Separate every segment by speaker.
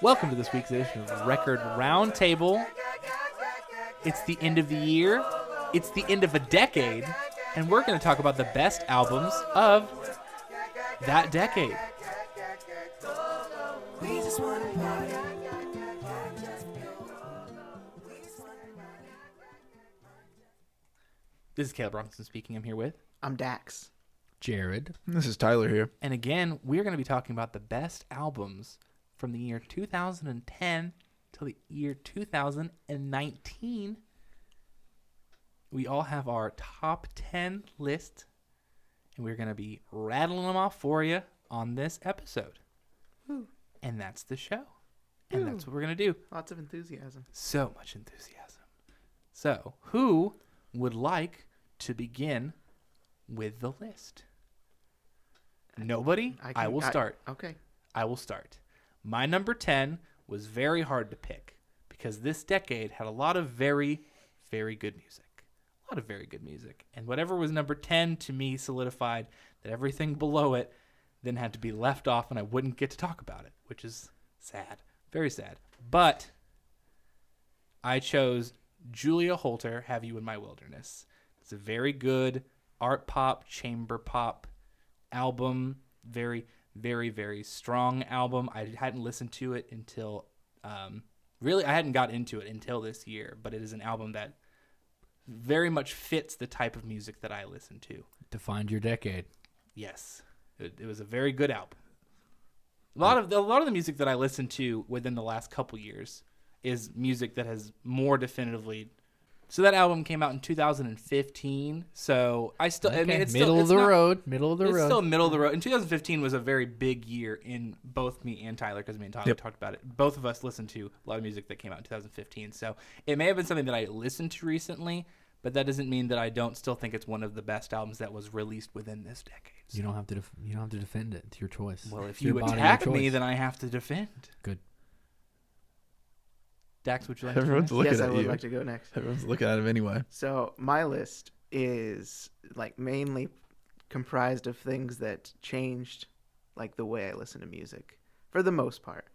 Speaker 1: Welcome to this week's edition of Record Roundtable. It's the end of the year, it's the end of a decade, and we're going to talk about the best albums of that decade. This is Caleb Robinson speaking. I'm here with.
Speaker 2: I'm Dax.
Speaker 3: Jared.
Speaker 4: This is Tyler here.
Speaker 1: And again, we're going to be talking about the best albums from the year 2010 till the year 2019. We all have our top 10 list, and we're going to be rattling them off for you on this episode. And that's the show. And that's what we're going to do.
Speaker 2: Lots of enthusiasm.
Speaker 1: So much enthusiasm. So, who would like to begin with the list? Nobody? I, will start.
Speaker 2: okay.
Speaker 1: I will start. My number 10 was very hard to pick because this decade had a lot of very, very good music. A lot of very good music. And whatever was number 10 to me solidified that everything below it then had to be left off and I wouldn't get to talk about it, which is sad. Very sad. But I chose Julia Holter, Have You in My Wilderness. It's a very good art pop, chamber pop album. Very, very, very strong album. I hadn't listened to it until, um, really, I hadn't got into it until this year, but it is an album that very much fits the type of music that I listen to.
Speaker 3: Defined your decade.
Speaker 1: Yes, it, it was a very good album. A
Speaker 3: Mm.
Speaker 1: lot of the, a lot of the music that I listened to within the last couple years is music that has more definitively. So that album came out in 2015. So I still, I mean, it's
Speaker 3: middle
Speaker 1: still,
Speaker 3: of
Speaker 1: it's
Speaker 3: the
Speaker 1: not-
Speaker 3: road. Middle of the
Speaker 1: It's
Speaker 3: road.
Speaker 1: still middle of the road. And 2015 was a very big year in both me and Tyler because me and Tyler talked about it. Both of us listened to a lot of music that came out in 2015. So it may have been something that I listened to recently, but that doesn't mean that I don't still think it's one of the best albums that was released within this decade.
Speaker 3: you don't have to. Def- you don't have to defend it. It's your choice.
Speaker 1: Well, if
Speaker 3: It's your
Speaker 1: you
Speaker 3: body, your
Speaker 1: attack me,
Speaker 3: choice.
Speaker 1: then I have to defend.
Speaker 3: good.
Speaker 1: Dax, would you like
Speaker 4: Everyone's
Speaker 1: to?
Speaker 4: looking
Speaker 2: yes, I
Speaker 4: at
Speaker 2: would
Speaker 4: you.
Speaker 2: like to go next.
Speaker 4: Everyone's looking at him anyway.
Speaker 2: So my list is like mainly comprised of things that changed, like the way I listen to music, for the most part.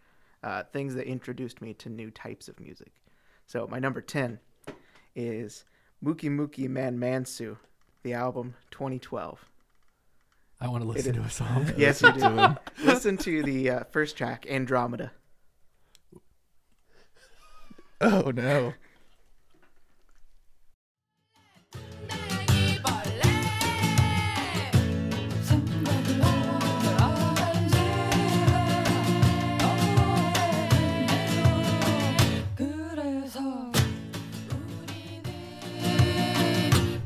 Speaker 2: Uh, things that introduced me to new types of music. So my number ten is Mookie Mookie Man Mansu, the album 2012.
Speaker 3: I want to listen to a song.
Speaker 2: Yes, you do. listen to the uh, first track, Andromeda.
Speaker 4: Oh no.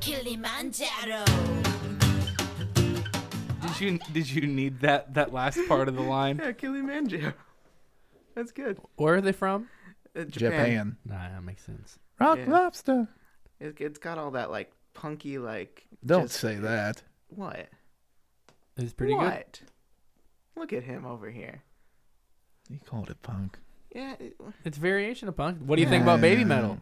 Speaker 5: Kilimanjaro.
Speaker 1: Did you did you need that that last part of the line?
Speaker 2: Yeah, Kilimanjaro. That's good.
Speaker 3: Where are they from?
Speaker 2: Uh,
Speaker 4: Japan.
Speaker 3: Nah, that makes sense.
Speaker 4: Rock
Speaker 2: Yeah.
Speaker 4: lobster.
Speaker 2: It, it's got all that like punky like.
Speaker 4: Don't
Speaker 2: just-
Speaker 4: say that.
Speaker 2: what.
Speaker 3: It's pretty good.
Speaker 2: what? Look at him over here.
Speaker 4: He called it punk.
Speaker 2: Yeah, it-
Speaker 3: It's variation of punk. What do you think about baby metal?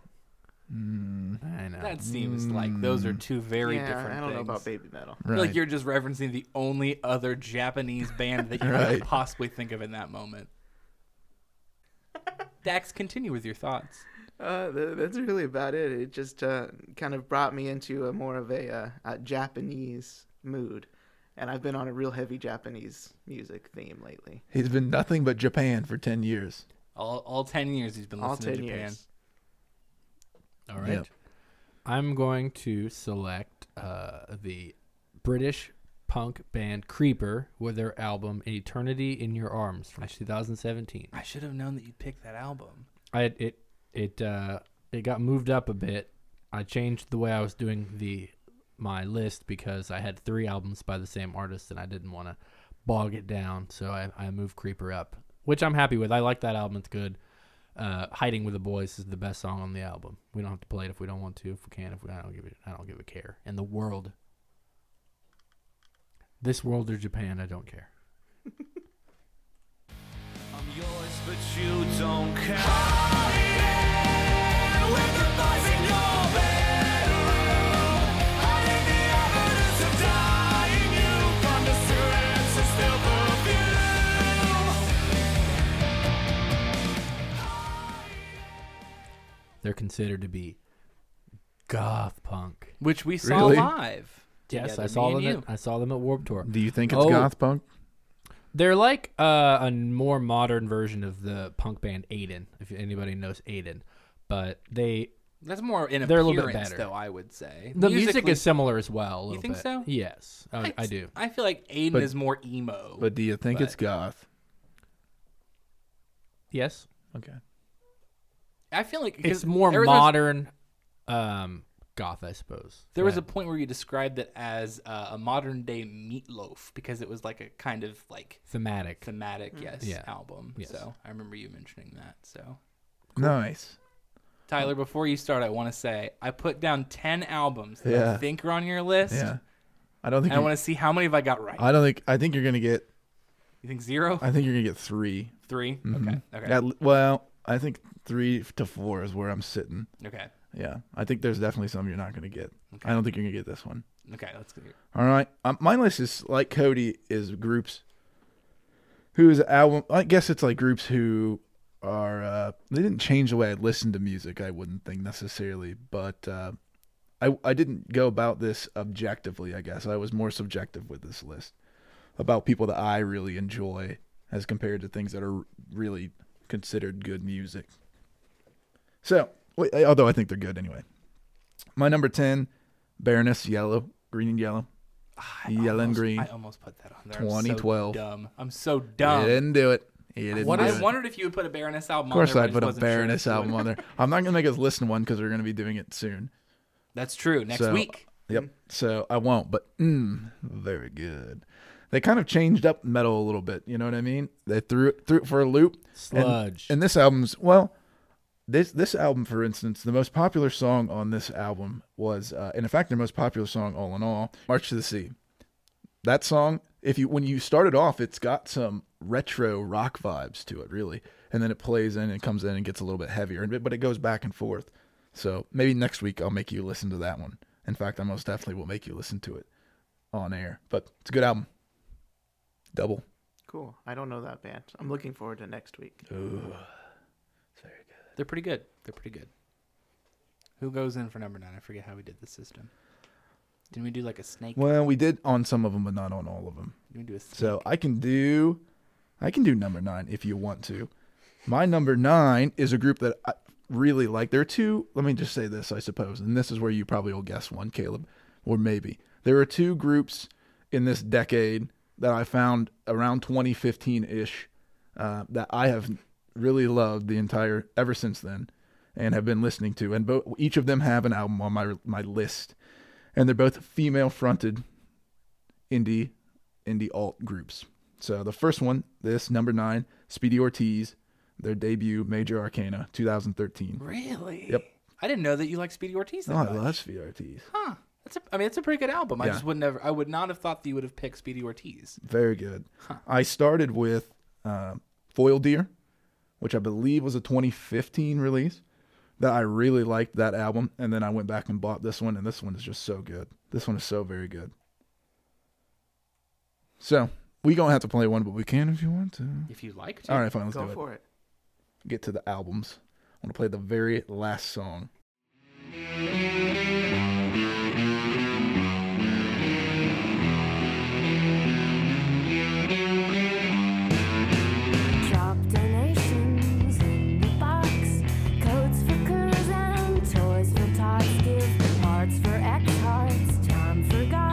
Speaker 4: Mm,
Speaker 3: I know.
Speaker 1: That seems like those are
Speaker 3: Mm.
Speaker 1: two very
Speaker 2: yeah,
Speaker 1: different.
Speaker 2: I don't know
Speaker 1: things.
Speaker 2: about baby metal.
Speaker 1: I feel
Speaker 4: Right.
Speaker 1: Like you're just referencing the only other Japanese band that you
Speaker 4: Right.
Speaker 1: could possibly think of in that moment. Dax, continue with your thoughts.
Speaker 2: Uh, th- that's really about it. It just uh, kind of brought me into a more of a, uh, a Japanese mood, and I've been on a real heavy Japanese music theme lately.
Speaker 4: He's been nothing but Japan for ten years.
Speaker 1: All all ten years he's been
Speaker 2: All
Speaker 1: listening
Speaker 2: ten
Speaker 1: to Japan.
Speaker 2: years.
Speaker 3: All right.
Speaker 4: Yep.
Speaker 3: I'm going to select uh, the British punk band Creeper with their album "An Eternity in Your Arms" from 2017.
Speaker 1: I should have known that you'd pick that album.
Speaker 3: I it it uh, it got moved up a bit. I changed the way I was doing the my list because I had three albums by the same artist and I didn't want to bog it down, so I, I moved Creeper up, which I'm happy with. I like that album; it's good. Uh, Hiding with the Boys is the best song on the album. We don't have to play it if we don't want to. If we can, if we I don't give it, I don't give a care. And the world, this world or Japan, I don't care.
Speaker 6: I'm yours, but you don't count.
Speaker 3: They're considered to be goth punk.
Speaker 1: which we saw
Speaker 4: Really?
Speaker 1: live.
Speaker 3: yes,
Speaker 1: together,
Speaker 3: I
Speaker 1: me
Speaker 3: saw
Speaker 1: and
Speaker 3: them.
Speaker 1: you. Mm.
Speaker 3: At, I saw them at Warped Tour.
Speaker 4: Do you think it's
Speaker 3: Oh.
Speaker 4: goth punk?
Speaker 3: They're like uh, a more modern version of the punk band Aiden, if anybody knows Aiden. But they
Speaker 1: That's more in
Speaker 3: They're a
Speaker 1: appearance,
Speaker 3: little bit better.
Speaker 1: though. I would say
Speaker 3: the music
Speaker 1: Musically-
Speaker 3: is similar as well. A little
Speaker 1: think
Speaker 3: bit.
Speaker 1: so?
Speaker 3: Yes, I, I do.
Speaker 1: I feel like Aiden
Speaker 4: But-
Speaker 1: is more emo.
Speaker 4: But do you think it's goth?
Speaker 3: Yes,
Speaker 4: Okay.
Speaker 1: I feel like 'cause
Speaker 3: it's more
Speaker 1: there was a-
Speaker 3: modern um, goth, I suppose.
Speaker 1: There was a
Speaker 3: But
Speaker 1: point where you described it as uh, a modern day meatloaf because it was like a kind of like
Speaker 3: thematic.
Speaker 1: thematic yes
Speaker 3: Mm, Yeah.
Speaker 1: album.
Speaker 3: Yes.
Speaker 1: So I remember you mentioning that. So
Speaker 4: Nice.
Speaker 1: Tyler, before you start, I want to say I put down ten albums that I
Speaker 4: Yeah.
Speaker 1: think are on your list,
Speaker 4: Yeah. I don't think.
Speaker 1: and I
Speaker 4: you-
Speaker 1: want to see how many have I got right.
Speaker 4: I don't think. I think you're gonna get.
Speaker 1: you think zero,
Speaker 4: I Mm-hmm. think you're gonna get 3
Speaker 1: three? Okay, okay,
Speaker 4: At l- well, I think three to four is where I'm sitting.
Speaker 1: okay,
Speaker 4: Yeah. I think there's definitely some you're not gonna get. I don't think you're gonna get this one.
Speaker 1: okay. Let's get it.
Speaker 4: All right. Um, my list is like Cody is groups whose album. I guess it's like groups who are uh, they didn't change the way I listened to music. I wouldn't think necessarily, but uh, I I didn't go about this objectively. I guess I was more subjective with this list about people that I really enjoy as compared to things that are really considered good music. So, wait, although I think they're good anyway. My number ten, Baroness Yellow, Green and Yellow.
Speaker 1: I
Speaker 4: Yellow and
Speaker 1: almost-
Speaker 4: green.
Speaker 1: I almost put that on there. I'm so
Speaker 4: 2012.
Speaker 1: dumb. I'm so
Speaker 4: You
Speaker 1: dumb.
Speaker 4: didn't do it. You didn't
Speaker 1: What
Speaker 4: do
Speaker 1: I
Speaker 4: it.
Speaker 1: wondered if you would put a Baroness album.
Speaker 4: of course,
Speaker 1: on there,
Speaker 4: I'd
Speaker 1: but
Speaker 4: put
Speaker 1: I
Speaker 4: a
Speaker 1: just wasn't sure
Speaker 4: Baroness
Speaker 1: if you would.
Speaker 4: album on there. I'm not gonna make us listen to one because we're gonna be doing it soon.
Speaker 1: That's true. Next
Speaker 4: So-
Speaker 1: week.
Speaker 4: Yep. So I won't. But mm, very good. They kind of changed up metal a little bit. You know what I mean? They threw it, threw it for a loop. And-
Speaker 3: Sludge.
Speaker 4: And, this album's well, this this album, for instance, the most popular song on this album was, uh, and in fact, their most popular song all in all, "March to the Sea." That song, if you when you start it off, it's got some retro rock vibes to it, really, and then it plays in and comes in and gets a little bit heavier, and but it goes back and forth. So maybe next week I'll make you listen to that one. In fact, I most definitely will make you listen to it on air. But it's a good album. Double.
Speaker 2: Cool. I don't know that band. I'm looking forward to next week.
Speaker 1: They're pretty good. They're pretty good. Who goes in for number nine? I forget how we did the system. Didn't we do like a snake?
Speaker 4: Well, we did on some of them, but not on all of them.
Speaker 1: Didn't we do a snake?
Speaker 4: So I can do, I can do number nine if you want to. My number nine is a group that I really like. There are two. Let me just say this, I suppose, and this is where you probably will guess one, Caleb, or maybe there are two groups in this decade that I found around 2015 ish uh, that I have really loved the entire ever since then, and have been listening to. And both each of them have an album on my my list, and they're both female fronted indie indie alt groups. So the first one, this number nine, Speedy Ortiz, their debut, Major Arcana, 2013.
Speaker 1: really?
Speaker 4: Yep.
Speaker 1: I didn't know that you liked Speedy Ortiz.
Speaker 4: Oh,
Speaker 1: That
Speaker 4: I
Speaker 1: much.
Speaker 4: love Speedy Ortiz.
Speaker 1: Huh. That's a, I mean, it's a pretty good album. I
Speaker 4: Yeah.
Speaker 1: just would never. I would not have thought that you would have picked Speedy Ortiz.
Speaker 4: Very good. I started with uh, Foil Deer, which I believe was a 2015 release. That I really liked that album, and then I went back and bought this one, and this one is just so good. This one is so very good. So we gonna have to play one, but we can if you want to.
Speaker 1: If you like to.
Speaker 4: All right, fine, let's
Speaker 2: Go
Speaker 4: do it.
Speaker 2: for it.
Speaker 4: get to the albums. I want to play the very last song.
Speaker 7: Drop donations in the box. Codes for curs and toys for tots. Give parts for X hearts. Tom forgot.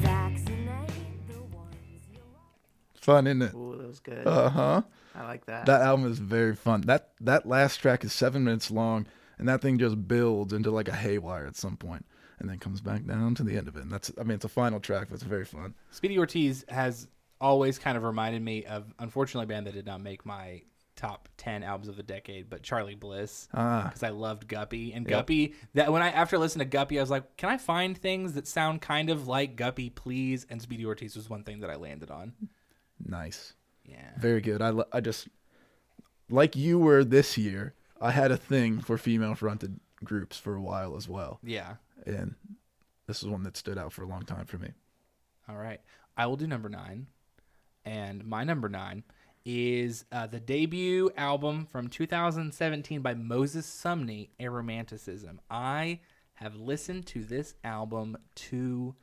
Speaker 7: Vaccinate the ones you love.
Speaker 4: Fun, isn't it?
Speaker 2: Ooh, that was good.
Speaker 4: Uh huh.
Speaker 2: I like that.
Speaker 4: That album is very fun. That that last track is seven minutes long, and that thing just builds into like a haywire at some point, and then comes back down to the end of it. And that's I mean, it's a final track, but it's very fun.
Speaker 1: Speedy Ortiz has always kind of reminded me of, unfortunately, a band that did not make my top 10 albums of the decade, but Charlie Bliss.
Speaker 4: Ah,
Speaker 1: Because I loved Guppy. And Guppy, that when I, after listening to Guppy, I was like, can I find things that sound kind of like Guppy, please? And Speedy Ortiz was one thing that I landed on.
Speaker 4: Nice,
Speaker 1: Yeah.
Speaker 4: very good. I lo- I just like you were this year. I had a thing for female fronted groups for a while as well,
Speaker 1: Yeah.
Speaker 4: and this is one that stood out for a long time for me.
Speaker 1: All right. I will do number nine. And my number nine is uh, the debut album from 2017 by Moses Sumney, A Romanticism. I have listened to this album to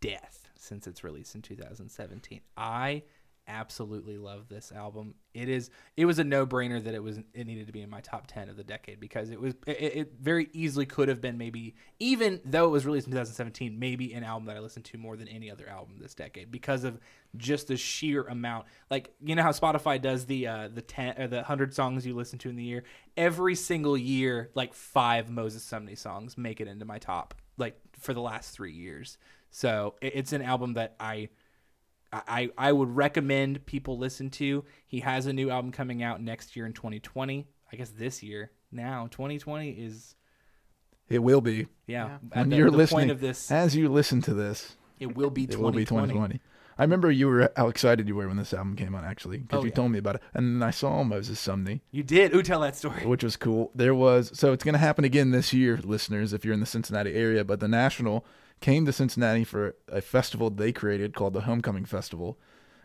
Speaker 1: death since its release in 2017. I absolutely love this album. It is it was a no-brainer that it was it needed to be in my top 10 of the decade because it was it, it very easily could have been maybe even though it was released in 2017 maybe an album that I listened to more than any other album this decade because of just the sheer amount. Like you know how Spotify does the uh the 10 or the 100 songs you listen to in the year. Every single year like 5 Moses Sumney songs make it into my top like for the last 3 years. So it- it's an album that I I, I would recommend people listen to. He has a new album coming out next year in 2020. I guess this year now 2020 is
Speaker 4: It will be
Speaker 1: yeah. At
Speaker 4: when
Speaker 1: the,
Speaker 4: you're
Speaker 1: the
Speaker 4: listening
Speaker 1: point of this,
Speaker 4: as you listen to this.
Speaker 1: it will be
Speaker 4: It will be
Speaker 1: 2020.
Speaker 4: 2020. I remember you were how excited you were when this album came out actually because
Speaker 1: Oh,
Speaker 4: you
Speaker 1: yeah.
Speaker 4: told me about it, and then I saw Moses Sumney,
Speaker 1: You did. Ooh, tell that story.
Speaker 4: which was cool. There was so it's going to happen again this year, listeners, if you're in the Cincinnati area. But the National came to Cincinnati for a festival they created called the Homecoming Festival,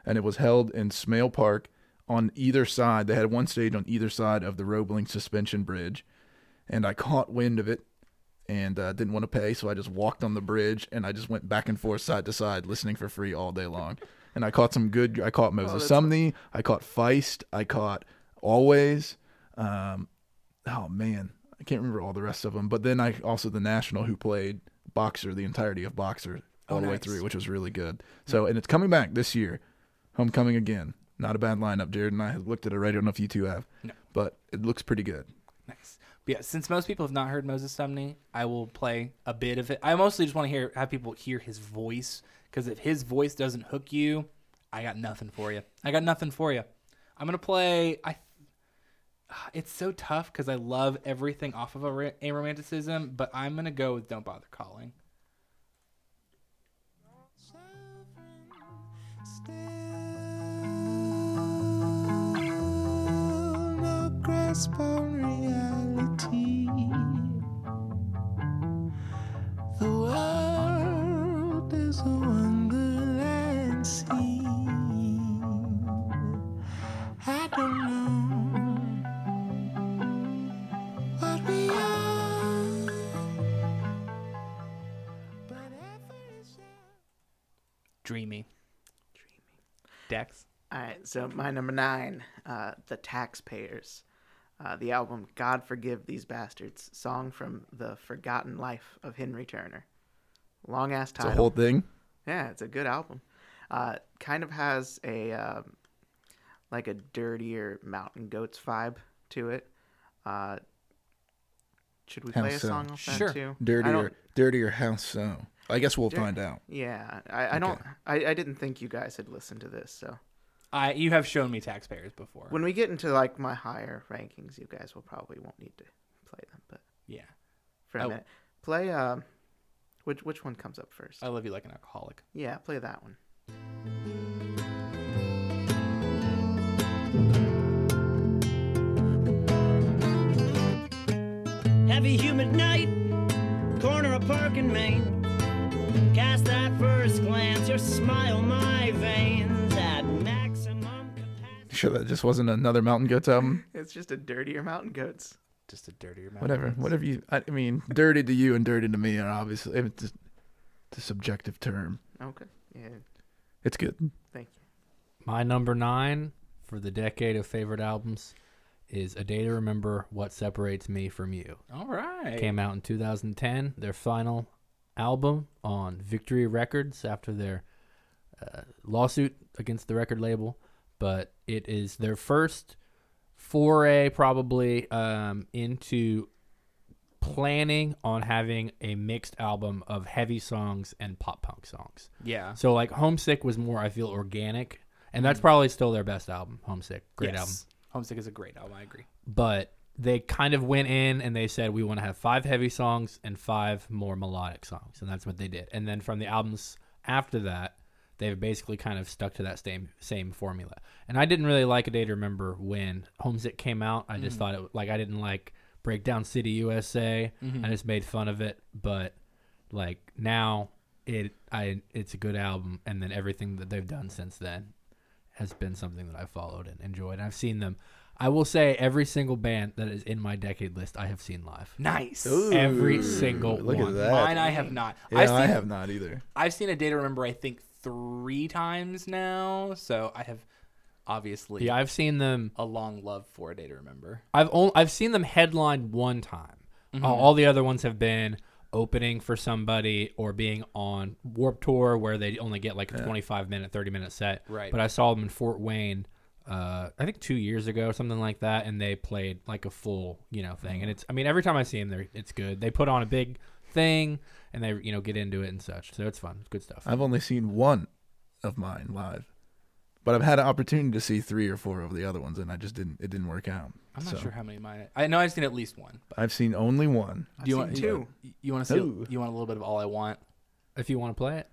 Speaker 4: and it was held in Smale Park on either side. They had one stage on either side of the Roebling Suspension Bridge, and I caught wind of it. And uh, didn't want to pay, so I just walked on the bridge and I just went back and forth side to side, listening for free all day long. And I caught some good. I caught Moses Sumney. I caught Feist. I caught Always. Um, oh man, I can't remember all the rest of them. But then I also the National who played Boxer the entirety of Boxer all the way
Speaker 1: nice.
Speaker 4: through, which was really good. So and it's coming back this year, Homecoming again. Not a bad lineup. Jared and I have looked at it already. I don't know if you two have,
Speaker 1: No.
Speaker 4: but it looks pretty good.
Speaker 1: Nice. But yeah, since most people have not heard Moses Sumney, I will play a bit of it. I mostly just want to hear have people hear his voice because if his voice doesn't hook you, I got nothing for you. I got nothing for you. I'm gonna play. I. It's so tough because I love everything off of a, Ra- a romanticism, but I'm gonna go with "Don't Bother Calling."
Speaker 8: grasp on reality. The world is a wonderland scene. I don't know what we are, but every sound.
Speaker 1: Dreamy. Dreamy. Dex.
Speaker 2: All right, so my number nine, uh, The Taxpayers. Uh, the album God Forgive These Bastards, song from The Forgotten Life of Henry Turner. Long ass
Speaker 4: It's a
Speaker 2: title.
Speaker 4: whole thing.
Speaker 2: Yeah, it's a good album. Uh, kind of has a um, like a dirtier Mountain Goats vibe to it. Uh, should we
Speaker 4: How
Speaker 2: play a
Speaker 4: so?
Speaker 2: song off that
Speaker 1: Sure.
Speaker 2: too? I
Speaker 4: Dirtier,
Speaker 2: don't-
Speaker 4: dirtier. How so? I guess we'll find out.
Speaker 2: Yeah, I, I don't. I, I didn't think you guys had listened to this. So
Speaker 1: I you have shown me taxpayers before.
Speaker 2: when we get into like my higher rankings, you guys will probably won't need to play them. But
Speaker 1: yeah,
Speaker 2: for a
Speaker 1: Oh.
Speaker 2: minute, play um, which which one comes up first?
Speaker 1: I love you like an alcoholic.
Speaker 2: Yeah, play that one.
Speaker 9: Heavy, humid night, corner of Park and Main. Cast that first glance, your smile, my veins at maximum capacity.
Speaker 4: Sure, that just wasn't another Mountain Goats album.
Speaker 2: It's just a dirtier Mountain Goats.
Speaker 1: Just a dirtier man.
Speaker 4: Whatever, whatever you. I I mean, dirty to you and dirty to me are obviously it's, just- it's a subjective term.
Speaker 2: Okay. Yeah.
Speaker 4: It's good.
Speaker 2: Thank you.
Speaker 3: My number nine for the decade of favorite albums is A Day to Remember What Separates Me From You.
Speaker 1: All right.
Speaker 3: Came out in 2010, their final album on Victory Records after their uh, lawsuit against the record label. But it is their first foray, probably, um, into planning on having a mixed album of heavy songs and pop punk songs.
Speaker 1: Yeah.
Speaker 3: So like Homesick was more I feel organic, and that's probably still their best album. Homesick, great
Speaker 1: Yes.
Speaker 3: album.
Speaker 1: Homesick is a great album. I agree.
Speaker 3: But they kind of went in and they said we want to have five heavy songs and five more melodic songs, and that's what they did. And then from the albums after that, they've basically kind of stuck to that same same formula. And I didn't really like A Day to Remember when Homesick came out. I just thought it like I didn't like Breakdown City USA. I just made fun of it, but like now it I it's a good album and then everything that they've done since then has been something that I've followed and enjoyed. I've seen them. I will say every single band that is in my decade list I have seen live.
Speaker 1: Nice.
Speaker 3: Every
Speaker 4: Ooh,
Speaker 3: single
Speaker 4: look
Speaker 3: one.
Speaker 4: at that.
Speaker 1: Mine, I have not.
Speaker 4: yeah,
Speaker 1: I've seen,
Speaker 4: I have not either.
Speaker 1: I've seen a day to remember. I think three times now. So I have obviously
Speaker 3: Yeah, I've seen them.
Speaker 1: a long love for a day to remember.
Speaker 3: I've only I've seen them headline one time. Uh, all the other ones have been opening for somebody or being on Warp Tour where they only get like a 25 minute, 30 minute set.
Speaker 1: Right.
Speaker 3: But I saw them in Fort Wayne. Uh, I think two years ago, or something like that, and they played like a full, you know, thing. And it's, I mean, every time I see them, they're, it's good. They put on a big thing, and they, you know, get into it and such. So it's fun. It's good stuff.
Speaker 4: I've only seen one of mine live, but I've had an opportunity to see three or four of the other ones, and I just didn't. It didn't work out.
Speaker 1: I'm not
Speaker 4: So,
Speaker 1: sure how many mine. I know I've seen at least one. But
Speaker 4: I've seen only one.
Speaker 1: do you
Speaker 2: seen
Speaker 1: want
Speaker 2: two.
Speaker 1: You, you want to see?
Speaker 4: Ooh.
Speaker 1: You want a little bit of all I want?
Speaker 3: If you want to play it,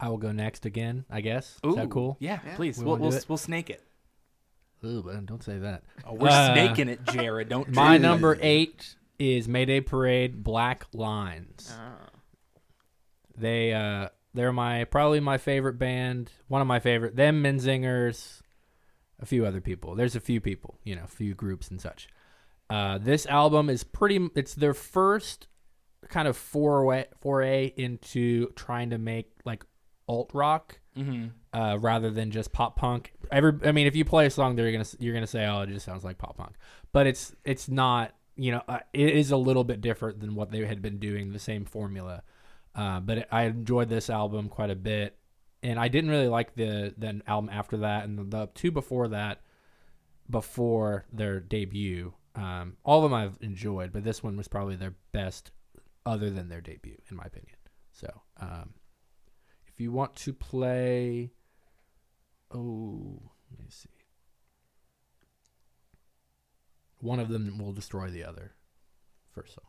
Speaker 3: I will go next again. I guess. Is that cool?
Speaker 1: Yeah,
Speaker 2: Yeah.
Speaker 1: please.
Speaker 3: We
Speaker 1: We'll
Speaker 3: wanna
Speaker 1: we'll,
Speaker 3: do
Speaker 1: s-
Speaker 3: it?
Speaker 1: we'll snake it.
Speaker 3: Ooh, but don't say that.
Speaker 1: We're
Speaker 3: Uh,
Speaker 1: snaking it, Jared. Don't
Speaker 3: My
Speaker 1: you?
Speaker 3: number eight is Mayday Parade Black Lines. They uh they're my probably my favorite band, one of my favorite them, Menzingers, a few other people. There's a few people, you know, few groups and such. Uh, this album is pretty it's their first kind of foray foray into trying to make like alt rock uh, rather than just pop punk. Every, I mean, if you play a song, there you're gonna you're gonna say, "Oh, it just sounds like pop punk," but it's it's not. You know, uh, it is a little bit different than what they had been doing, the same formula. Uh, but I enjoyed this album quite a bit, and I didn't really like the the album after that and the two before that, before their debut. Um, all of them I've enjoyed, but this one was probably their best, other than their debut, in my opinion. So, um, if you want to play oh let me see one of them will destroy the other first song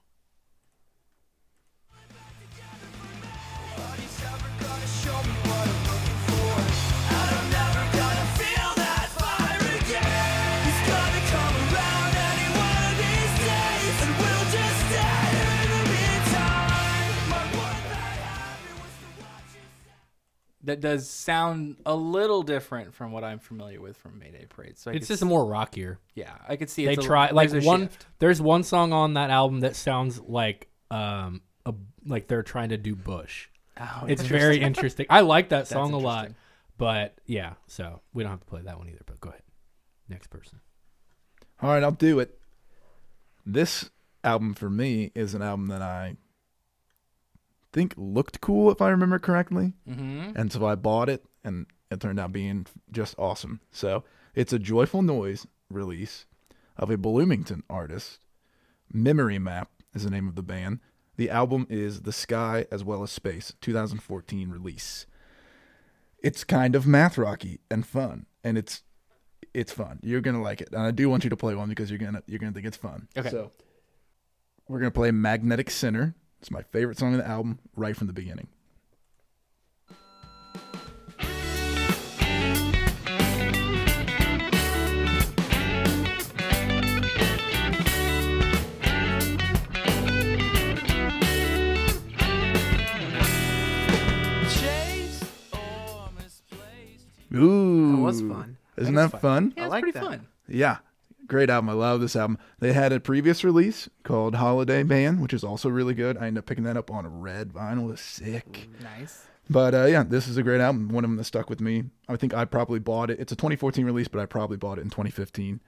Speaker 1: That does sound a little different from what I'm familiar with from Mayday Parade. So I
Speaker 3: it's
Speaker 1: could,
Speaker 3: just more rockier
Speaker 1: yeah, I could see
Speaker 3: they
Speaker 1: it's a-
Speaker 3: try like
Speaker 1: there's a
Speaker 3: one
Speaker 1: shift.
Speaker 3: there's one song on that album that sounds like um a, like they're trying to do bush
Speaker 1: Oh,
Speaker 3: it's very interesting i like that song a lot
Speaker 1: interesting.
Speaker 3: but yeah so we don't have to play that one either but go ahead next person
Speaker 4: All right, I'll do it. This album for me is an album that I think looked cool, if I remember correctly. Mm-hmm. And so I bought it, and it turned out being just awesome. So it's a joyful noise release of a Bloomington artist. Memory Map is the name of the band. The album is The Sky as Well as Space, 2014 release. It's kind of math rocky and fun, and it's it's fun. You're gonna like it, and I do want you to play one because you're gonna you're gonna think it's fun.
Speaker 1: Okay.
Speaker 4: So we're gonna play Magnetic Center. It's my favorite song on the album, right from the beginning. Ooh,
Speaker 2: That was fun.
Speaker 4: Isn't
Speaker 1: That
Speaker 4: that,
Speaker 1: is
Speaker 4: fun?
Speaker 1: Yeah,
Speaker 2: I
Speaker 1: it's
Speaker 2: like
Speaker 1: pretty
Speaker 2: that.
Speaker 1: fun.
Speaker 4: Yeah. Great album. I love this album. They had a previous release called Holiday Man, which is also really good. I ended up picking that up on a red vinyl. It's sick.
Speaker 1: Nice.
Speaker 4: But uh, yeah, this is a great album. One of them that stuck with me. I think I probably bought it. It's a 2014 release, but I probably bought it in 2015.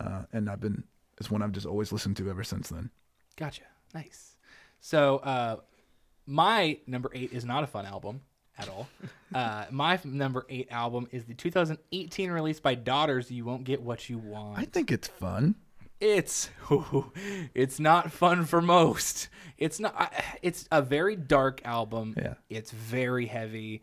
Speaker 4: Uh, and I've been, it's one I've just always listened to ever since then.
Speaker 1: Gotcha. Nice. So, uh, my number eight is not a fun album at all. Uh, my f- number eight album is the 2018 release by Daughters. You won't get what you want.
Speaker 4: I think it's fun.
Speaker 1: it's it's not fun for most. It's not. I- It's a very dark album.
Speaker 4: Yeah.
Speaker 1: It's very heavy.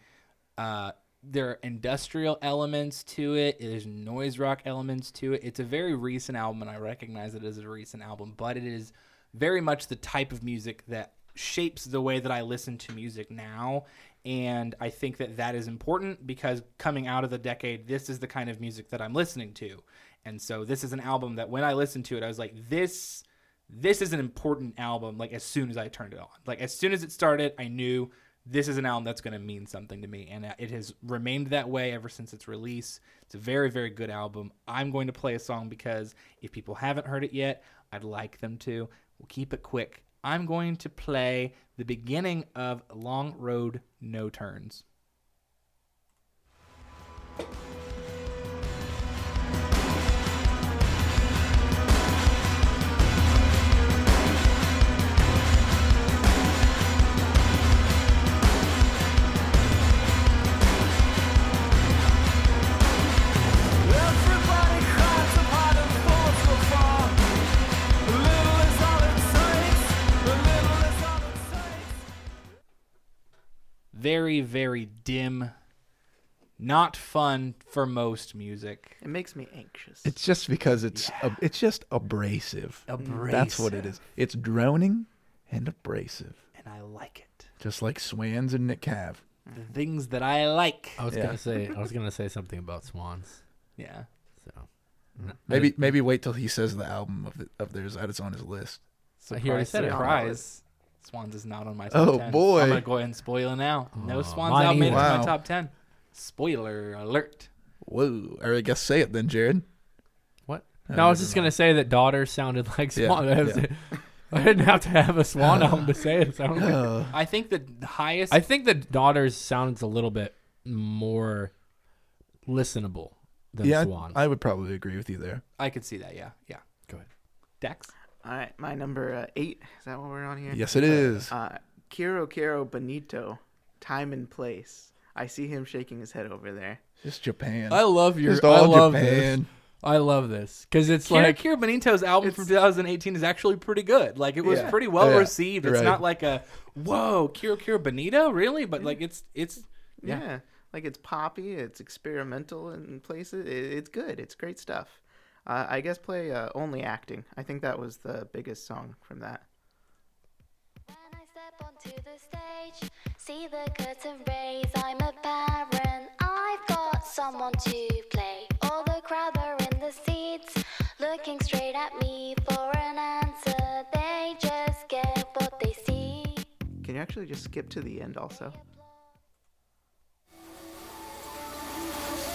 Speaker 1: Uh, there are industrial elements to it. There's noise rock elements to it. It's a very recent album, and I recognize it as a recent album, but it is very much the type of music that shapes the way that I listen to music now. And I think that that is important because coming out of the decade, this is the kind of music that I'm listening to. And so this is an album that when I listened to it, I was like, this this is an important album like as soon as i turned it on like as soon as it started i knew this is an album that's going to mean something to me and uh, it has remained that way ever since its release it's a very very good album i'm going to play a song because if people haven't heard it yet i'd like them to we'll keep it quick i'm going to play the beginning of long road no turns very very dim not fun for most music
Speaker 2: It makes me anxious.
Speaker 4: It's just because it's ab- it's just abrasive. That's what it is. It's droning and abrasive,
Speaker 1: and i like it
Speaker 4: just like Swans and Nick Cave.
Speaker 1: the things that i like
Speaker 3: I was
Speaker 4: Yeah.
Speaker 3: gonna say I was gonna say something about swans.
Speaker 1: yeah
Speaker 3: So
Speaker 4: Maybe maybe wait till he says the album of the, of theirs that it's on his list.
Speaker 3: I hear I said it.
Speaker 1: Surprise. Swans is not on my top
Speaker 4: Oh,
Speaker 1: 10.
Speaker 4: boy.
Speaker 1: I'm going to go ahead and spoil it now. No
Speaker 3: Aw,
Speaker 1: Swans
Speaker 3: mine
Speaker 1: album made it to my
Speaker 4: either.
Speaker 1: top 10. Spoiler alert.
Speaker 4: Whoa! Or I guess say it then, Jared.
Speaker 3: What? No, I was just gonna say that daughter sounded like
Speaker 4: Yeah,
Speaker 3: swan. That was
Speaker 4: yeah.
Speaker 3: it. I didn't have to have a swan album to say it. sounded like-
Speaker 1: I think the highest.
Speaker 3: I think that daughters sounds a little bit more listenable than
Speaker 4: yeah,
Speaker 3: swan.
Speaker 4: I, I would probably agree with you there.
Speaker 1: I could see that. Yeah. Yeah.
Speaker 3: Go ahead.
Speaker 1: Dex?
Speaker 2: All right, my number uh, eight. Is that what we're on here?
Speaker 4: Yes, it is.
Speaker 2: Uh, Quiero Quiero Bonito, Time and Place. I see him shaking his head over there.
Speaker 4: Just Japan.
Speaker 3: I love your.
Speaker 4: Just
Speaker 3: I
Speaker 4: all
Speaker 3: love
Speaker 4: Japan.
Speaker 3: this. I love this because it's
Speaker 1: Kira,
Speaker 3: like
Speaker 1: Kira Benito's album from 2018 is actually pretty good. Like, it was
Speaker 4: Yeah.
Speaker 1: pretty well
Speaker 4: Yeah.
Speaker 1: received. It's
Speaker 4: Right.
Speaker 1: not like a, whoa, Kira Kira Benito? Really? But, like, it's, it's,
Speaker 2: Yeah. Like it's poppy, it's experimental in places. It, it's good. It's great stuff. Uh, I guess play uh, Only Acting. I think that was the biggest song from that.
Speaker 7: When I step onto the stage, see the curtain raise. I'm a parent, I've got someone to play. All the crowd are in the seats, looking straight at me for an answer. They just get what they see.
Speaker 2: Can you actually just skip to the end also?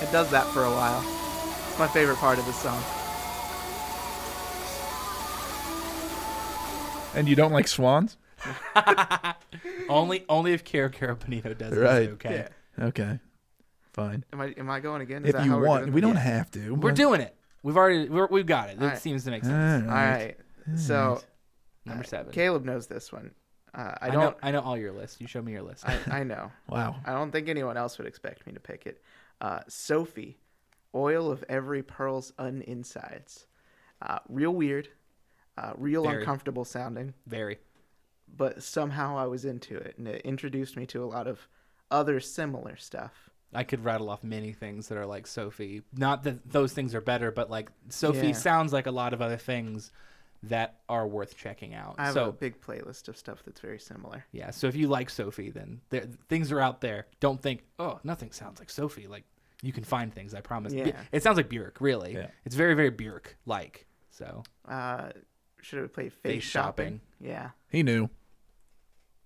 Speaker 2: It does that for a while. It's my favorite part of the song.
Speaker 4: and you don't like swans?
Speaker 1: only, only if Kira Kira Benito does it.
Speaker 4: Right.
Speaker 1: Okay.
Speaker 2: Yeah.
Speaker 4: Okay, fine.
Speaker 2: Am I am I going again? Is
Speaker 4: if
Speaker 2: that
Speaker 4: you
Speaker 2: how we're
Speaker 4: want,
Speaker 2: doing
Speaker 4: we
Speaker 2: this?
Speaker 4: don't have to.
Speaker 1: We're doing it. We've already, we're, we've got it. That
Speaker 2: All right.
Speaker 1: seems to make
Speaker 4: All
Speaker 1: sense.
Speaker 4: right. Uh,
Speaker 2: All right. So
Speaker 1: Number seven.
Speaker 2: Caleb knows this one. Uh,
Speaker 1: I
Speaker 2: I
Speaker 1: know,
Speaker 2: don't.
Speaker 1: I know all your lists. You show me your list.
Speaker 2: I, I know.
Speaker 4: Wow.
Speaker 2: I don't think anyone else would expect me to pick it. Uh, Sophie, oil of every pearl's uninsides. Uh, real weird, uh, real
Speaker 1: Very.
Speaker 2: uncomfortable sounding,
Speaker 1: Very.
Speaker 2: but somehow I was into it, and it introduced me to a lot of other similar stuff.
Speaker 1: I could rattle off many things that are like Sophie. Not that those things are better, but like Sophie
Speaker 2: Yeah.
Speaker 1: sounds like a lot of other things that are worth checking out.
Speaker 2: I have a
Speaker 1: So
Speaker 2: big playlist of stuff that's very similar.
Speaker 1: yeah, so if you like Sophie, then there, things are out there. Don't think, oh, nothing sounds like Sophie. Like you can find things. I promise. Bu-
Speaker 2: Yeah.
Speaker 1: It sounds like Bjork, really.
Speaker 4: Yeah.
Speaker 1: It's very, very Bjork like. So
Speaker 2: Uh, should we play Face,
Speaker 1: Face
Speaker 2: shopping? Yeah.
Speaker 4: He knew.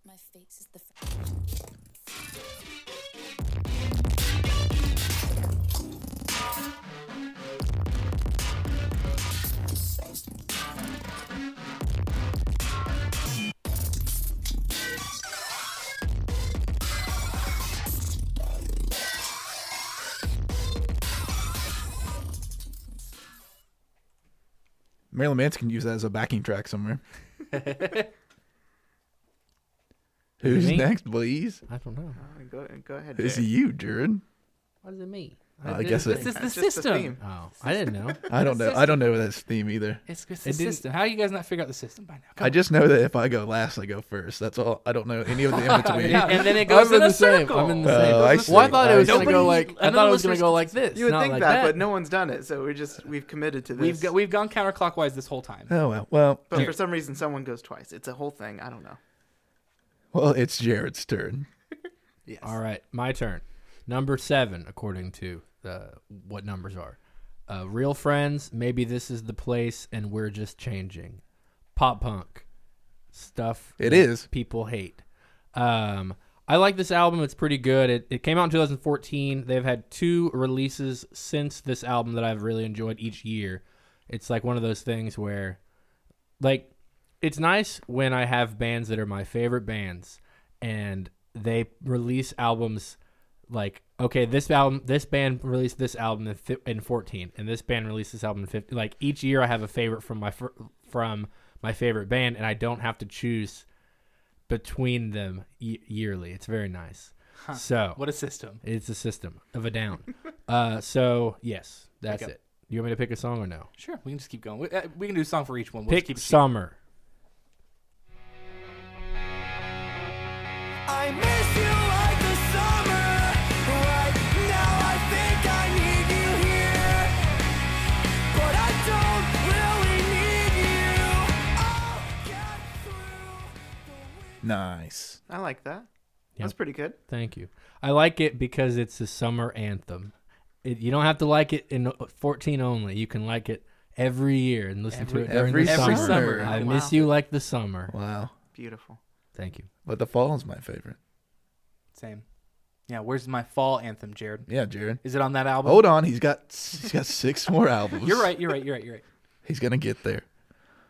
Speaker 5: My face is the
Speaker 4: Marilyn Manson can use that as a backing track somewhere. Who's
Speaker 1: Me?
Speaker 4: next, please?
Speaker 3: I don't know.
Speaker 2: Uh, Go, go ahead.
Speaker 4: It's
Speaker 2: Jared.
Speaker 4: you, Jared.
Speaker 3: What does it mean?
Speaker 4: Uh, I guess
Speaker 1: it's
Speaker 4: it,
Speaker 1: just the
Speaker 2: That's just the
Speaker 1: system.
Speaker 2: theme.
Speaker 3: Oh, I didn't know.
Speaker 4: I don't know. I don't know this theme either.
Speaker 1: it's just the
Speaker 3: It didn't-
Speaker 1: system. How you guys not figure out the system by now?
Speaker 4: I just know that if I go last, I go first. That's all. I don't know any of the in between.
Speaker 1: Yeah, and then it goes
Speaker 3: I'm
Speaker 1: in
Speaker 3: in
Speaker 1: a
Speaker 3: the same.
Speaker 1: circle.
Speaker 3: I'm in the
Speaker 4: Oh,
Speaker 3: same.
Speaker 4: I see.
Speaker 3: well, I thought it was
Speaker 4: I
Speaker 3: gonna go
Speaker 1: see.
Speaker 3: like. I
Speaker 1: None
Speaker 3: thought
Speaker 1: of
Speaker 3: it was gonna
Speaker 1: listeners-
Speaker 3: go like this.
Speaker 2: You would
Speaker 3: not
Speaker 2: think
Speaker 3: like
Speaker 2: that, but no one's done it, so we're just we've committed to this. Uh,
Speaker 1: We've go, we've gone counterclockwise this whole time.
Speaker 4: Oh well.
Speaker 2: but
Speaker 1: Jared.
Speaker 2: for some reason, someone goes twice. It's a whole thing. I don't know.
Speaker 4: Well, it's Jared's turn.
Speaker 2: Yes.
Speaker 3: All right, my turn. Number seven, according to uh, what numbers are. Uh, Real friends, maybe this is the place, and we're just changing. Pop punk stuff.
Speaker 4: It
Speaker 3: that
Speaker 4: is.
Speaker 3: people hate. Um, I like this album. It's pretty good. It, it came out in 2014. They've had two releases since this album that I've really enjoyed each year. It's like one of those things where like it's nice when I have bands that are my favorite bands and they release albums like okay this album this band released this album in, fi- in 14 and this band released this album in 15 like each year I have a favorite from my fir- from my favorite band and I don't have to choose between them y- yearly it's very nice so
Speaker 1: What a system.
Speaker 3: it's a system of a down uh so yes that's
Speaker 1: Pick up.
Speaker 3: it do you want me to pick a song or no
Speaker 1: Sure, we can just keep going. We, uh, we can do a song for each one. We'll just
Speaker 3: pick
Speaker 1: keep it
Speaker 3: summer
Speaker 8: I miss you like the summer. Right now, I think I need you here, but I don't really need you. I'll get through.
Speaker 4: Nice.
Speaker 2: I like that.
Speaker 3: Yeah.
Speaker 2: That's pretty good.
Speaker 3: Thank you. I like it because it's a summer anthem. It, you don't have to like it in 14 only. You can like it every year and listen to it during
Speaker 4: every
Speaker 3: the summer.
Speaker 1: every summer.
Speaker 3: I
Speaker 1: Oh,
Speaker 3: miss you like the summer.
Speaker 4: Wow.
Speaker 2: Beautiful.
Speaker 3: Thank you.
Speaker 4: But the fall is my favorite.
Speaker 1: Same. Yeah, where's my fall anthem, Jared?
Speaker 4: Yeah, Jared.
Speaker 1: Is it on that album?
Speaker 4: Hold on. He's got he's got six more albums.
Speaker 1: You're right, you're right, you're right, you're right.
Speaker 4: He's gonna get there.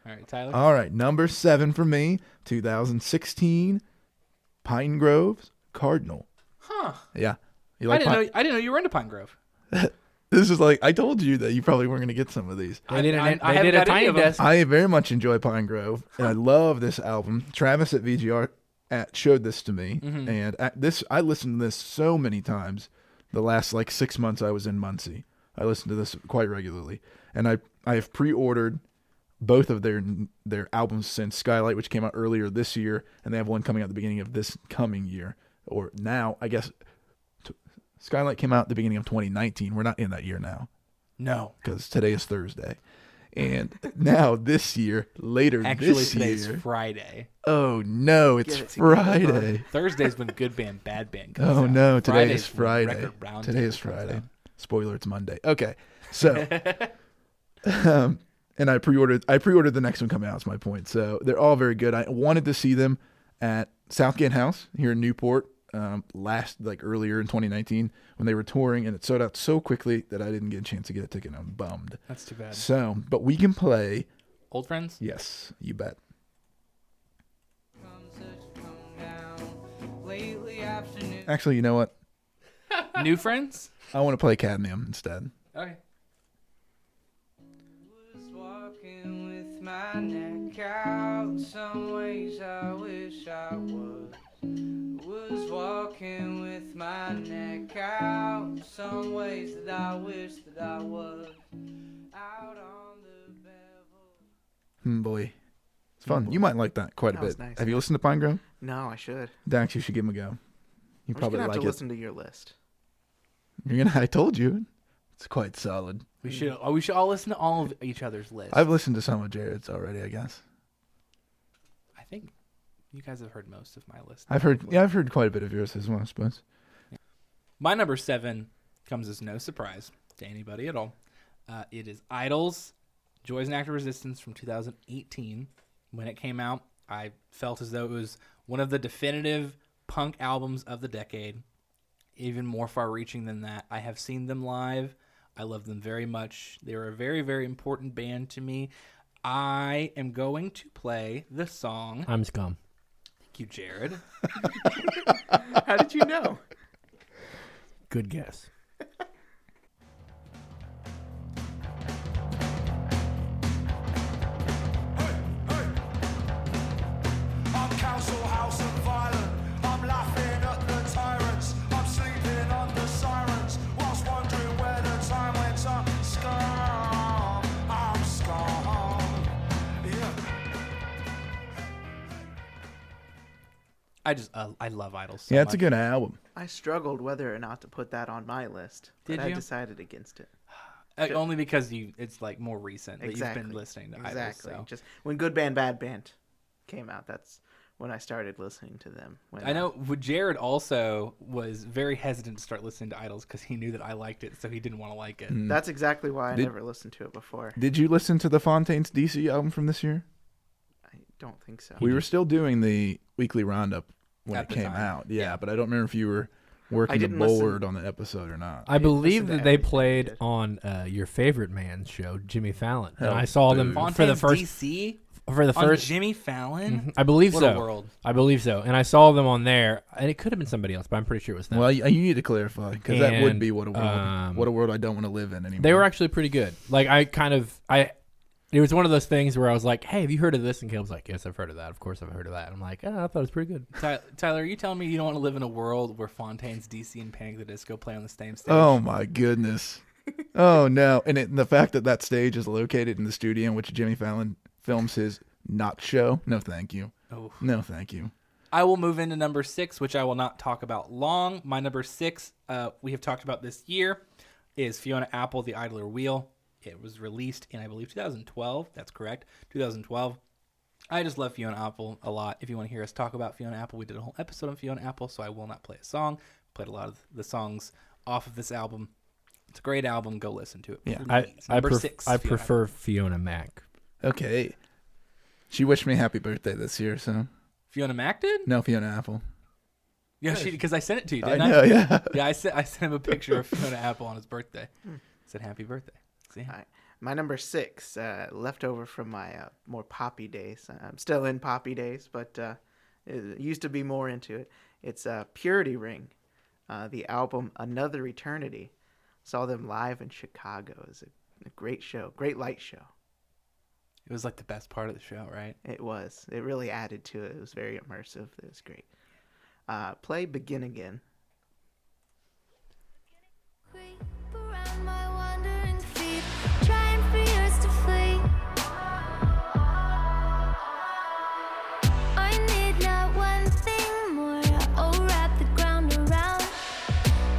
Speaker 1: All right, Tyler.
Speaker 4: All right, number seven for me, 2016, Pine Groves Cardinal.
Speaker 1: huh.
Speaker 4: Yeah, you
Speaker 1: I
Speaker 4: like
Speaker 1: didn't
Speaker 4: Pine-
Speaker 1: know I didn't know you were into Pine Grove.
Speaker 4: this is like I told you that you probably weren't gonna get some of these.
Speaker 1: I-
Speaker 3: They did, an,
Speaker 1: I- I
Speaker 3: they
Speaker 1: haven't
Speaker 3: did a
Speaker 1: got any
Speaker 3: tiny
Speaker 1: of them.
Speaker 3: desk.
Speaker 4: I very much enjoy Pine Grove, and I love this album. Travis at VGR at uh, showed this to me, and at this I listened to this so many times. The last like six months I was in Muncie, I listened to this quite regularly, and I I have pre-ordered both of their their albums since Skylight, which came out earlier this year, and they have one coming out at the beginning of this coming year or now. I guess t- Skylight came out at the beginning of 2019. We're not in that year now
Speaker 1: No.
Speaker 4: because today is Thursday. And now this year, later
Speaker 1: Actually
Speaker 4: this
Speaker 1: today's
Speaker 4: year,
Speaker 1: Friday.
Speaker 4: oh no, it's
Speaker 2: Get it together.
Speaker 4: Friday.
Speaker 1: Thursday's when good band, bad band comes
Speaker 4: Oh
Speaker 1: out.
Speaker 4: no, today
Speaker 1: Friday's
Speaker 4: is
Speaker 1: when
Speaker 4: Friday.
Speaker 1: Record Roundtable
Speaker 4: Today is
Speaker 1: comes
Speaker 4: Friday.
Speaker 1: out.
Speaker 4: Spoiler, it's Monday. Okay, so, um, and I pre-ordered. I pre-ordered the next one coming out. Is my point. So they're all very good. I wanted to see them at Southgate House here in Newport um, last, like earlier in 2019 when they were touring, and it sold out so quickly that I didn't get a chance to get a ticket. and I'm bummed.
Speaker 1: That's too bad.
Speaker 4: So, but we can play
Speaker 1: Old friends?
Speaker 4: Yes, you bet. Actually, you know what?
Speaker 1: New friends?
Speaker 4: I want to play Cadmium instead.
Speaker 1: Okay.
Speaker 8: Was walking with my neck out. Some ways I wish I was. Was walking with my neck out. Some ways that I wish that I was. Out on the bevel.
Speaker 4: Hmm, boy. It's fun. You might like that quite a
Speaker 2: That was
Speaker 4: bit.
Speaker 2: nice.
Speaker 4: Have you listened to Pine Grove?
Speaker 2: No, I should.
Speaker 4: Dax, you should give him a go. You
Speaker 2: I'm
Speaker 4: probably
Speaker 2: just gonna have
Speaker 4: like
Speaker 2: to
Speaker 4: it.
Speaker 2: listen to your list.
Speaker 4: You're gonna. I told you, it's quite solid.
Speaker 1: We should oh, we should all listen to all of each other's lists.
Speaker 4: Mm. I've listened to some of Jared's already. I guess
Speaker 1: I think you guys have heard most of my list.
Speaker 4: I've heard. Yeah, I've heard quite a bit of yours as well. I suppose.
Speaker 1: My number seven comes as no surprise to anybody at all. Uh, it is Idols, Joys and Act of Resistance from 2018. When it came out, I felt as though it was one of the definitive punk albums of the decade. Even more far reaching than that, I have seen them live. I love them very much. They were a very, very important band to me. I am going to play the song.
Speaker 3: I'm scum.
Speaker 1: Thank you, Jared.
Speaker 2: How did you know?
Speaker 3: Good guess.
Speaker 8: I'm council house and violent. I'm laughing at the tyrants. I'm sleeping on the sirens. Whilst wondering where the time went. I'm scum. I'm scum. Yeah.
Speaker 1: I just, uh, I love Idols. So
Speaker 4: yeah, it's
Speaker 1: much.
Speaker 4: a good album.
Speaker 2: I struggled whether or not to put that on my list, but
Speaker 1: Did
Speaker 2: I
Speaker 1: you?
Speaker 2: decided against it.
Speaker 1: Uh, only because you it's like more recent that
Speaker 2: Exactly.
Speaker 1: you've been listening to
Speaker 2: exactly.
Speaker 1: Idols. So.
Speaker 2: Just when Good Band Bad Band came out, that's when I started listening to them. When
Speaker 1: I know with Jared also was very hesitant to start listening to Idols because he knew that I liked it, so he didn't want to like it.
Speaker 3: Mm.
Speaker 2: That's exactly why I
Speaker 4: Did-
Speaker 2: never listened to it before.
Speaker 4: Did you listen to the Fontaines DC album from this year?
Speaker 2: I don't think so.
Speaker 4: We were still doing the weekly roundup when
Speaker 1: At
Speaker 4: it
Speaker 1: the
Speaker 4: came
Speaker 1: time.
Speaker 4: out. Yeah, but I don't remember if you were working the
Speaker 2: didn't listen-
Speaker 4: board on the episode or not.
Speaker 3: I believe
Speaker 2: to
Speaker 3: that
Speaker 2: everything
Speaker 3: they
Speaker 2: they
Speaker 3: played
Speaker 2: did.
Speaker 3: on uh, your favorite man's show, Jimmy Fallon.
Speaker 4: Hell,
Speaker 3: and I saw them
Speaker 4: dude.
Speaker 3: for the
Speaker 1: Fontaine's
Speaker 3: first
Speaker 1: DC
Speaker 3: for the
Speaker 1: on
Speaker 3: first.
Speaker 1: Jimmy Fallon.
Speaker 3: I believe
Speaker 1: What a
Speaker 3: so.
Speaker 1: world.
Speaker 3: I believe so. And I saw them on there, and it could have been somebody else, but I'm pretty sure it was them.
Speaker 4: Well, you, you need to clarify because that would
Speaker 3: And,
Speaker 4: be what a world,
Speaker 3: um,
Speaker 4: what a world I don't want to live in anymore.
Speaker 3: they were actually pretty good. Like I kind of I. It was one of those things where I was like, "Hey, have you heard of this?" And Caleb's like, "Yes, I've heard of that. Of course, I've heard of that." I'm like, oh, "I thought it was pretty good."
Speaker 1: Ty- Tyler, are you telling me you don't want to live in a world where Fontaine's DC and Panic at the Disco play on the same stage?
Speaker 4: Oh my goodness. Oh no! And, it, and the fact that that stage is located in the studio in which Jimmy Fallon films his not show. No, thank you.
Speaker 1: Oh.
Speaker 4: No, thank you.
Speaker 1: I will move into number six, which I will not talk about long. My number six, uh, we have talked about this year, is Fiona Apple, The Idler Wheel. It was released in, I believe, 2012. That's correct, 2012. I just love Fiona Apple a lot. If you want to hear us talk about Fiona Apple, we did a whole episode on Fiona Apple, so I will not play a song. Played a lot of the songs off of this album. It's a great album. Go listen to it. Yeah,
Speaker 3: I I,
Speaker 1: number
Speaker 3: pref-
Speaker 1: six. Fiona
Speaker 3: I
Speaker 1: Apple.
Speaker 3: prefer Fiona Mac.
Speaker 4: Okay. She wished me happy birthday this year, so
Speaker 1: Fiona Mac did.
Speaker 4: no Fiona Apple.
Speaker 1: Yeah, she because I sent it to you,
Speaker 4: I
Speaker 1: didn't I?
Speaker 4: know, yeah.
Speaker 1: Yeah, I sent I sent him a picture of Fiona Apple on his birthday. said happy birthday. See,
Speaker 2: All right. My number six, uh, leftover from my uh, more poppy days. I'm still in poppy days, but uh, it used to be more into it. It's uh, Purity Ring, uh, the album Another Eternity. Saw them live in Chicago. It was a, a great show, great light show.
Speaker 1: it was like the best part of the show, right?
Speaker 2: It was. It really added to it. It was very immersive. It was great. Uh, play Begin Again.
Speaker 7: Creep around my wandering feet, trying for years to flee. I need not one thing more. Oh, wrap the ground around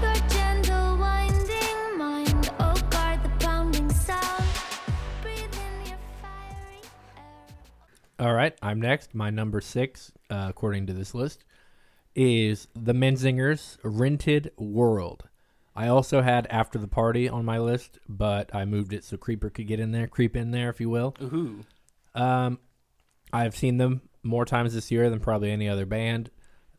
Speaker 7: your gentle winding mind. Oh, guard the pounding sound. Breathe in your fiery air.
Speaker 3: All right, I'm next. My number six, uh, according to this list, is The Menzingers' Rented World. I also had After the Party on my list, but I moved it so Creeper could get in there, creep in there, if you will.
Speaker 1: Ooh,
Speaker 3: Um, I've seen them more times this year than probably any other band.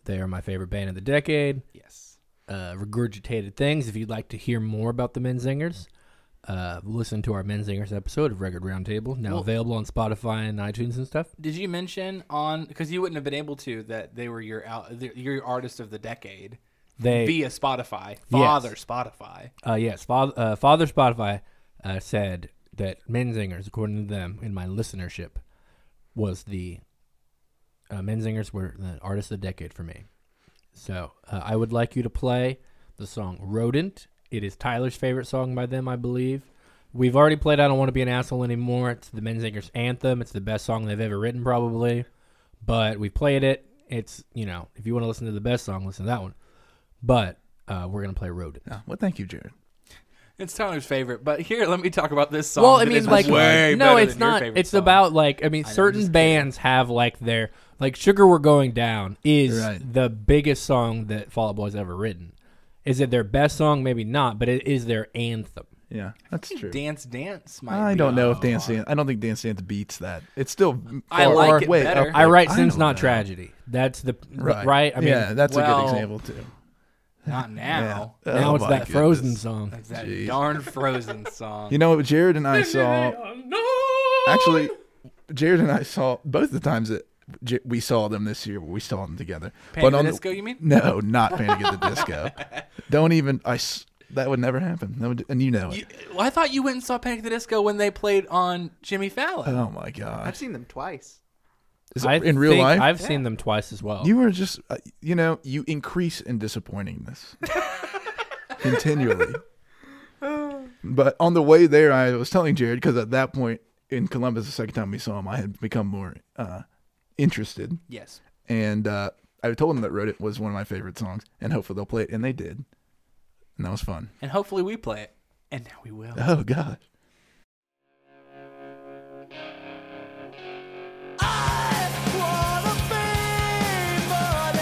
Speaker 3: They are my favorite band of the decade
Speaker 1: yes.
Speaker 3: uh, regurgitated things. If you'd like to hear more about the Menzingers, uh, listen to our Menzingers episode of Record Roundtable, now
Speaker 1: Well-
Speaker 3: available on Spotify and iTunes and stuff.
Speaker 1: Did you mention on because you wouldn't have been able to that they were your out your artist of the decade
Speaker 3: They,
Speaker 1: via Spotify, father Spotify.
Speaker 3: uh, yes, father, uh, father Spotify uh, said that Menzingers, according to them, in my listenership, was the uh, Menzingers were the artist of the decade for me. So uh, I would like you to play the song "Rodent." It is Tyler's favorite song by them, I believe. We've already played "I Don't Want to Be an Asshole Anymore." It's the Menzingers' anthem. It's the best song they've ever written, probably. But we played it. It's you know, if you want to listen to the best song, listen to that one. But uh, we're gonna play "Rodent."
Speaker 4: Oh, well, thank you, Jared.
Speaker 1: It's Tyler's favorite, but here let me talk about this song.
Speaker 3: Well, I
Speaker 1: that
Speaker 3: mean,
Speaker 1: is
Speaker 3: like,
Speaker 1: way
Speaker 3: no,
Speaker 1: better
Speaker 3: it's
Speaker 1: than your
Speaker 3: not.
Speaker 1: favorite
Speaker 3: It's
Speaker 1: song.
Speaker 3: about like, I mean,
Speaker 1: I'm
Speaker 3: certain
Speaker 1: just
Speaker 3: bands have like their like "Sugar We're Going Down" is
Speaker 4: Right.
Speaker 3: the biggest song that Fall Out Boy's ever written. Is it their best song? Maybe not, but it is their anthem.
Speaker 4: Yeah, that's true.
Speaker 1: dance, dance. Might
Speaker 4: I
Speaker 1: be
Speaker 4: don't know
Speaker 1: on
Speaker 4: if Dance Dance. I don't think Dance Dance beats that. It's still.
Speaker 1: I
Speaker 4: or-
Speaker 1: like
Speaker 4: or-
Speaker 1: it
Speaker 4: wait,
Speaker 1: better.
Speaker 4: oh,
Speaker 3: I write
Speaker 4: I
Speaker 3: "Sin's
Speaker 4: don't
Speaker 3: Not
Speaker 4: know.
Speaker 3: Tragedy." That's the right.
Speaker 4: Right.
Speaker 3: I mean,
Speaker 4: yeah, that's a
Speaker 1: well,
Speaker 4: good example too.
Speaker 1: Not now.
Speaker 4: Yeah.
Speaker 3: now
Speaker 4: Oh
Speaker 3: it's
Speaker 4: my
Speaker 3: that Frozen
Speaker 4: goodness.
Speaker 3: song.
Speaker 1: It's that
Speaker 4: Jeez.
Speaker 1: darn Frozen song.
Speaker 4: You know, Jared and I saw.
Speaker 3: No.
Speaker 4: Actually, Jared and I saw both the times that J- we saw them this year. We saw them together.
Speaker 1: Panic at the
Speaker 4: the-
Speaker 1: Disco, you mean?
Speaker 4: No, not Panic at the Disco. Don't even. I. s- That would never happen. That would, and you know it.
Speaker 1: You- well, I thought you went and saw Panic at the Disco when they played on Jimmy Fallon.
Speaker 4: oh my God!
Speaker 2: I've seen them twice.
Speaker 4: Is
Speaker 3: I
Speaker 4: it in real
Speaker 3: think
Speaker 4: life?
Speaker 3: I've seen them twice as well.
Speaker 4: You were just, uh, you know, you increase in disappointingness continually. But on the way there, I was telling Jared because at that point in Columbus, the second time we saw him, I had become more uh, interested,
Speaker 1: yes.
Speaker 4: and uh, I told him that "Wrote It" was one of my favorite songs, and hopefully they'll play it, and they did, and that was fun.
Speaker 1: And hopefully we play it. And now we will.
Speaker 4: Oh God.
Speaker 7: I wanna be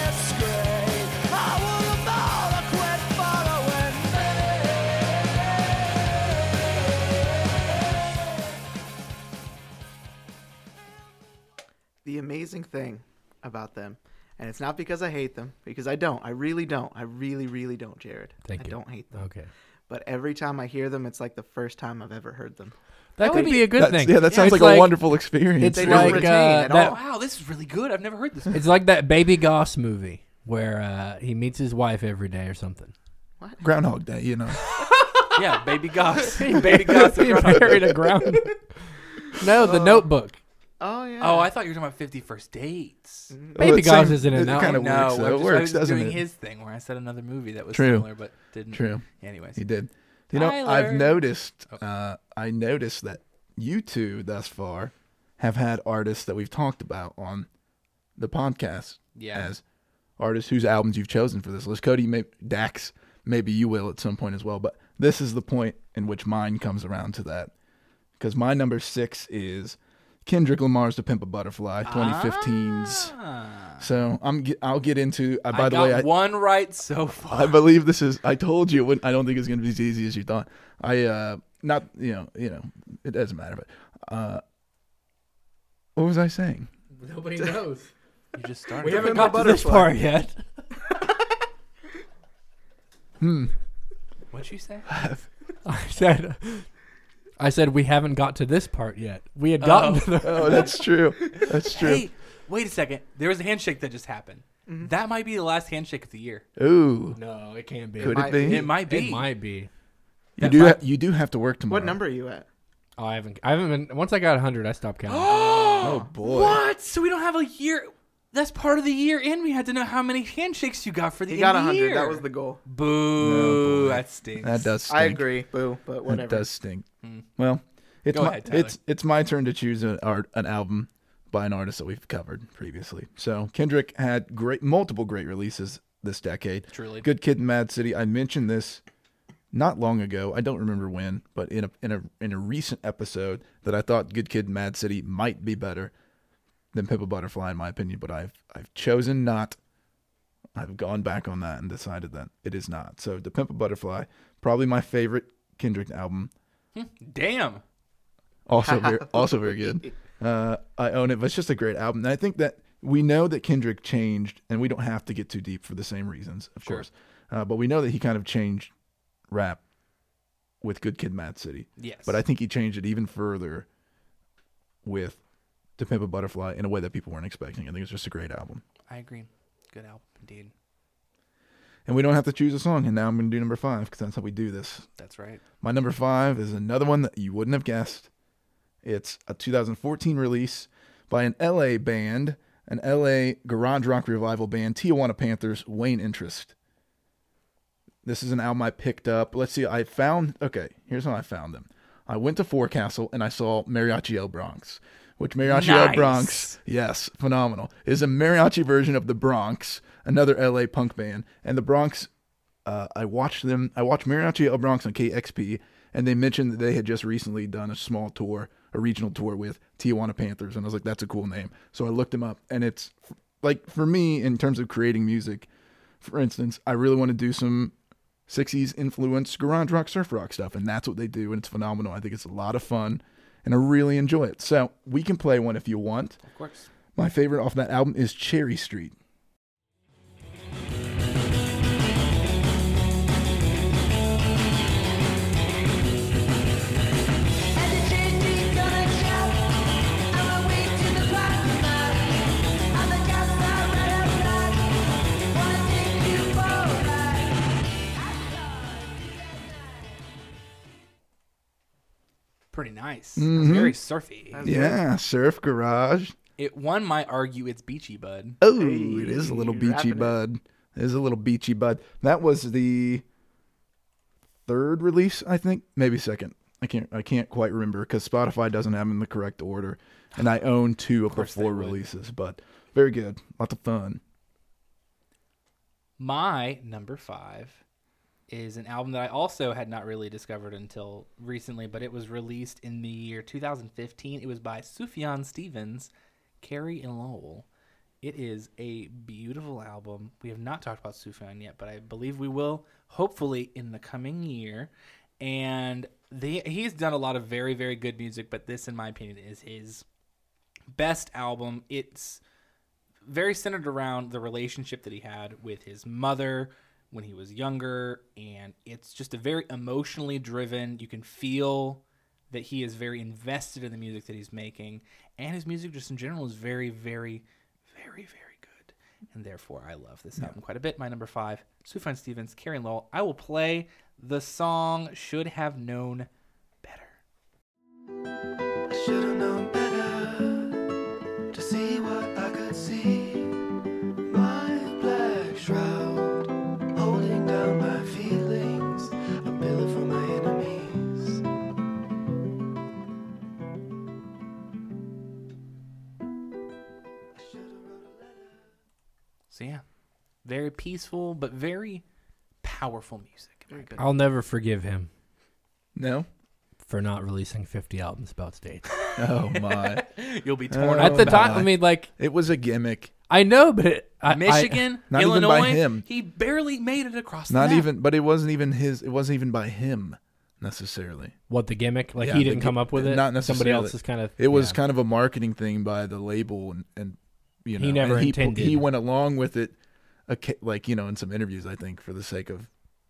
Speaker 2: amazing thing about them, and it's not because I hate them, because I don't. I really don't. I really, really don't, Jared.
Speaker 3: Thank
Speaker 2: I
Speaker 3: you.
Speaker 2: don't hate them.
Speaker 3: Okay.
Speaker 2: But every time I hear them, it's like the first time I've ever heard them.
Speaker 3: That, could
Speaker 1: would
Speaker 3: be,
Speaker 1: be-
Speaker 3: a good
Speaker 4: That's-
Speaker 3: thing.
Speaker 4: Yeah, that sounds
Speaker 3: It's
Speaker 4: like, a wonderful experience.
Speaker 3: It's
Speaker 2: They
Speaker 4: It
Speaker 2: don't
Speaker 4: is.
Speaker 3: like
Speaker 2: retain
Speaker 3: uh,
Speaker 2: at
Speaker 3: that,
Speaker 2: all.
Speaker 1: Oh, Wow, this is really good. I've never heard this.
Speaker 3: It's like that Baby Goss movie where uh, he meets his wife every day or something.
Speaker 4: Groundhog Day, you know.
Speaker 1: yeah, baby goss. baby goss.
Speaker 3: he married a ground. no,
Speaker 4: Uh,
Speaker 3: The Notebook.
Speaker 2: Oh yeah.
Speaker 1: Oh, I thought you were talking about Fifty First Dates.
Speaker 3: Baby
Speaker 4: Well, it's
Speaker 3: Goss
Speaker 4: same-
Speaker 3: isn't in
Speaker 4: it
Speaker 3: that
Speaker 4: Mm-hmm. kinda
Speaker 3: one.
Speaker 1: no, I'm
Speaker 4: works. though.
Speaker 1: just-
Speaker 4: It
Speaker 1: I
Speaker 4: works,
Speaker 1: was
Speaker 4: doesn't
Speaker 1: doing
Speaker 4: it?
Speaker 1: his thing where I said another movie that was
Speaker 4: True.
Speaker 1: similar but didn't.
Speaker 4: True.
Speaker 1: Anyways,
Speaker 4: He did. You know,
Speaker 1: I
Speaker 4: I've
Speaker 1: learned-
Speaker 4: noticed.
Speaker 1: Oh.
Speaker 4: Uh, I noticed that you two thus far have had artists that we've talked about on the podcast
Speaker 1: Yeah.
Speaker 4: as artists whose albums you've chosen for this list. Cody, may, Dax, maybe you will at some point as well. But this is the point in which mine comes around to that because my number six is Kendrick Lamar's "To Pimp a Butterfly" 2015's. So I'm. ge- I'll get into. Uh,
Speaker 1: Ah.
Speaker 4: by
Speaker 1: I
Speaker 4: the
Speaker 1: got
Speaker 4: way, I,
Speaker 1: one right so far.
Speaker 4: I believe this is. I told you. it wouldn't- I don't think it's going to be as easy as you thought. I uh, not you know you know it doesn't matter. But uh, what was I saying?
Speaker 3: Nobody knows.
Speaker 1: you just started.
Speaker 3: we haven't got to this part yet.
Speaker 1: What'd you say?
Speaker 3: I said, I said we haven't got to this part yet. We had gotten to the.
Speaker 4: Oh, that's true. That's true. Mm-hmm.
Speaker 1: Hey, wait a second. There was a handshake that just happened. That might be the last handshake of the year.
Speaker 4: Ooh,
Speaker 3: No, it can't be.
Speaker 4: could
Speaker 2: might
Speaker 4: it be?
Speaker 2: be.
Speaker 1: It might be.
Speaker 3: It might be.
Speaker 4: You do. Ha- you do have to work tomorrow.
Speaker 2: What number are you at?
Speaker 3: Oh, I haven't. I haven't been. Once I got hundred, I stopped counting.
Speaker 4: Oh boy.
Speaker 1: What? So we don't have a year. That's part of the year in. We had to know how many handshakes you got for the
Speaker 2: You
Speaker 1: end
Speaker 2: got
Speaker 1: of the
Speaker 2: hundred.
Speaker 1: year.
Speaker 2: That was the goal.
Speaker 1: boo. that stinks.
Speaker 4: That does. Stink.
Speaker 2: I agree. Boo. But whatever.
Speaker 4: That does stink. Well, it's
Speaker 1: Go
Speaker 4: my,
Speaker 1: ahead, Tyler.
Speaker 4: it's it's my turn to choose an art an album by an artist that we've covered previously. So Kendrick had great multiple great releases this decade.
Speaker 1: Truly.
Speaker 4: Good Kid, and Mad City. I mentioned this not long ago. I don't remember when, but in a in a in a recent episode that I thought Good Kid, Mad City might be better than Pippa Butterfly in my opinion. But I've I've chosen not. I've gone back on that and decided that it is not. So The Pimp a Butterfly, probably my favorite Kendrick album.
Speaker 1: Damn.
Speaker 4: Also very also very good. Uh, I own it, but it's just a great album. And I think that we know that Kendrick changed, and we don't have to get too deep for the same reasons, of course. Uh, but we know that he kind of changed rap with Good Kid, Mad City.
Speaker 1: Yes.
Speaker 4: But I think he changed it even further with To Pimp a Butterfly in a way that people weren't expecting. I think it's just a great album.
Speaker 1: I agree. Good album indeed.
Speaker 4: And we don't have to choose a song. And now I'm going to do number five because that's how we do this
Speaker 1: That's right.
Speaker 4: My number five is another one that you wouldn't have guessed. It's a 2014 release by an LA band, an LA garage rock revival band, Tijuana Panthers, Wayne Interest. This is an album I picked up. Let's see, I found, okay, here's how I found them. I went to Forecastle and I saw Mariachi El Bronx, which Mariachi El
Speaker 1: Nice.
Speaker 4: Bronx, yes, phenomenal, is a mariachi version of the Bronx, another LA punk band. And the Bronx uh, I watched them. I watched Mariachi El Bronx on KXP, and they mentioned that they had just recently done a small tour, a regional tour with Tijuana Panthers, and I was like, "That's a cool name." So I looked them up, and it's like for me in terms of creating music. For instance, I really want to do some '60s influenced garage rock, surf rock stuff, and that's what they do, and it's phenomenal. I think it's a lot of fun, and I really enjoy it. So we can play one if you want.
Speaker 1: Of course.
Speaker 4: My favorite off that album is Cherry Street.
Speaker 1: Pretty nice.
Speaker 4: Mhm.
Speaker 1: Very surfy.
Speaker 4: Yeah, surf garage.
Speaker 1: It one might argue it's beachy, bud.
Speaker 4: Oh,
Speaker 2: Hey,
Speaker 4: it is a little
Speaker 2: you
Speaker 4: beachy
Speaker 2: rapping it.
Speaker 4: bud. It is a little beachy bud. That was the third release, I think, maybe second. I can't I can't quite remember because Spotify doesn't have them in the correct order, and I own two of, the
Speaker 1: course they
Speaker 4: four
Speaker 1: would.
Speaker 4: releases. But very good, lots of fun.
Speaker 1: My number five is an album that I also had not really discovered until recently, but it was released in the year 2015. It was by Sufjan Stevens, Carrie and Lowell. It is a beautiful album. We have not talked about Sufjan yet, but I believe we will, hopefully, in the coming year. And they, he's done a lot of very, very good music, but this, in my opinion, is his best album. It's very centered around the relationship that he had with his mother when he was younger and it's just a very emotionally driven you can feel that he is very invested in the music that he's making and his music just in general is very very very very good and therefore i love this album quite a bit my number five sufjan stevens karen lowell i will play the song should have known better
Speaker 6: I should've known better to see what I could see. My black shroud holding down my feelings, a pillar for my enemies.
Speaker 1: so yeah very peaceful but very powerful music in my opinion.
Speaker 3: I'll never forgive him
Speaker 4: No.
Speaker 3: for not releasing 50 albums about stage.
Speaker 4: Oh my!
Speaker 1: you'll be torn
Speaker 4: Oh,
Speaker 1: up
Speaker 3: At the
Speaker 1: about
Speaker 3: time,
Speaker 4: my.
Speaker 3: I mean, like,
Speaker 4: it was a gimmick.
Speaker 3: I know, but it, I, I-
Speaker 1: Michigan,
Speaker 4: not even
Speaker 1: Illinois.
Speaker 4: by him.
Speaker 1: He barely made it across.
Speaker 4: Not
Speaker 1: the map.
Speaker 4: even, but it wasn't even his. It wasn't even by him necessarily.
Speaker 3: what the gimmick? Like
Speaker 4: Yeah,
Speaker 3: he
Speaker 4: the
Speaker 3: didn't
Speaker 4: gi-
Speaker 3: come up with it.
Speaker 4: not necessarily.
Speaker 3: Somebody else is kind of.
Speaker 4: It was
Speaker 3: yeah.
Speaker 4: kind of a marketing thing by the label, and, and you know,
Speaker 3: He never
Speaker 4: and he,
Speaker 3: intended.
Speaker 4: He went along with it, oca- like you know, in some interviews, I think, for the sake of,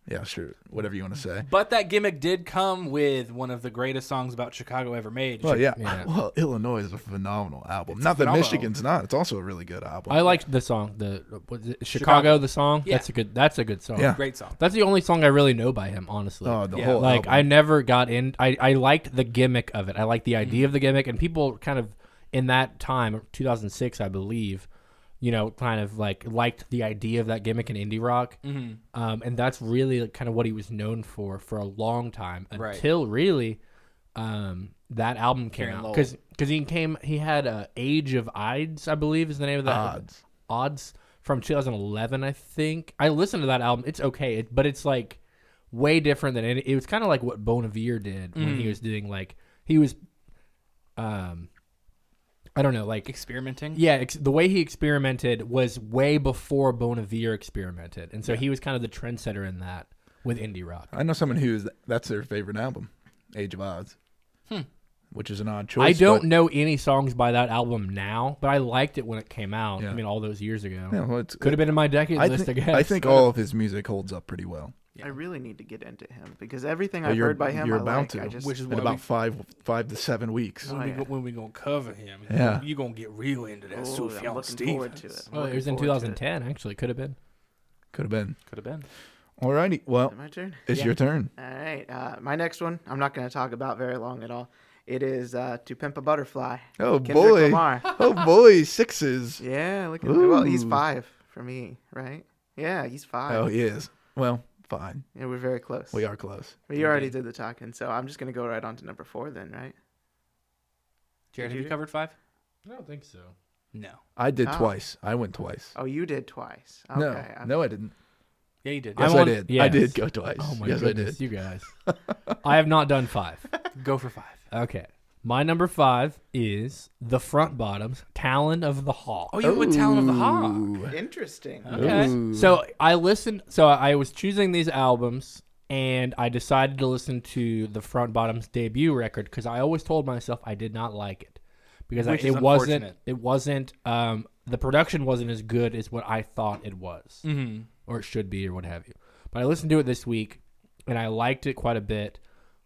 Speaker 4: yeah, sure, whatever you want to
Speaker 3: Mm-hmm.
Speaker 4: say.
Speaker 1: But that gimmick did come with one of the greatest songs about Chicago ever made.
Speaker 4: Well, yeah.
Speaker 3: Yeah.
Speaker 4: Well, Illinois is a phenomenal album.
Speaker 1: It's a
Speaker 4: not
Speaker 1: phenomenal
Speaker 4: that Michigan's not. It's also a really good album.
Speaker 3: I liked the song. The what is it, Chicago,
Speaker 1: Chicago.
Speaker 3: The song.
Speaker 1: Yeah.
Speaker 3: That's a good. That's a good song.
Speaker 4: Yeah.
Speaker 1: Great song.
Speaker 3: That's the only song I really know by him, honestly.
Speaker 4: Oh, the
Speaker 1: Yeah,
Speaker 4: whole
Speaker 3: like I
Speaker 4: album.
Speaker 3: never got in. I I liked the gimmick of it. I liked the idea of the gimmick, and people kind of in that time, 2006, I believe. You know, kind of like liked the idea of that gimmick in indie rock,
Speaker 1: Mm-hmm.
Speaker 3: um, and that's really kind of what he was known for for a long time
Speaker 1: Right.
Speaker 3: until really um, that album came
Speaker 1: Karen
Speaker 3: out
Speaker 1: Lowell.
Speaker 3: because he came he had uh, Age of Ides, I believe is the name of that
Speaker 4: Odds.
Speaker 3: Odds from 2011, I think. I listened to that album. It's okay, it, but it's like way different than any. It was kind of like what Bonavere did when
Speaker 4: Mm.
Speaker 3: he was doing like he was, um, I don't know, like
Speaker 1: Experimenting.
Speaker 3: yeah, ex- the way he experimented was way before Bonavere experimented, and so he was kind of the trendsetter in that with indie rock.
Speaker 4: I know someone who's that's their favorite album, Age of Odds, which is an odd choice.
Speaker 3: Hmm. I don't
Speaker 4: but-
Speaker 3: know any songs by that album now, but I liked it when it came out. I
Speaker 4: Yeah.
Speaker 3: mean, all those years ago.
Speaker 4: Yeah, well, it's- uh,
Speaker 3: Could have been in my decade
Speaker 4: I
Speaker 3: list,
Speaker 4: think,
Speaker 3: I guess.
Speaker 4: I think all of his music holds up pretty well.
Speaker 2: I really need to get into him because everything
Speaker 4: Well,
Speaker 2: I've
Speaker 4: you're-
Speaker 2: heard by him,
Speaker 4: you're
Speaker 2: I
Speaker 4: about
Speaker 2: like.
Speaker 4: to,
Speaker 2: I just,
Speaker 1: which is
Speaker 4: In
Speaker 1: why
Speaker 4: about
Speaker 1: we-
Speaker 4: five five to seven weeks.
Speaker 1: When,
Speaker 2: Oh,
Speaker 1: we,
Speaker 2: yeah.
Speaker 1: go- when we gonna cover him,
Speaker 4: Yeah.
Speaker 1: you gonna get real into that.
Speaker 2: Ooh, I'm
Speaker 1: Sufjan
Speaker 2: looking forward
Speaker 1: Stevens.
Speaker 2: to it.
Speaker 3: Oh, it was in
Speaker 2: Looking forward to it.
Speaker 3: 2010. Actually, could have been.
Speaker 4: Could have been.
Speaker 1: Could have been.
Speaker 4: Alrighty. Well,
Speaker 2: Is it my turn?
Speaker 4: it's your turn.
Speaker 2: All right. Uh, my next one, I'm not going to talk about very long at all. It is uh, To Pimp a Butterfly.
Speaker 4: Oh
Speaker 2: Kendrick
Speaker 4: boy.
Speaker 2: Lamar.
Speaker 4: Oh boy. Sixes.
Speaker 2: Yeah, look at Well, he's
Speaker 4: Ooh.
Speaker 2: five for me, right? Yeah, he's five.
Speaker 4: Oh, he is. Well, fine.
Speaker 2: yeah. we're very close.
Speaker 4: We are close.
Speaker 2: But you already did the talking, so I'm just going to go right on to number four then, right?
Speaker 1: Jared,
Speaker 2: Did
Speaker 1: have
Speaker 2: you
Speaker 1: you
Speaker 2: do-
Speaker 1: covered five?
Speaker 3: I don't think so.
Speaker 1: No.
Speaker 4: I did
Speaker 2: Oh.
Speaker 4: twice. I went twice.
Speaker 2: Oh, you did twice. Okay.
Speaker 4: no,
Speaker 2: I'm-
Speaker 4: no, I didn't.
Speaker 1: Yeah, you did.
Speaker 4: Yes,
Speaker 3: I'm
Speaker 4: i
Speaker 3: on-
Speaker 4: did. I
Speaker 3: yes.
Speaker 4: did go twice.
Speaker 3: Oh my
Speaker 4: yes,
Speaker 3: goodness, you guys! I have not done five.
Speaker 1: Go for five.
Speaker 3: Okay, my number five is the front bottoms Talon of the Hawk.
Speaker 1: Oh, you went Talent of the Hawk.
Speaker 4: I did.
Speaker 2: Interesting.
Speaker 1: Uh,
Speaker 3: Okay.
Speaker 4: Ooh.
Speaker 3: So I listened. So I was choosing these albums, and I decided to listen to the Front Bottoms debut record because I always told myself I did not like it because I,
Speaker 1: Which is
Speaker 3: it wasn't.
Speaker 1: unfortunate.
Speaker 3: It wasn't. Um, the production wasn't as good as what I thought it was, mm-hmm. or it should be, or what have you. But I listened to it this week, and I liked it quite a bit.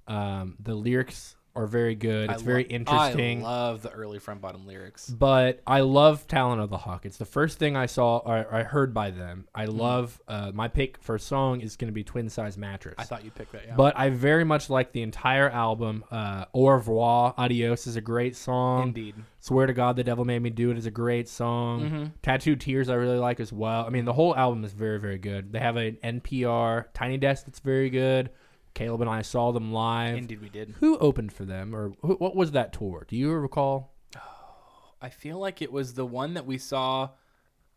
Speaker 3: Um, the lyrics are very good. It's
Speaker 1: I
Speaker 3: very
Speaker 1: lo-
Speaker 3: interesting
Speaker 1: I love the early front bottom lyrics.
Speaker 3: but I love Talent of the Hawk. It's the first thing I saw or I heard by them. I
Speaker 1: Mm-hmm.
Speaker 3: love uh, my pick for song is going to be Twin Size Mattress.
Speaker 1: I thought you picked that. Yeah.
Speaker 3: but I very much like the entire album. Uh, Au revoir, adios is a great song.
Speaker 1: Indeed. Mm-hmm.
Speaker 3: Swear to God, the devil made me do it is a great song. Tattoo Tears I really like as well. I mean, the whole album is very very good. They have an NPR Tiny Desk that's very good. Caleb and I saw them live.
Speaker 1: Indeed, we did.
Speaker 3: Who opened for them or who, what was that tour? Do you recall?
Speaker 1: I feel like it was the one that we saw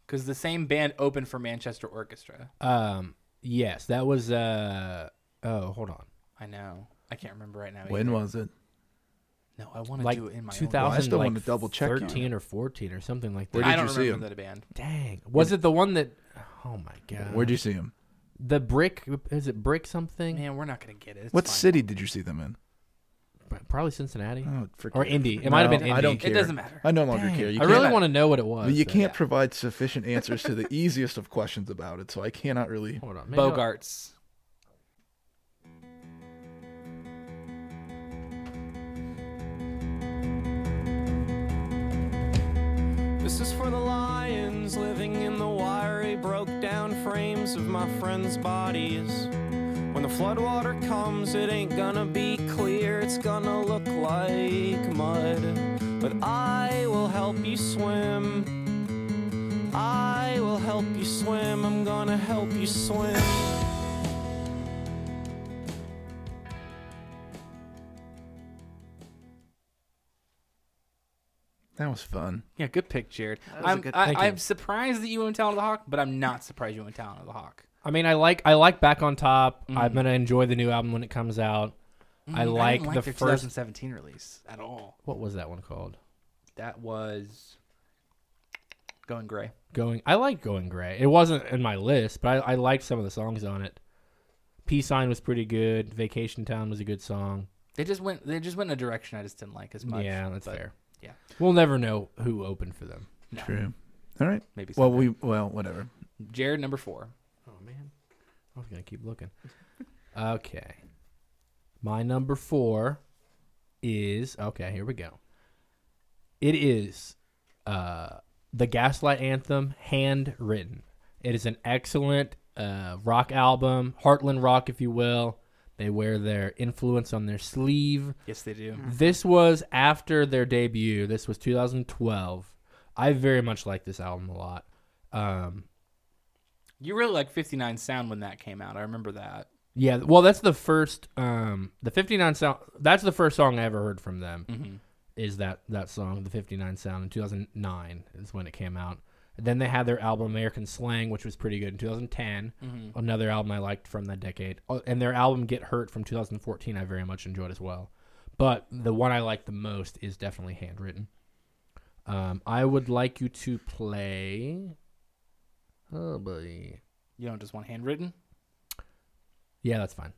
Speaker 1: because the same band opened for Manchester Orchestra.
Speaker 3: Um, yes, that was. Uh, oh, hold on.
Speaker 1: I know. I can't remember right now.
Speaker 4: When was it?
Speaker 1: No, I want to
Speaker 3: Like
Speaker 1: do it in my own
Speaker 3: 2000,
Speaker 4: I still
Speaker 3: like
Speaker 4: wanna double check you.
Speaker 3: thirteen or fourteen or something like that.
Speaker 4: Where
Speaker 1: I
Speaker 4: did
Speaker 1: don't
Speaker 4: you see
Speaker 1: remember
Speaker 4: him?
Speaker 1: that band.
Speaker 3: Dang, was it the one that? Oh my god,
Speaker 4: Where'd you see him?
Speaker 3: the brick? Is it brick something?
Speaker 1: Man, we're not gonna get it. It's
Speaker 4: What
Speaker 1: fine.
Speaker 4: city did you see them in?
Speaker 3: probably Cincinnati
Speaker 4: Oh, forget
Speaker 3: or Indy. It might have
Speaker 4: No,
Speaker 3: been Indy.
Speaker 4: I don't
Speaker 1: It
Speaker 4: care.
Speaker 1: doesn't matter.
Speaker 4: I no longer care. You
Speaker 3: I
Speaker 4: can't-
Speaker 3: really want to know what it was.
Speaker 4: But you
Speaker 3: though.
Speaker 4: can't provide sufficient answers to the easiest of questions about it, so I cannot really.
Speaker 3: Hold on, maybe I'll-
Speaker 1: Bogarts.
Speaker 9: This is for the lions living in the wiry, broke down frames of my friends' bodies. When the floodwater comes, it ain't gonna be clear, it's gonna look like mud. But I will help you swim. I will help you swim, I'm gonna help you swim.
Speaker 4: That was fun.
Speaker 1: Yeah, good pick, Jared.
Speaker 2: was a
Speaker 1: I'm,
Speaker 2: good
Speaker 1: I,
Speaker 3: pick.
Speaker 1: I'm surprised that you went Talent of the Hawk, but I'm not surprised you went Talent of the Hawk.
Speaker 3: I mean, I like I like Back on Top. I'm gonna enjoy the new album when it comes out. I
Speaker 1: Mm. didn't
Speaker 3: like the
Speaker 1: their
Speaker 3: first.
Speaker 1: 2017 release at all.
Speaker 3: What was that one called?
Speaker 1: That was Going Gray.
Speaker 3: Going. I like Going Gray. It wasn't in my list, but I, I liked some of the songs on it. Peace Sign was pretty good. Vacation Town was a good song.
Speaker 1: They just went. They just went in a direction I just didn't like as much.
Speaker 3: yeah, that's
Speaker 1: but
Speaker 3: fair.
Speaker 1: yeah.
Speaker 3: we'll never know who opened for them.
Speaker 4: True. All right.
Speaker 1: Maybe.
Speaker 4: Well,
Speaker 1: someday.
Speaker 4: we well whatever.
Speaker 1: Jared number four.
Speaker 3: Oh man, I was gonna keep looking. okay, my number four is okay. Here we go. It is uh, the Gaslight Anthem, handwritten. It is an excellent uh, rock album, Heartland rock, if you will. They wear their influence on their sleeve.
Speaker 1: Yes, they do.
Speaker 3: This was after their debut. This was 2012. I very much like this album a lot. Um,
Speaker 1: You really like 59 Sound when that came out. I remember that.
Speaker 3: Yeah, well, that's the first. Um, the fifty nine sound. That's the first song I ever heard from them.
Speaker 1: Mm-hmm.
Speaker 3: Is that that song, the fifty nine sound, in two thousand nine is when it came out. Then they had their album American Slang, which was pretty good in 2010.
Speaker 1: Mm-hmm.
Speaker 3: Another album I liked from that decade, Oh, and their album Get Hurt from 2014 I very much enjoyed as well. But the one I like the most is definitely Handwritten. Um, I would like you to play. Oh boy,
Speaker 1: You don't just want handwritten.
Speaker 3: yeah, that's fine.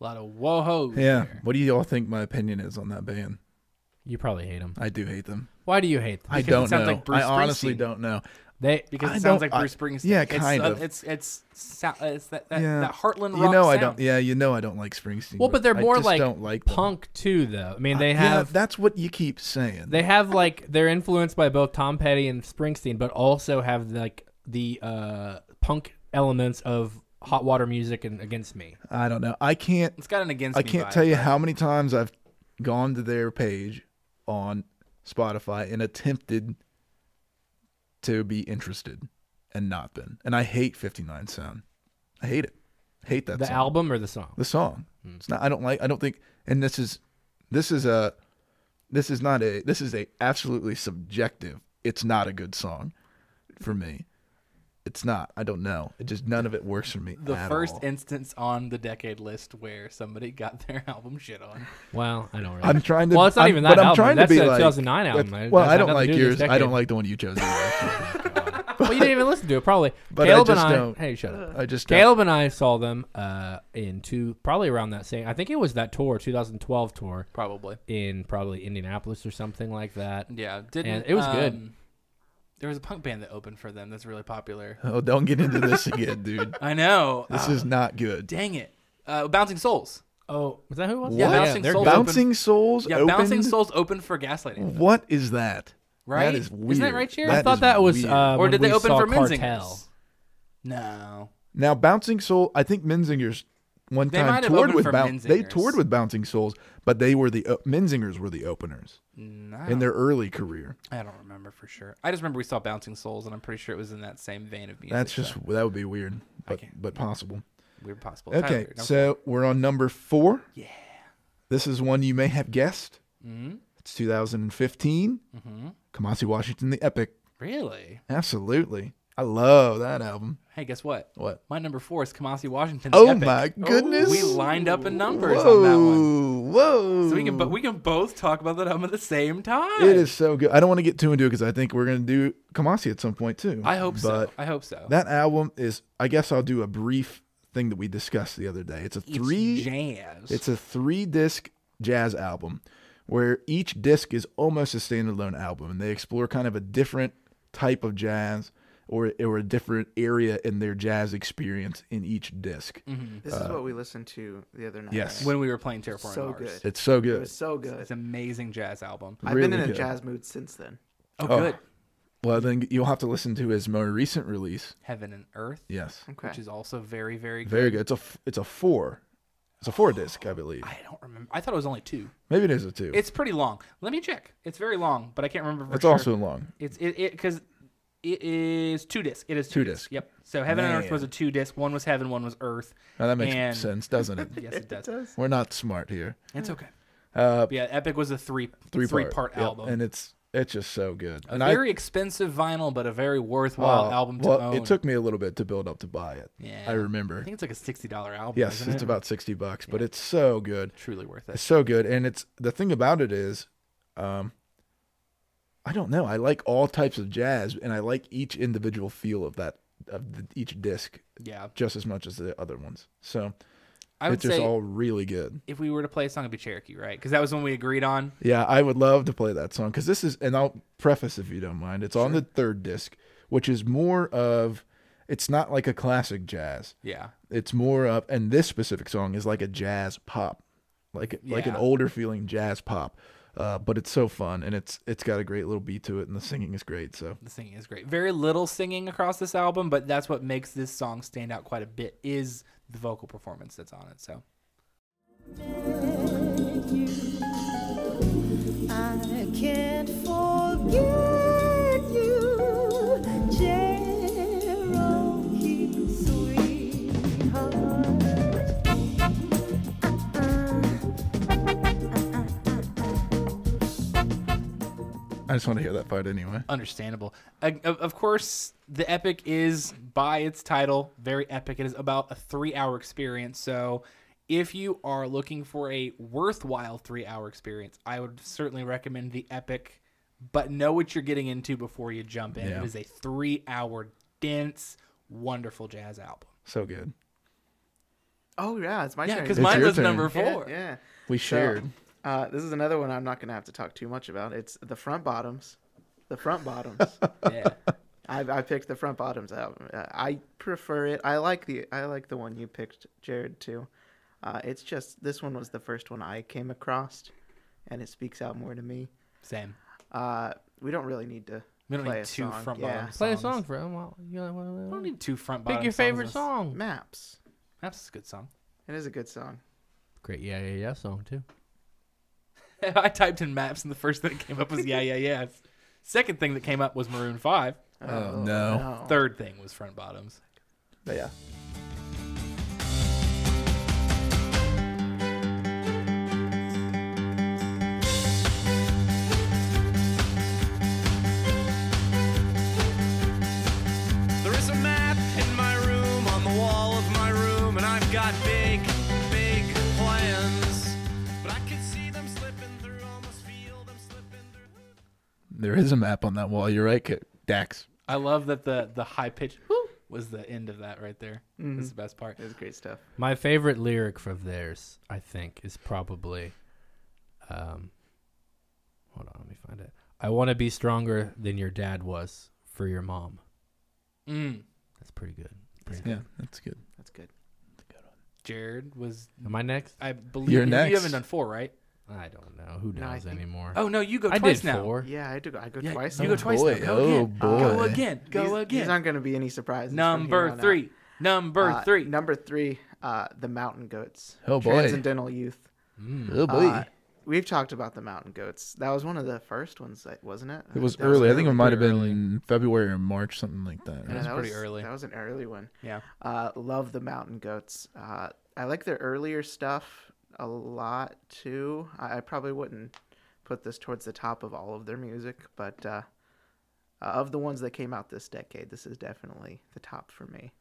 Speaker 1: A lot of whoa
Speaker 4: Yeah. What do you all think my opinion is on that band?
Speaker 3: You probably hate them.
Speaker 4: I do hate them.
Speaker 3: Why do you hate them?
Speaker 4: I
Speaker 1: Because it
Speaker 4: don't
Speaker 1: sounds
Speaker 4: know.
Speaker 1: like Bruce
Speaker 4: I honestly
Speaker 1: Springsteen.
Speaker 4: don't know.
Speaker 3: They
Speaker 1: because
Speaker 4: I
Speaker 1: it sounds
Speaker 4: don't-
Speaker 1: like Bruce
Speaker 4: I-
Speaker 1: Springsteen.
Speaker 4: yeah,
Speaker 1: it's,
Speaker 4: kind
Speaker 1: uh,
Speaker 4: of.
Speaker 1: It's it's sou- it's that that,
Speaker 4: yeah.
Speaker 1: that Heartland rock.
Speaker 4: You know I
Speaker 1: sound.
Speaker 4: don't. Yeah. You know I don't like Springsteen.
Speaker 3: well, but they're
Speaker 4: I
Speaker 3: more
Speaker 4: just
Speaker 3: like,
Speaker 4: don't like them. Uh,
Speaker 3: punk too, though. I mean, they
Speaker 4: Yeah,
Speaker 3: have
Speaker 4: that's what you keep saying.
Speaker 3: they have like they're influenced by both Tom Petty and Springsteen, but also have like the uh, punk elements of Hot Water Music and Against Me.
Speaker 4: I don't know. I can't.
Speaker 1: It's got an against.
Speaker 4: I
Speaker 1: me
Speaker 4: can't
Speaker 1: vibe,
Speaker 4: tell you
Speaker 1: but
Speaker 4: how many times I've gone to their page on Spotify and attempted to be interested and not been. And I hate 59 Sound. I hate it. Hate that
Speaker 3: The
Speaker 4: song.
Speaker 3: album or the song?
Speaker 4: The song.
Speaker 1: Hmm.
Speaker 4: It's not I don't like I don't think and this is this is a this is not a this is a absolutely subjective. It's not a good song for me. It's not. I don't know. It just none of it works for me.
Speaker 1: The
Speaker 4: at
Speaker 1: first
Speaker 4: all.
Speaker 1: instance on the decade list where somebody got their album shit on.
Speaker 3: Well, I don't. Really
Speaker 4: I'm trying to.
Speaker 3: Well, it's not
Speaker 4: I'm-
Speaker 3: even that
Speaker 4: But I'm
Speaker 3: album.
Speaker 4: trying
Speaker 3: That's
Speaker 4: to be
Speaker 3: the
Speaker 4: like
Speaker 3: 2009 album.
Speaker 4: that's-
Speaker 3: It
Speaker 4: well,
Speaker 3: has
Speaker 4: I don't
Speaker 3: nothing
Speaker 4: like
Speaker 3: to do with
Speaker 4: yours.
Speaker 3: this
Speaker 4: I don't
Speaker 3: decade.
Speaker 4: like the one you chose. Either.
Speaker 3: well, you didn't even listen to it, probably.
Speaker 4: But I
Speaker 3: Caleb
Speaker 4: just
Speaker 3: and I.
Speaker 4: don't-
Speaker 3: Hey, shut up.
Speaker 4: I just don't-
Speaker 3: Caleb and I saw them uh, in two, probably around that same. I think it was that tour, 2012 tour.
Speaker 1: Probably.
Speaker 3: in probably Indianapolis or something like that.
Speaker 1: Yeah. Didn't. um,
Speaker 3: it was good.
Speaker 1: There was a punk band that opened for them that's really popular.
Speaker 4: Oh, don't get into this again, dude.
Speaker 1: I know. Oh,
Speaker 4: This
Speaker 3: Ah.
Speaker 4: is not good.
Speaker 1: dang it. Uh, Bouncing Souls.
Speaker 3: Oh, was that who it was?
Speaker 4: Yeah, What?
Speaker 1: Bouncing
Speaker 3: they're
Speaker 1: Souls
Speaker 3: good.
Speaker 1: opened-
Speaker 4: Bouncing Souls.
Speaker 1: Yeah,
Speaker 4: opened?
Speaker 1: Bouncing Souls opened for
Speaker 3: Uh,
Speaker 1: Gaslighting.
Speaker 4: What is that?
Speaker 1: Right?
Speaker 4: That is
Speaker 1: Isn't
Speaker 4: weird.
Speaker 1: that right, Jared?
Speaker 3: I
Speaker 1: That
Speaker 3: thought
Speaker 4: is
Speaker 3: that was.
Speaker 4: weird.
Speaker 3: Uh,
Speaker 1: or did they open for
Speaker 3: Cartel?
Speaker 1: Menzingers? No.
Speaker 4: now Bouncing Soul. I think Menzingers one
Speaker 1: They
Speaker 4: time
Speaker 1: might have
Speaker 4: toured
Speaker 1: opened
Speaker 4: with
Speaker 1: for
Speaker 4: Boun- They
Speaker 1: Menzingers.
Speaker 4: toured with Bouncing Souls, but they were the o- Menzingers were the openers
Speaker 1: No.
Speaker 4: in their early career.
Speaker 1: I don't remember for sure. I just remember we saw Bouncing Souls, and I'm pretty sure it was in that same vein of music.
Speaker 4: That's just
Speaker 1: so
Speaker 4: that would be weird, but
Speaker 1: can't-
Speaker 4: but possible.
Speaker 1: weird, possible. Tyler,
Speaker 4: Okay,
Speaker 1: number
Speaker 4: so we're on number four. Yeah. This is one you may have guessed.
Speaker 1: Mhm.
Speaker 4: It's 2015.
Speaker 1: Mhm.
Speaker 4: Kamasi Washington, the epic.
Speaker 1: Really?
Speaker 4: Absolutely. I love that album.
Speaker 1: Hey, guess what?
Speaker 4: What?
Speaker 1: My number four is Kamasi Washington.
Speaker 4: Oh my goodness.
Speaker 1: We lined up in numbers on that one,
Speaker 4: Whoa. Whoa.
Speaker 1: so we can but we can both talk about that album at the same time.
Speaker 4: It is so good. I don't want to get too into it because I think we're going to do Kamasi at some point too.
Speaker 1: I hope so.
Speaker 4: But
Speaker 1: I hope so.
Speaker 4: that album is, I guess I'll do a brief thing that we discussed the other day. It's a
Speaker 1: It's
Speaker 4: three.
Speaker 1: jazz.
Speaker 4: It's a three disc jazz album where each disc is almost a standalone album and they explore kind of a different type of jazz or, or a different area in their jazz experience in each disc.
Speaker 1: Mm-hmm.
Speaker 2: This is what we listened to the other night.
Speaker 4: uh, yes.
Speaker 2: right?
Speaker 1: when we were playing Terraform
Speaker 2: So
Speaker 1: Mars.
Speaker 2: good.
Speaker 4: It's so
Speaker 2: It
Speaker 4: good.
Speaker 2: was so good.
Speaker 1: It's an amazing jazz album.
Speaker 2: I've been
Speaker 4: really
Speaker 2: in a
Speaker 4: good.
Speaker 2: jazz mood since then.
Speaker 1: Oh,
Speaker 4: Oh.
Speaker 1: good.
Speaker 4: Well, then you'll have to listen to his more recent release.
Speaker 1: Heaven and Earth,
Speaker 4: Yes.
Speaker 2: Okay.
Speaker 1: which is also very, very good.
Speaker 4: Very good. It's a, f- it's a four. It's a four disc, I believe.
Speaker 1: I don't remember. I thought it was only two.
Speaker 4: Maybe it is a two. It's,
Speaker 1: It's pretty long. Let me check. It's very long, but I can't remember. For sure.
Speaker 4: also long.
Speaker 1: It's it because it is two disc. It is two,
Speaker 4: Two
Speaker 1: disc.
Speaker 4: disc.
Speaker 1: Yep. So heaven and earth was a
Speaker 4: Man.
Speaker 1: two disc. One was heaven. One was earth.
Speaker 4: Now that makes
Speaker 1: And-
Speaker 4: sense, doesn't it?
Speaker 1: Yes, it does.
Speaker 4: We're not smart here.
Speaker 1: It's okay.
Speaker 4: Uh,
Speaker 1: But yeah, Epic was a three
Speaker 4: three,
Speaker 1: part
Speaker 4: Yep.
Speaker 1: album.
Speaker 4: and it's it's just so good.
Speaker 1: a
Speaker 4: and I-
Speaker 1: very expensive vinyl, but a very worthwhile
Speaker 4: Oh,
Speaker 1: album to
Speaker 4: well,
Speaker 1: own.
Speaker 4: it took me a little bit to build up to buy it.
Speaker 1: Yeah.
Speaker 4: I remember.
Speaker 1: I think it's like a sixty dollar album.
Speaker 4: yes,
Speaker 1: isn't
Speaker 4: it's
Speaker 1: it?
Speaker 4: about sixty bucks, but it's so good.
Speaker 1: truly worth
Speaker 4: It's
Speaker 1: it.
Speaker 4: so good, and it's the thing about it is, um, I don't know. I like all types of jazz, and I like each individual feel of that of the, each disc
Speaker 1: Yeah,
Speaker 4: just as much as the other ones. So
Speaker 1: I would
Speaker 4: it's just
Speaker 1: say
Speaker 4: all really good.
Speaker 1: if we were to play a song, it'd be Cherokee, right? Because that was when we agreed on.
Speaker 4: Yeah, I would love to play that song because this is, and I'll preface if you don't mind. It's on the third disc, which is more of, it's not like a classic jazz.
Speaker 1: Yeah,
Speaker 4: It's more of, and this specific song is like a jazz pop, like like an
Speaker 1: Yeah.
Speaker 4: older feeling jazz pop. Uh, but it's so fun, and it's it's got a great little beat to it, and the singing is great. So
Speaker 1: the singing is great. Very little singing across this album, but that's what makes this song stand out quite a bit is the vocal performance that's on it. So
Speaker 6: I can't forget you, Cherokee sweetheart.
Speaker 4: I just want to hear that part anyway.
Speaker 1: understandable. Uh, of, of course, the epic is by its title very epic. It is about a three-hour experience. So, if you are looking for a worthwhile three-hour experience, I would certainly recommend the epic. But know what you're getting into before you jump in.
Speaker 4: Yeah.
Speaker 1: It is a three-hour dense, wonderful jazz album.
Speaker 4: So good.
Speaker 2: Oh yeah, it's my
Speaker 1: Yeah,
Speaker 2: turn.
Speaker 1: because
Speaker 4: It's
Speaker 1: mine
Speaker 4: your
Speaker 1: was
Speaker 4: turn.
Speaker 1: number
Speaker 2: Yeah,
Speaker 1: four.
Speaker 2: Yeah.
Speaker 4: We shared.
Speaker 2: Uh, this is another one I'm not going to have to talk too much about. It's the front bottoms. The front bottoms.
Speaker 1: yeah.
Speaker 2: I, I picked the front bottoms album. Uh, I prefer it. I like the I like the one you picked, Jared too. Uh, it's just this one was the first one I came across, and it speaks out more to me.
Speaker 1: Same.
Speaker 2: Uh, we don't really need to
Speaker 1: We don't
Speaker 2: play
Speaker 1: need
Speaker 2: a
Speaker 1: two
Speaker 2: song.
Speaker 1: front
Speaker 2: yeah.
Speaker 1: bottoms.
Speaker 3: Play a
Speaker 1: songs.
Speaker 3: song for him. Well, you know, well,
Speaker 1: I
Speaker 3: well,
Speaker 1: don't need two front bottoms.
Speaker 3: pick your favorite song.
Speaker 2: Maps.
Speaker 1: That's a good song.
Speaker 2: It is a good song.
Speaker 3: Great, yeah, yeah, yeah, song too.
Speaker 1: I typed in maps, and the first thing that came up was yeah, yeah, yeah. Second thing that came up was Maroon Five.
Speaker 4: Oh, no.
Speaker 1: Third thing was front bottoms.
Speaker 2: But yeah.
Speaker 9: There is a map in my room, on the wall of my room, and I've got big, big plans. But I can see them slipping through, almost feel them slipping through.
Speaker 4: There is a map on that wall. You're right, Ca- Dax.
Speaker 1: I love that the the high pitch was the end of that right there.
Speaker 2: Mm-hmm.
Speaker 1: That's the best part.
Speaker 2: It was great stuff.
Speaker 3: My favorite lyric from theirs, I think, is probably, um, hold on, let me find it. I want to be stronger than your dad was for your mom.
Speaker 1: Mm.
Speaker 3: That's pretty good. Pretty
Speaker 4: Yeah, that's good.
Speaker 2: That's good.
Speaker 1: Jared was,
Speaker 3: good. Am I next?
Speaker 1: I believe,
Speaker 4: You're
Speaker 1: you
Speaker 4: next.
Speaker 1: haven't done four, right?
Speaker 3: I don't know. Who
Speaker 2: No, I
Speaker 3: knows
Speaker 2: think-
Speaker 3: anymore?
Speaker 1: Oh no, you go
Speaker 3: I
Speaker 1: twice
Speaker 3: did
Speaker 1: now.
Speaker 3: four.
Speaker 2: Yeah, I do. I go
Speaker 1: Yeah,
Speaker 2: twice.
Speaker 1: you
Speaker 2: now.
Speaker 1: go twice
Speaker 4: boy.
Speaker 1: now. Go
Speaker 4: Oh,
Speaker 1: again. Go
Speaker 4: boy.
Speaker 1: again. Go
Speaker 2: These-
Speaker 1: again.
Speaker 2: These aren't going to be any surprises. from here
Speaker 1: number
Speaker 2: on out.
Speaker 1: three. Number
Speaker 2: Uh,
Speaker 1: three.
Speaker 2: Number three. Uh, the Mountain Goats.
Speaker 4: Oh, boy.
Speaker 2: Transcendental Youth.
Speaker 4: Oh boy.
Speaker 2: Uh, we've talked about the Mountain Goats. That was one of the first ones, like, wasn't it?
Speaker 4: It was
Speaker 2: That
Speaker 4: early. I think it might have
Speaker 1: pretty
Speaker 4: been February or March, something like that.
Speaker 2: yeah,
Speaker 4: right?
Speaker 1: was
Speaker 2: that
Speaker 1: pretty early.
Speaker 2: That was an early one.
Speaker 1: yeah.
Speaker 2: Uh, love the Mountain Goats. Uh, I like their earlier stuff a lot too. I, I probably wouldn't put this towards the top of all of their music, but uh, of the ones that came out this decade, this is definitely the top for me.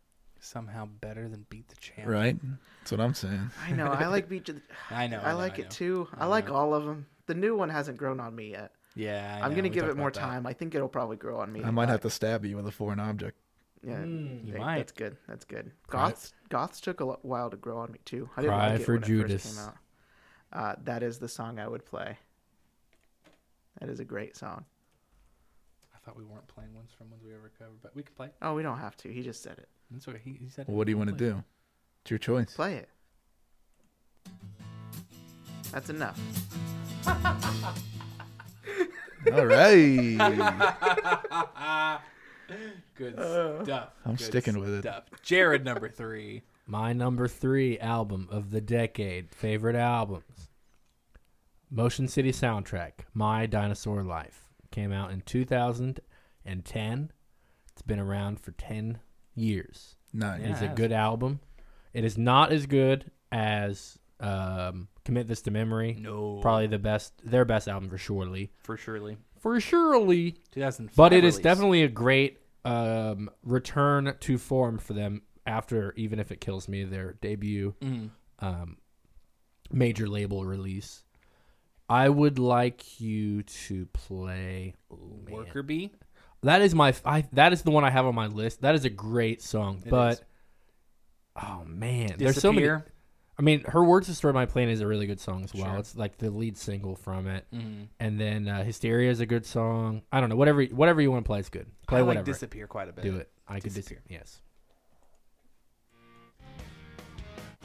Speaker 1: Somehow better than Beat the Champ.
Speaker 4: Right? That's what I'm saying.
Speaker 2: I know. I like Beach. Of the...
Speaker 1: Oh, I know.
Speaker 2: I
Speaker 1: know,
Speaker 2: like
Speaker 1: I
Speaker 2: it
Speaker 1: know.
Speaker 2: too. I, like all of them. The new one hasn't grown on me yet.
Speaker 1: Yeah. I
Speaker 2: I'm
Speaker 1: know,
Speaker 2: gonna
Speaker 1: we
Speaker 2: give
Speaker 1: talked
Speaker 2: it more
Speaker 1: about that.
Speaker 2: time. I think it'll probably grow on me.
Speaker 4: I might have to stab you with a foreign object.
Speaker 2: Yeah,
Speaker 1: You
Speaker 2: hey,
Speaker 1: might.
Speaker 2: That's good. That's good. Goths Goths took a lo- while to grow on me too. I didn't
Speaker 3: Cry
Speaker 2: like it
Speaker 3: for
Speaker 2: when It first
Speaker 3: Judas.
Speaker 2: came out. Uh, that is the song I would play. That is a great song.
Speaker 1: I thought we weren't playing ones from ones we ever covered, but we can play.
Speaker 2: Oh, we don't have to. He just said it.
Speaker 1: That's what he, he said.
Speaker 4: Well, what do you want to
Speaker 1: Play.
Speaker 4: do? It's your choice.
Speaker 2: Play it. That's enough.
Speaker 4: All right.
Speaker 1: Good
Speaker 2: Uh,
Speaker 1: stuff.
Speaker 4: I'm
Speaker 1: Good
Speaker 4: sticking with it.
Speaker 1: Stuff. Jared number three.
Speaker 3: My number three album of the decade, favorite albums. Motion City soundtrack, My Dinosaur Life, came out in 2010. It's been around for 10 years.
Speaker 4: Nine.
Speaker 3: It
Speaker 1: Yeah,
Speaker 3: is a
Speaker 1: it has.
Speaker 3: good album. It is not as good as um, Commit This to Memory.
Speaker 1: No.
Speaker 3: Probably the best, their best album for surely.
Speaker 1: For surely.
Speaker 3: For surely.
Speaker 1: 2005
Speaker 3: But it is
Speaker 1: release.
Speaker 3: definitely a great um, return to form for them after, even if it kills me, their debut
Speaker 1: Mm.
Speaker 3: um, major label release. I would like you to play. oh, man.
Speaker 1: Worker Bee.
Speaker 3: That is my. I, that is the one I have on my list. That is a great song,
Speaker 1: It
Speaker 3: but
Speaker 1: is.
Speaker 3: oh man, there's so many.
Speaker 1: Disappear.
Speaker 3: I mean, her words to destroy my plane is a really good song as well.
Speaker 1: Sure.
Speaker 3: It's like the lead single from it,
Speaker 1: Mm.
Speaker 3: and then uh, Hysteria is a good song. I don't know. Whatever, whatever you want to play is good. Play
Speaker 1: I
Speaker 3: whatever.
Speaker 1: like disappear quite a bit.
Speaker 3: Do it. I could
Speaker 1: Disappear.
Speaker 3: disappear. Yes.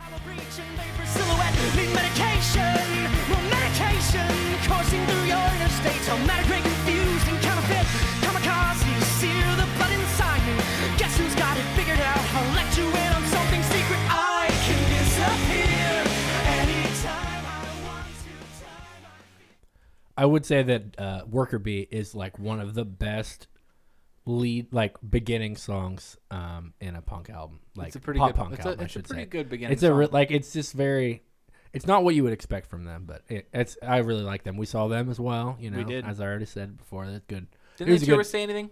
Speaker 6: Out of reach and vapor silhouette. Need medication, more medication. Coursing through your interstates. Automatic, confused and counterfeit. Kamikaze, sear the blood inside me. Guess who's got it figured out? I'll let you in on something secret. I can disappear anytime I want to. Time I
Speaker 3: I would say that uh, Worker Bee is like one of the best lead like beginning songs um, in a punk album. Like
Speaker 1: a pretty
Speaker 3: pop
Speaker 1: good-
Speaker 3: punk
Speaker 1: it's a-
Speaker 3: album, I
Speaker 1: it's a
Speaker 3: should
Speaker 1: pretty
Speaker 3: say.
Speaker 1: good beginning
Speaker 3: It's a re-
Speaker 1: song.
Speaker 3: like it's just very. It's not what you would expect from them, but it, it's I really like them. We saw them as well, you know.
Speaker 1: did.
Speaker 3: as I already said before. That's good. It
Speaker 1: Didn't
Speaker 3: was
Speaker 1: the
Speaker 3: a
Speaker 1: tour
Speaker 3: good-
Speaker 1: say anything?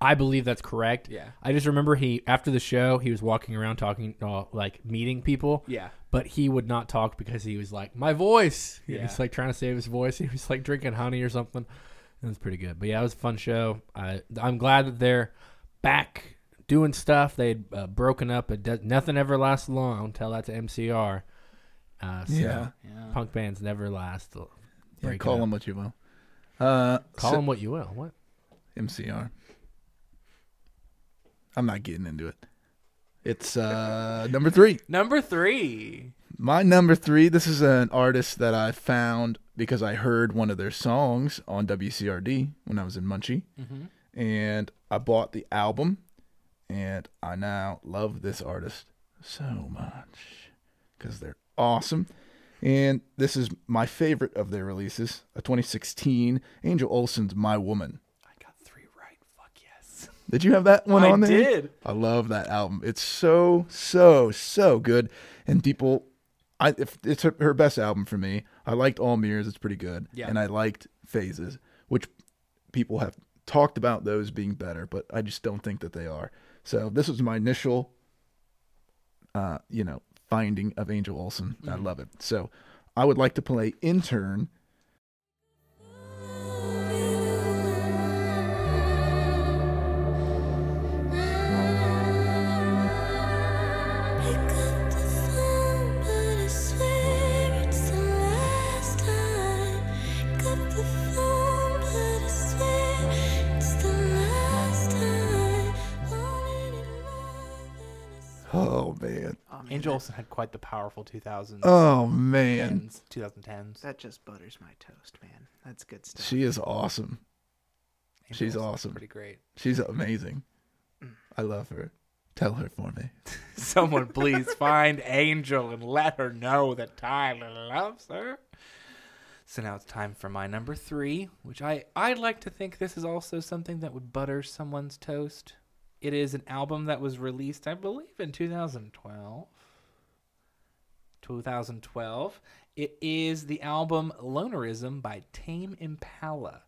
Speaker 3: I believe that's correct.
Speaker 1: Yeah.
Speaker 3: I just remember he after the show he was walking around talking, uh, like meeting people.
Speaker 1: Yeah.
Speaker 3: But he would not talk because he was like my voice. He
Speaker 1: Yeah.
Speaker 3: was like trying to save his voice. He was like drinking honey or something. It was pretty good. But yeah, it was a fun show. I I'm glad that they're back doing stuff. They had uh, broken up. It does, nothing ever lasts long. Tell that to MCR. Uh, so
Speaker 4: Yeah.
Speaker 1: Yeah.
Speaker 3: Punk bands never last.
Speaker 4: Yeah,
Speaker 3: Break
Speaker 4: call
Speaker 3: it up.
Speaker 4: them what you will. Uh,
Speaker 3: Call
Speaker 4: so-
Speaker 3: them what you will. What?
Speaker 4: MCR. I'm not getting into it. It's uh, number three.
Speaker 1: Number three.
Speaker 4: My number three. This is an artist that I found because I heard one of their songs on WCRD when I was in Munchie,
Speaker 1: Mm-hmm.
Speaker 4: and I bought the album, and I now love this artist so much because they're awesome. And this is my favorite of their releases, a 2016 Angel Olsen's "My Woman."
Speaker 1: I got three right. Fuck yes.
Speaker 4: Did you have that one
Speaker 1: I
Speaker 4: on there?
Speaker 1: did.
Speaker 4: I love that album. It's so so so good, and people, I if it's her, her best album for me. I liked All Mirrors. It's pretty good.
Speaker 1: Yeah.
Speaker 4: And I liked Phases, which people have talked about those being better, but I just don't think that they are. So this was my initial, uh, you know, finding of Angel Olsen. I love it. So I would like to play Intern. Oh man.
Speaker 2: Oh, man,
Speaker 1: Angel
Speaker 2: that-
Speaker 1: Olsen had quite the powerful 2000s.
Speaker 4: Oh man.
Speaker 1: 10s, 2010s.
Speaker 2: That just butters my toast, man. That's good stuff.
Speaker 4: She is awesome.
Speaker 1: Angel
Speaker 4: she's
Speaker 1: Olsen's
Speaker 4: awesome.
Speaker 1: Pretty great.
Speaker 4: She's amazing. I love her. Tell her for me.
Speaker 1: Someone please find Angel and let her know that Tyler loves her. So now it's time for my number three, which I I like to think this is also something that would butter someone's toast. It is an album that was released, I believe, in 2012. Tw- 2012. It is the album Lonerism by Tame Impala.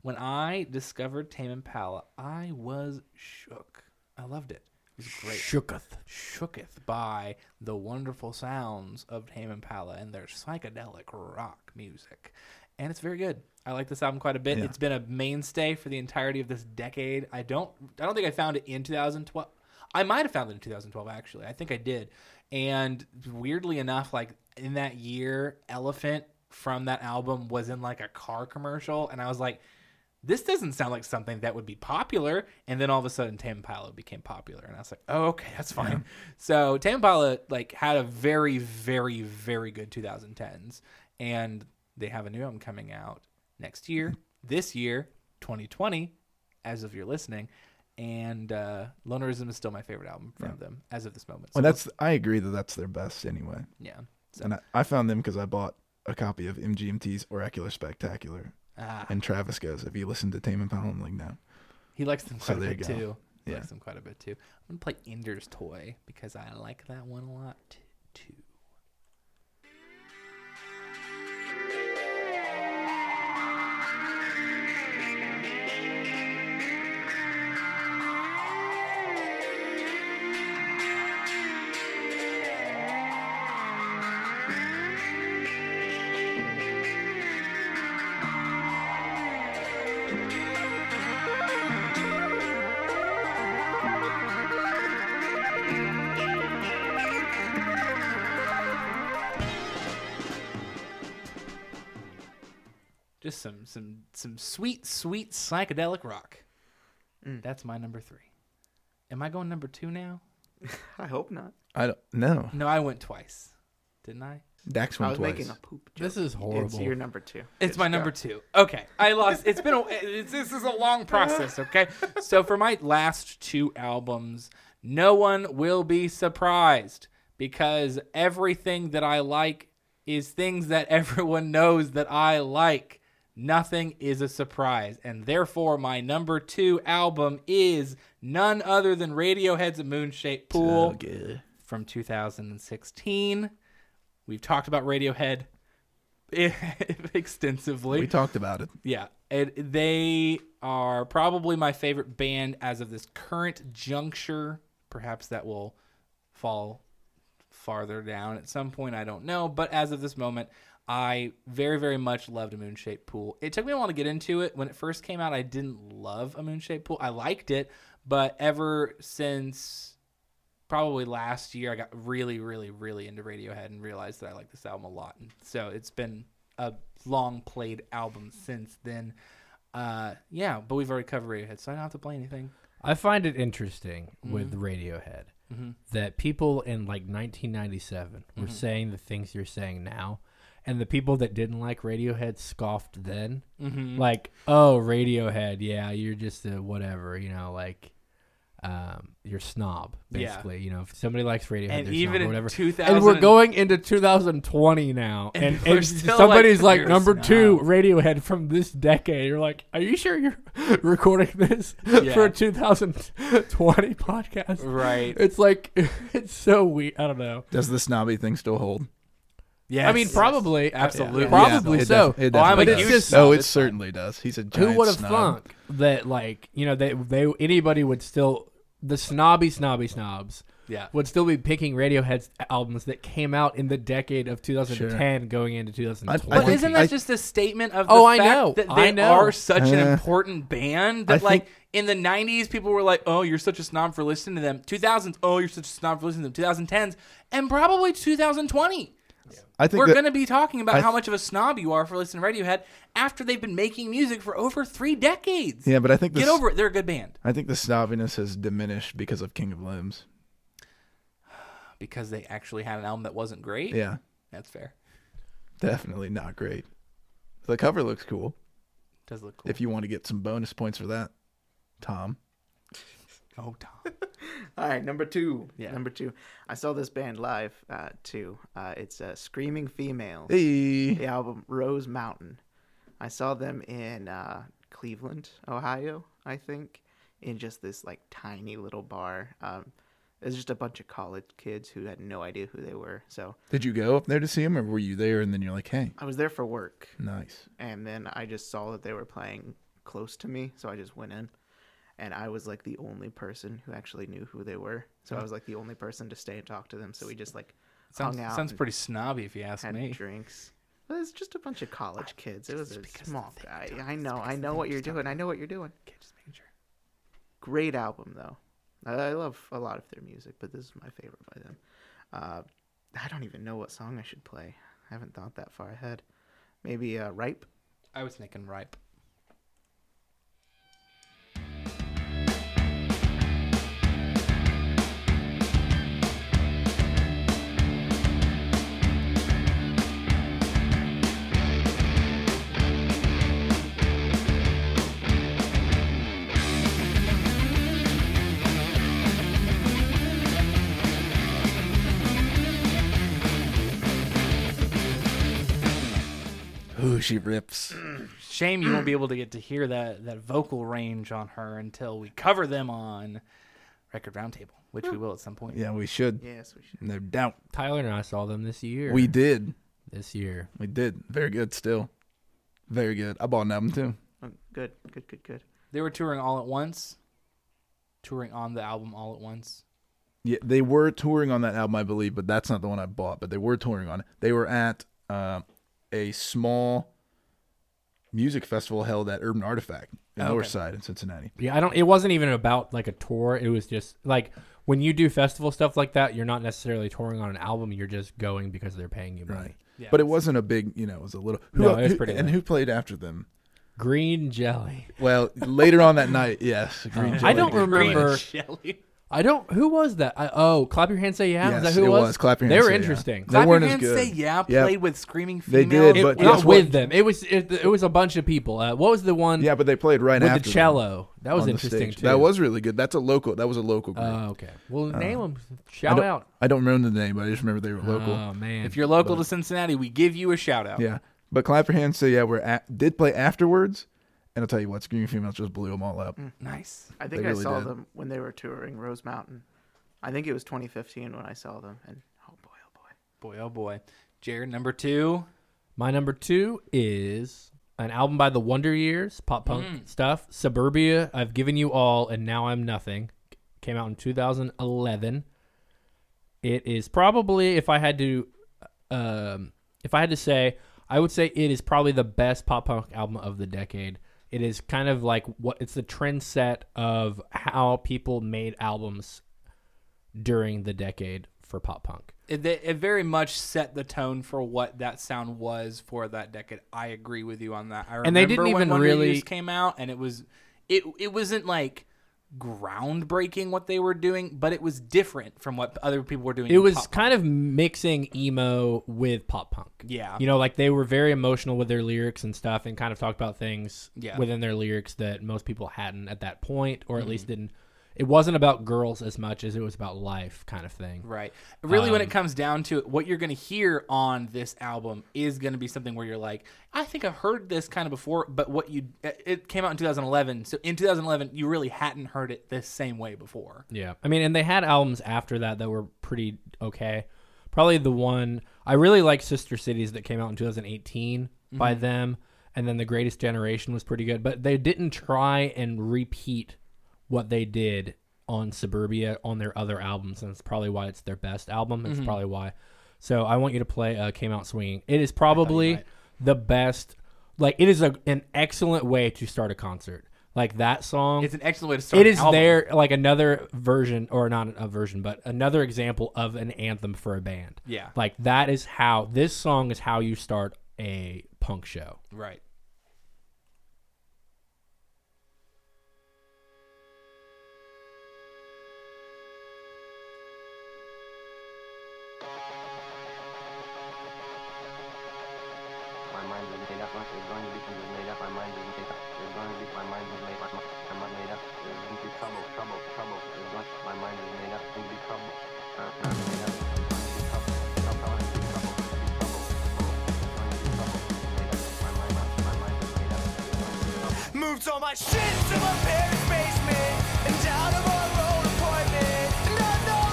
Speaker 1: When I discovered Tame Impala, I was shook. I loved it. It was great.
Speaker 3: Shooketh.
Speaker 1: Shooketh by the wonderful sounds of Tame Impala and their psychedelic rock music. And it's very good. I like this album quite a bit. It's been a mainstay for the entirety of this decade. I don't I don't think I found it in 2012. I might have found it in 2012 actually. I think I did. And weirdly enough like in that year Elephant from that album was in like a car commercial and I was like this doesn't sound like something that would be popular. And then all of a sudden, Tame Impala became popular, and I was like, oh, okay, that's fine. So Tame Impala like had a very, very, very good 2010s, and they have a new album coming out next year, this year, 2020, as of you're listening. And uh, Lonerism is still my favorite album from them as of this moment. So,
Speaker 4: Well, that's I agree that that's their best anyway.
Speaker 1: yeah. So,
Speaker 4: And I, I found them because I bought a copy of MGMT's Oracular Spectacular,
Speaker 1: ah,
Speaker 4: and Travis goes, "Have you listened to Tame Impala?" I'm like, "No."
Speaker 1: he likes them
Speaker 4: So
Speaker 1: quite a
Speaker 4: there
Speaker 1: bit
Speaker 4: you go.
Speaker 1: too. He
Speaker 4: Yeah.
Speaker 1: likes them quite a bit too. I'm gonna play Ender's Toy because I like that one a lot too. just some some some sweet sweet psychedelic rock that's my number three am i going number two now
Speaker 2: I hope not.
Speaker 4: I don't. No,
Speaker 1: no i went twice didn't i
Speaker 4: Dax
Speaker 2: I
Speaker 4: went
Speaker 2: was
Speaker 4: twice.
Speaker 2: making a poop joke.
Speaker 3: This
Speaker 2: It's
Speaker 3: is horrible.
Speaker 2: your number two.
Speaker 1: it's my number two okay i lost it's been a it's, this is a long process okay so for my last two albums no one will be surprised because everything that i like is things that everyone knows that i like Nothing is a surprise, and therefore my number two album is none other than Radiohead's Moon Shaped Pool from 2016. We've talked about Radiohead extensively.
Speaker 4: We talked about it.
Speaker 1: Yeah, it, they are probably my favorite band as of this current juncture. Perhaps that will fall farther down at some point. I don't know, but as of this moment, I very, very much loved a moon shaped pool. It took me a while to get into it. When it first came out, I didn't love a moon shaped pool. I liked it, but ever since probably last year, I got really, really, really into Radiohead and realized that I like this album a lot. And so it's been a long played album since then. Uh, yeah, but we've already covered Radiohead, so I don't have to play anything.
Speaker 3: I find it interesting with
Speaker 1: Mm-hmm.
Speaker 3: Radiohead that people in like 1997 were
Speaker 1: Mm-hmm.
Speaker 3: saying the things you're saying now, and the people that didn't like Radiohead scoffed then,
Speaker 1: Mm-hmm. Mm.
Speaker 3: like, "Oh, Radiohead, yeah, you're just a whatever, you know, like." Um, you're snob,
Speaker 1: Yeah.
Speaker 3: basically. You know, if somebody likes Radiohead,
Speaker 1: And
Speaker 3: they're
Speaker 1: even
Speaker 3: snob or
Speaker 1: in
Speaker 3: whatever.
Speaker 1: 2000
Speaker 3: and we're going into 2020 now,
Speaker 1: And
Speaker 3: and,
Speaker 1: we're
Speaker 3: and
Speaker 1: still
Speaker 3: somebody's
Speaker 1: like,
Speaker 3: like,
Speaker 1: "You're a
Speaker 3: number two
Speaker 1: snob."
Speaker 3: Radiohead from this decade. You're like, are you sure you're recording this for
Speaker 1: Yeah.
Speaker 3: a 2020 podcast?
Speaker 1: Right.
Speaker 3: It's like it's so weird. I don't know.
Speaker 4: Does the snobby thing still hold?
Speaker 1: Yeah,
Speaker 3: I mean, probably,
Speaker 1: Absolutely.
Speaker 3: probably
Speaker 4: Yeah, it
Speaker 3: so.
Speaker 4: def- it
Speaker 1: Oh, I'm
Speaker 4: definitely
Speaker 1: a
Speaker 4: does.
Speaker 1: huge
Speaker 4: No,
Speaker 1: snob,
Speaker 4: it
Speaker 1: it's fine.
Speaker 4: certainly does. He's a giant
Speaker 3: Who would have
Speaker 4: snob.
Speaker 3: thunk that? Like, you know, they they anybody would still the snobby snobby snobs.
Speaker 1: Yeah.
Speaker 3: would still be picking Radiohead's albums that came out in the decade of 2010 going into 2020.
Speaker 4: I
Speaker 1: But
Speaker 4: think-
Speaker 1: isn't that
Speaker 4: I-
Speaker 1: just a statement of the
Speaker 3: Oh, I
Speaker 1: fact
Speaker 3: know.
Speaker 1: that they
Speaker 3: I know.
Speaker 1: are such an
Speaker 4: Uh,
Speaker 1: important band that,
Speaker 4: I
Speaker 1: like,
Speaker 4: think-
Speaker 1: in the 90s, people were like, oh, you're such a snob for listening to them. 2000s, oh, you're such a snob for listening to them. 2010s, and probably 2020.
Speaker 4: I think
Speaker 1: We're
Speaker 4: that-
Speaker 1: going to be talking about
Speaker 4: I
Speaker 1: how
Speaker 4: th-
Speaker 1: much of a snob you are for listening to Radiohead after they've been making music for over three decades.
Speaker 4: Yeah, but I think
Speaker 1: Get
Speaker 4: this,
Speaker 1: over it. They're a good band
Speaker 4: I think the snobbiness has diminished because of King of Limbs.
Speaker 1: because they actually had an album that wasn't great.
Speaker 4: Yeah,
Speaker 1: That's fair.
Speaker 4: definitely not great. The cover looks cool.
Speaker 1: Does look cool.
Speaker 4: If you want to get some bonus points for that, Tom.
Speaker 1: oh, Tom.
Speaker 2: All right, number two.
Speaker 1: Yeah.
Speaker 2: Number two. I saw this band live uh, too. Uh, it's uh, Screaming Females.
Speaker 4: Hey,
Speaker 2: The album Rose Mountain. I saw them in uh, Cleveland, Ohio, I think, in just this like tiny little bar. Um, It was just a bunch of college kids who had no idea who they were. So
Speaker 4: Did you go up there to see him, or were you there and then you're like, hey,
Speaker 2: I was there for work,
Speaker 4: nice.
Speaker 2: and then I just saw that they were playing close to me, so I just went in, and I was like the only person who actually knew who they were. So I was like the only person to stay and talk to them. So we just like
Speaker 1: Hmm. Sounds,
Speaker 2: hung out.
Speaker 1: sounds
Speaker 2: and
Speaker 1: pretty snobby if you ask
Speaker 2: Oh, had
Speaker 1: me.
Speaker 2: drinks. But It was just a bunch of college kids. It was a
Speaker 1: because of the
Speaker 2: small
Speaker 1: thing
Speaker 2: guy.
Speaker 1: we talked-
Speaker 2: I
Speaker 1: it's
Speaker 2: know.
Speaker 1: because
Speaker 2: I
Speaker 1: of the
Speaker 2: know
Speaker 1: thing
Speaker 2: what
Speaker 1: we
Speaker 2: you're
Speaker 1: just talked
Speaker 2: doing. I know what you're doing.
Speaker 1: Okay, just making sure.
Speaker 2: Great album though. I I love a lot of their music, but this is my favorite by them. Uh, I don't even know what song I should play. I haven't thought that far ahead. Maybe uh, "Ripe."
Speaker 1: I was thinking ripe.
Speaker 4: Ooh, she rips.
Speaker 1: Shame you won't be able to get to hear that that vocal range on her until we cover them on Record Roundtable, which we will at some point.
Speaker 4: Yeah, we should.
Speaker 2: Yes, we should.
Speaker 4: No doubt.
Speaker 3: Tyler and I saw them this year.
Speaker 4: We did.
Speaker 3: this year.
Speaker 4: We did. Very good still. Very good. I bought an album too.
Speaker 2: Oh, good, good, good, good.
Speaker 1: They were touring all at once, touring on the album all at once.
Speaker 4: Yeah, they were touring on that album, I believe, but that's not the one I bought. But they were touring on it. They were at uh, a small music festival held at Urban Artifact in
Speaker 1: Oh,
Speaker 4: Lower
Speaker 1: okay.
Speaker 4: Side in Cincinnati.
Speaker 3: Yeah, I don't. It wasn't even about like a tour. It was just like when you do festival stuff like that, you're not necessarily touring on an album. You're just going because they're paying you money.
Speaker 4: Right.
Speaker 1: Yeah,
Speaker 4: but it wasn't a big, you know, it was a little. Who,
Speaker 3: No, it was
Speaker 4: who-
Speaker 3: pretty
Speaker 4: And
Speaker 3: lit.
Speaker 4: who played after them?
Speaker 3: Green jelly.
Speaker 4: Well, later on that night, yes. Green
Speaker 3: Uh, I
Speaker 4: Jelly
Speaker 3: don't
Speaker 4: did play.
Speaker 3: remember-
Speaker 1: Shelly.
Speaker 3: I don't. Who was that? I, oh, clap your hands, say yeah.
Speaker 4: Yes,
Speaker 3: was that who
Speaker 4: it
Speaker 3: it
Speaker 4: was. Clap Your
Speaker 3: They
Speaker 4: Hands,
Speaker 3: were
Speaker 4: Say Yeah.
Speaker 3: interesting.
Speaker 4: They
Speaker 1: Clap
Speaker 4: weren't
Speaker 1: your
Speaker 4: as
Speaker 1: hands,
Speaker 4: good.
Speaker 1: say yeah.
Speaker 4: Yep.
Speaker 1: Played with screaming
Speaker 4: They
Speaker 1: females.
Speaker 4: did, but
Speaker 3: It-
Speaker 4: guess
Speaker 3: not
Speaker 4: what?
Speaker 3: with them. It was it, it was a bunch of people. Uh, what was the one
Speaker 4: Yeah, but they played right
Speaker 3: with
Speaker 4: after
Speaker 3: the
Speaker 4: them
Speaker 3: cello? That was
Speaker 4: on the
Speaker 3: interesting
Speaker 4: stage.
Speaker 3: too.
Speaker 4: That was really good. That's a local. That was a local group.
Speaker 3: Oh, okay. Well, name them.
Speaker 4: I
Speaker 3: Shout
Speaker 4: don't-
Speaker 3: out.
Speaker 4: I don't remember the name, but I just remember they were local.
Speaker 3: Oh man.
Speaker 1: if you're local to Cincinnati, we give you a shout out.
Speaker 4: Yeah, but clap your hands. So yeah, we're at, did play afterwards, and I'll tell you what, Screaming Females just blew them all up.
Speaker 1: Nice.
Speaker 2: I think
Speaker 4: They really
Speaker 2: I saw
Speaker 4: did.
Speaker 2: them when they were touring Rose Mountain. I think it was 2015 when I saw them, and oh boy, oh boy.
Speaker 1: Boy, oh boy. Jared, number two.
Speaker 3: My number two is an album by the Wonder Years, pop punk stuff. Suburbia, I've given you all, and now I'm nothing. Came out in 2011. It is probably, if I had to, um, if I had to say, I would say it is probably the best pop punk album of the decade. It is kind of like what it's the trend set of how people made albums during the decade for pop punk.
Speaker 1: It, they- it very much set the tone for what that sound was for that decade. I agree with you on that. I remember
Speaker 3: And they didn't
Speaker 1: when
Speaker 3: even
Speaker 1: Wonder
Speaker 3: really-
Speaker 1: Years came out, and it was it it wasn't like groundbreaking what they were doing, but it was different from what other people were doing.
Speaker 3: it
Speaker 1: in
Speaker 3: was
Speaker 1: pop.
Speaker 3: kind of mixing emo with pop punk.
Speaker 1: Yeah.
Speaker 3: You know, like they were very emotional with their lyrics and stuff and kind of talked about things
Speaker 1: Yeah. Mm-hmm.
Speaker 3: within their lyrics that most people hadn't at that point or at least didn't. It wasn't about girls as much as it was about life kind of thing.
Speaker 1: Right. Really, when it comes down to it, what you're going to hear on this album is going to be something where you're like, I think I've heard this kind of before, but what you, uh, it came out in 2011. So in 2011, you really hadn't heard it this same way before.
Speaker 3: Yeah. I mean, and they had albums after that that were pretty okay. Probably the one I really like Sister Cities that came out in 2018 by them and then The Greatest Generation was pretty good, but they didn't try and repeat what they did on Suburbia on their other albums and it's probably why it's their best album. It's probably why. So I want you to play uh, Came Out Swinging. It is probably the best like it is a, an excellent way to start a concert. Like that song
Speaker 1: It's an excellent way to start.
Speaker 3: it
Speaker 1: an
Speaker 3: is
Speaker 1: album.
Speaker 3: there like another version or not a version but another example of an anthem for a band
Speaker 1: Yeah.
Speaker 3: like that is how this song is how you start a punk show
Speaker 1: Right.
Speaker 6: My mind is made up. It's going to become made up. My mind is made up. It's going to be my mind is made up. My mind made up. It's going to be trouble, trouble, trouble. It's going my mind is made up. It's going to be trouble. Uh, uh, made up. It's going to be trouble, trouble, trouble. It's going to be trouble, trouble. It's going to be trouble. Made up. My mind, my mind is made up. It's going to be trouble.
Speaker 9: Moved all my shit to my parents' basement and out of our own apartment. And I know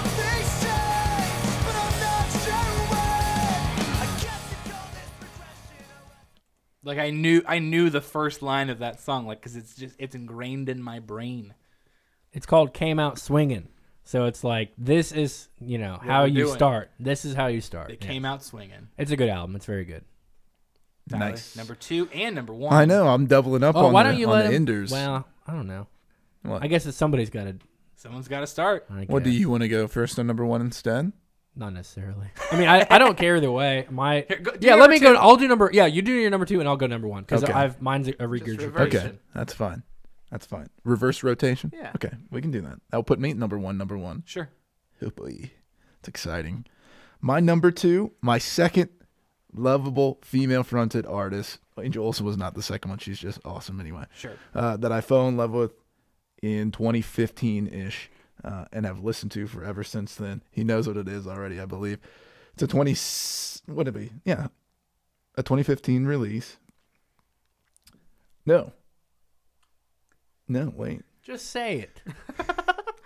Speaker 1: Like I knew I knew the first line of that song, like because it's just it's ingrained in my brain.
Speaker 3: It's called Came Out Swinging. So it's like this is you know how
Speaker 1: we're
Speaker 3: you
Speaker 1: doing.
Speaker 3: start. This is how you start.
Speaker 1: It
Speaker 3: Yeah.
Speaker 1: came out swinging.
Speaker 3: It's a good album. It's very good.
Speaker 1: Tyler,
Speaker 4: Nice.
Speaker 1: Number two and number one.
Speaker 4: I know. I'm doubling up
Speaker 3: Oh,
Speaker 4: on
Speaker 3: why
Speaker 4: the,
Speaker 3: don't you
Speaker 4: on
Speaker 3: let
Speaker 4: the
Speaker 3: him?
Speaker 4: enders.
Speaker 3: Well, I don't know.
Speaker 4: What?
Speaker 3: I guess it's somebody's got to.
Speaker 1: Someone's got to start.
Speaker 4: What do you want to go first on number one instead?
Speaker 3: Not necessarily. I mean, I, I don't care either way. My
Speaker 1: Here, go- do
Speaker 3: yeah.
Speaker 1: your
Speaker 3: Let
Speaker 1: number
Speaker 3: me
Speaker 1: two.
Speaker 3: go. I'll do number. Yeah, you do your number two, and I'll go number one because
Speaker 4: Okay.
Speaker 3: I've mine's a, a
Speaker 2: reverse
Speaker 3: regurgitation.
Speaker 4: Okay, that's fine. That's fine. Reverse rotation.
Speaker 2: Yeah.
Speaker 4: Okay, we can do that. That'll put me at number one. Number one.
Speaker 1: Sure.
Speaker 4: Oh boy, it's exciting. My number two, my second lovable female fronted artist. Angel Olsen was not the second one. She's just awesome anyway.
Speaker 1: Sure.
Speaker 4: Uh, that I fell in love with in 2015 ish uh, and have listened to for ever since then. He knows what it is already, I believe. It's a 20, s- what would it be? Yeah. A 2015 release. No. No, wait.
Speaker 3: Just say it.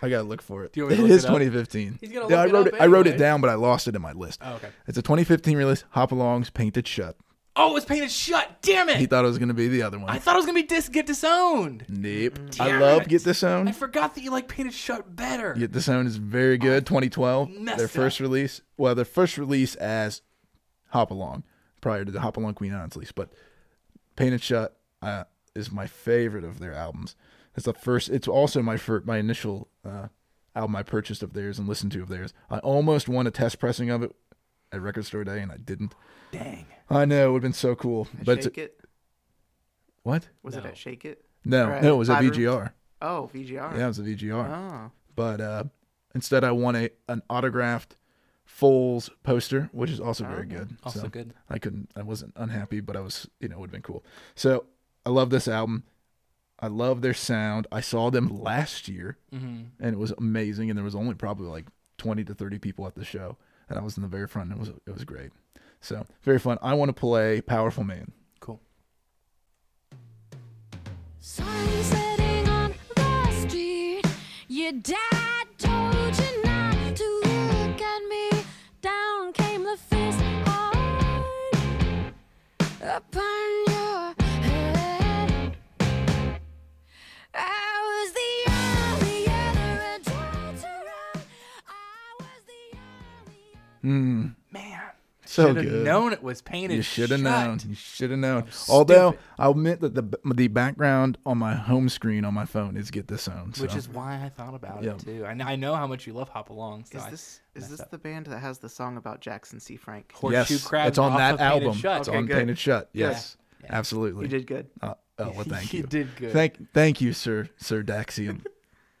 Speaker 4: I gotta look for it.
Speaker 1: Do you want
Speaker 4: It
Speaker 1: me to look
Speaker 4: is
Speaker 1: it up?
Speaker 4: 2015.
Speaker 3: He's gonna
Speaker 4: yeah,
Speaker 3: look
Speaker 4: I
Speaker 3: it
Speaker 4: wrote
Speaker 3: up
Speaker 4: it. I wrote it
Speaker 3: anyway.
Speaker 4: down, but I lost it in my list.
Speaker 1: Oh, okay.
Speaker 4: It's a 2015 release. Hop Along's "Painted Shut."
Speaker 1: Oh, it was painted shut. Damn it!
Speaker 4: He thought it was gonna be the other one.
Speaker 1: I thought it was gonna be dis- get disowned.
Speaker 4: nope. I
Speaker 1: Damn
Speaker 4: love
Speaker 1: it.
Speaker 4: "Get This
Speaker 1: I
Speaker 4: Own."
Speaker 1: forgot that you like painted shut better.
Speaker 4: "Get This Own" is very good. 2012,
Speaker 1: Oh, messed
Speaker 4: their
Speaker 1: up.
Speaker 4: first release. Well, their first release as Hop Along, prior to the Hop Along Queen Anne's release. But "Painted Shut" uh, is my favorite of their albums. It's the first. It's also my first, my initial uh, album I purchased of theirs and listened to of theirs. I almost won a test pressing of it at Record Store Day, and I didn't.
Speaker 1: Dang.
Speaker 4: I know it would have been so cool, but it's
Speaker 2: Shake It?
Speaker 4: what?
Speaker 2: Was it
Speaker 1: No.
Speaker 2: at Shake It?
Speaker 4: No,
Speaker 2: Or at
Speaker 4: no, it was a
Speaker 2: Five Rooms?
Speaker 4: VGR.
Speaker 2: Oh, VGR.
Speaker 4: Yeah, it was a VGR.
Speaker 2: Oh.
Speaker 4: But uh, instead, I won a an autographed Foles poster, which is also very good.
Speaker 1: Oh, Also
Speaker 4: So
Speaker 1: good.
Speaker 4: I couldn't, I wasn't unhappy, but I was, you know, it would have been cool. So I love this album. I love their sound. I saw them last year,
Speaker 1: Mm-hmm.
Speaker 4: and it was amazing. And there was only probably like twenty to thirty people at the show, and I was in the very front. And it was it was great. So very fun. I want to play "Powerful Man."
Speaker 1: Cool.
Speaker 7: Sun setting on the street. Your dad told you not to look at me. Down came the fist Oh. hard upon your head. I was the only other adult around. I was the only
Speaker 1: Man.
Speaker 4: So
Speaker 1: Should have
Speaker 4: Oh, good.
Speaker 1: known it was painted.
Speaker 4: You should have
Speaker 1: shut.
Speaker 4: known. You should have known. Although I'll admit that the the background on my home screen on my phone is "Get This Own," so.
Speaker 1: Which is why I thought about
Speaker 4: Yeah.
Speaker 1: it too. I know, I know how much you love Hop Along. So
Speaker 2: Is
Speaker 1: I-
Speaker 2: this is
Speaker 1: messed
Speaker 2: this
Speaker 1: up.
Speaker 2: the band that has the song about Jackson C. Frank?
Speaker 1: Horseshoe
Speaker 4: yes,
Speaker 1: Crab
Speaker 4: It's on
Speaker 1: off
Speaker 4: that
Speaker 1: of Painted
Speaker 4: album.
Speaker 1: Shut.
Speaker 4: It's
Speaker 1: Okay,
Speaker 4: on
Speaker 2: good.
Speaker 4: Painted Shut. Yes,
Speaker 1: Yeah.
Speaker 4: absolutely.
Speaker 2: You did good.
Speaker 4: Uh, oh, well, thank
Speaker 1: You
Speaker 4: you.
Speaker 1: did good.
Speaker 4: Thank, thank you, sir, sir Daxian.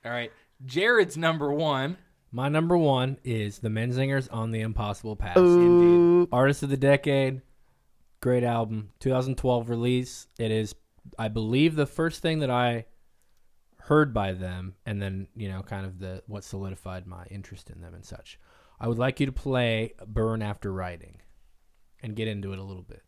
Speaker 1: All right. Jared's number one.
Speaker 3: My number one is the Menzingers on the Impossible Path.
Speaker 1: Indeed.
Speaker 3: Artist of the Decade, great album, 2012 release. It is, I believe, the first thing that I heard by them, and then you know, kind of the what solidified my interest in them and such. I would like you to play "Burn After Writing" and get into it a little bit.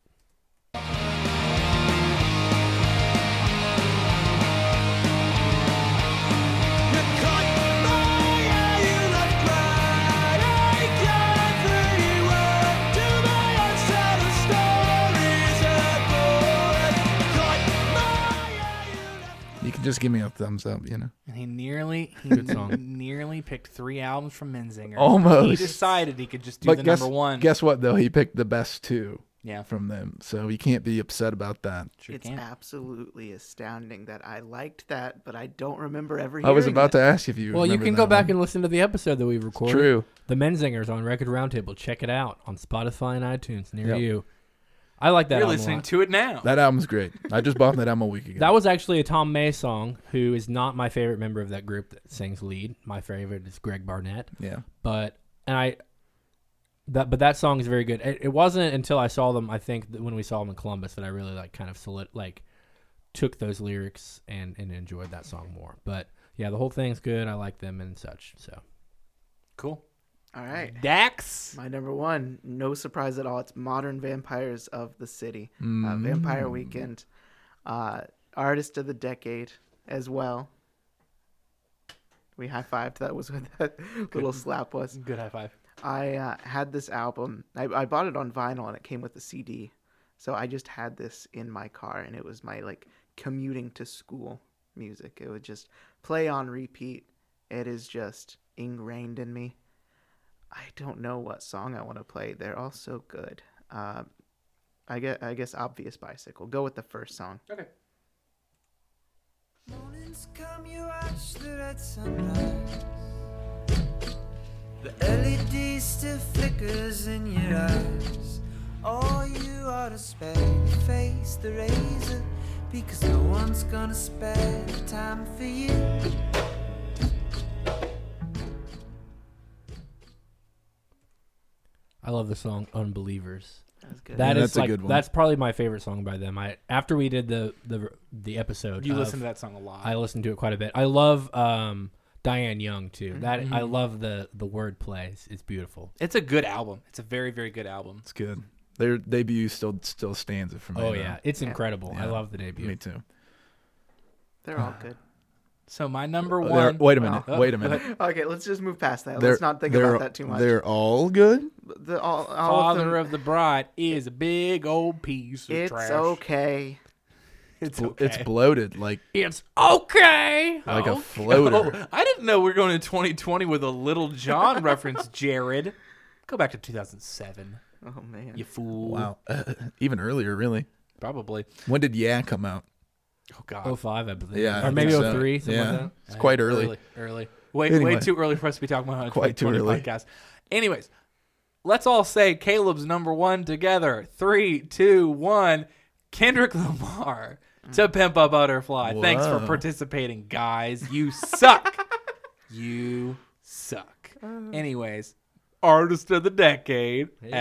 Speaker 4: you can just give me a thumbs up, you know.
Speaker 1: And he nearly he
Speaker 3: Good song.
Speaker 1: nearly picked three albums from Menzinger. He
Speaker 4: Almost.
Speaker 1: decided he could just do the
Speaker 4: guess,
Speaker 1: number one.
Speaker 4: guess what though? He picked the best two
Speaker 1: yeah.
Speaker 4: from them, so you can't be upset about that.
Speaker 1: Sure
Speaker 2: it's
Speaker 1: can.
Speaker 2: absolutely astounding that I liked that, but I don't remember ever hearing
Speaker 4: I was about
Speaker 2: it.
Speaker 4: to ask if you.
Speaker 3: Well, you
Speaker 4: remembered
Speaker 3: can go
Speaker 4: that
Speaker 3: back
Speaker 4: one.
Speaker 3: and listen to the episode that we recorded.
Speaker 4: True.
Speaker 3: The Menzingers on Record Roundtable. Check it out on Spotify and iTunes near
Speaker 4: Yep.
Speaker 3: you. I like that.
Speaker 1: You're
Speaker 3: album a
Speaker 1: listening
Speaker 3: lot.
Speaker 1: to it now.
Speaker 4: That album's great. I just bought that album a week ago.
Speaker 3: That was actually a Tom May song, who is not my favorite member of that group that sings lead. My favorite is Greg Barnett.
Speaker 4: yeah.
Speaker 3: But and I that but that song is very good. It, it wasn't until I saw them, I think, that when we saw them in Columbus, that I really like kind of solid like took those lyrics and and enjoyed that song more. But yeah, the whole thing's good. I like them and such. So
Speaker 1: cool.
Speaker 2: All right.
Speaker 1: Dax.
Speaker 2: My number one, no surprise at all, it's Modern Vampires of the City, uh,
Speaker 1: Mm.
Speaker 2: Vampire Weekend, uh, Artist of the Decade as well. We high fived. That was what that little slap was.
Speaker 1: Good high five.
Speaker 2: I uh, had this album. I, I bought it on vinyl and it came with a CD. So I just had this in my car, and it was my like commuting to school music. It would just play on repeat. It is just ingrained in me. I don't know what song I want to play. They're all so good. Uh, I guess, I guess obvious bicycle. Go with the first song.
Speaker 1: Okay.
Speaker 6: Mornings come, you watch the red sunrise. The LED still flickers in your eyes. All you ought to spare to face the razor, because no one's gonna spare the time for you.
Speaker 3: I love the song "Unbelievers."
Speaker 2: That's good.
Speaker 3: That is
Speaker 4: Yeah, that's a
Speaker 3: like
Speaker 4: good one.
Speaker 3: that's probably my favorite song by them. I after we did the the the episode,
Speaker 1: You
Speaker 3: of-
Speaker 1: listen to that song a lot.
Speaker 3: I listened to it quite a bit. I love um, Diane Young
Speaker 1: Mm-hmm.
Speaker 3: too. That I love the the word play. It's, it's beautiful.
Speaker 1: it's a good album. It's a very, very good album.
Speaker 4: It's good. Their debut still still stands it for me.
Speaker 3: Oh
Speaker 4: though.
Speaker 3: yeah, it's incredible. I
Speaker 4: Yeah.
Speaker 3: love the debut.
Speaker 4: me too.
Speaker 2: They're all good.
Speaker 1: So my number
Speaker 4: They're-
Speaker 1: one.
Speaker 4: wait a minute.
Speaker 1: Oh,
Speaker 4: wait a
Speaker 1: go
Speaker 4: minute.
Speaker 2: Okay, let's just move past that.
Speaker 4: They're-
Speaker 2: uh, let's not think
Speaker 4: they're-
Speaker 2: about that too much.
Speaker 4: They're all good.
Speaker 2: The all, all of them.
Speaker 1: Father of the Bride is a big old piece of
Speaker 2: it's
Speaker 1: trash.
Speaker 2: okay.
Speaker 1: It's
Speaker 4: Bl-
Speaker 1: okay.
Speaker 4: It's bloated like
Speaker 3: It's okay.
Speaker 4: like a
Speaker 1: Okay.
Speaker 4: floater.
Speaker 1: Oh, I didn't know we are going to 2020 with a Little John reference, Jared. Go back to 2007,
Speaker 2: Oh man.
Speaker 1: you fool.
Speaker 4: Wow. uh, Even earlier, really.
Speaker 1: Probably.
Speaker 4: When did Yeah come out?
Speaker 1: Oh God.
Speaker 3: Oh five, I believe.
Speaker 4: Yeah. I
Speaker 3: or
Speaker 4: think
Speaker 3: maybe
Speaker 4: so.
Speaker 3: oh three. Something
Speaker 4: Yeah.
Speaker 3: like that.
Speaker 4: It's quite early.
Speaker 1: Early. early. Way, way
Speaker 4: Anyway.
Speaker 1: too early for us to be talking about on a
Speaker 4: Quite too
Speaker 1: 2020
Speaker 4: early.
Speaker 1: podcast. Anyways, let's all say Caleb's number one together. Three, two, one. Kendrick Lamar
Speaker 3: Mm.
Speaker 1: to Pimp a Butterfly. Thanks for
Speaker 4: Whoa.
Speaker 1: participating, guys. You suck. you suck.
Speaker 3: Uh.
Speaker 1: Anyways, artist of the decade.
Speaker 3: there you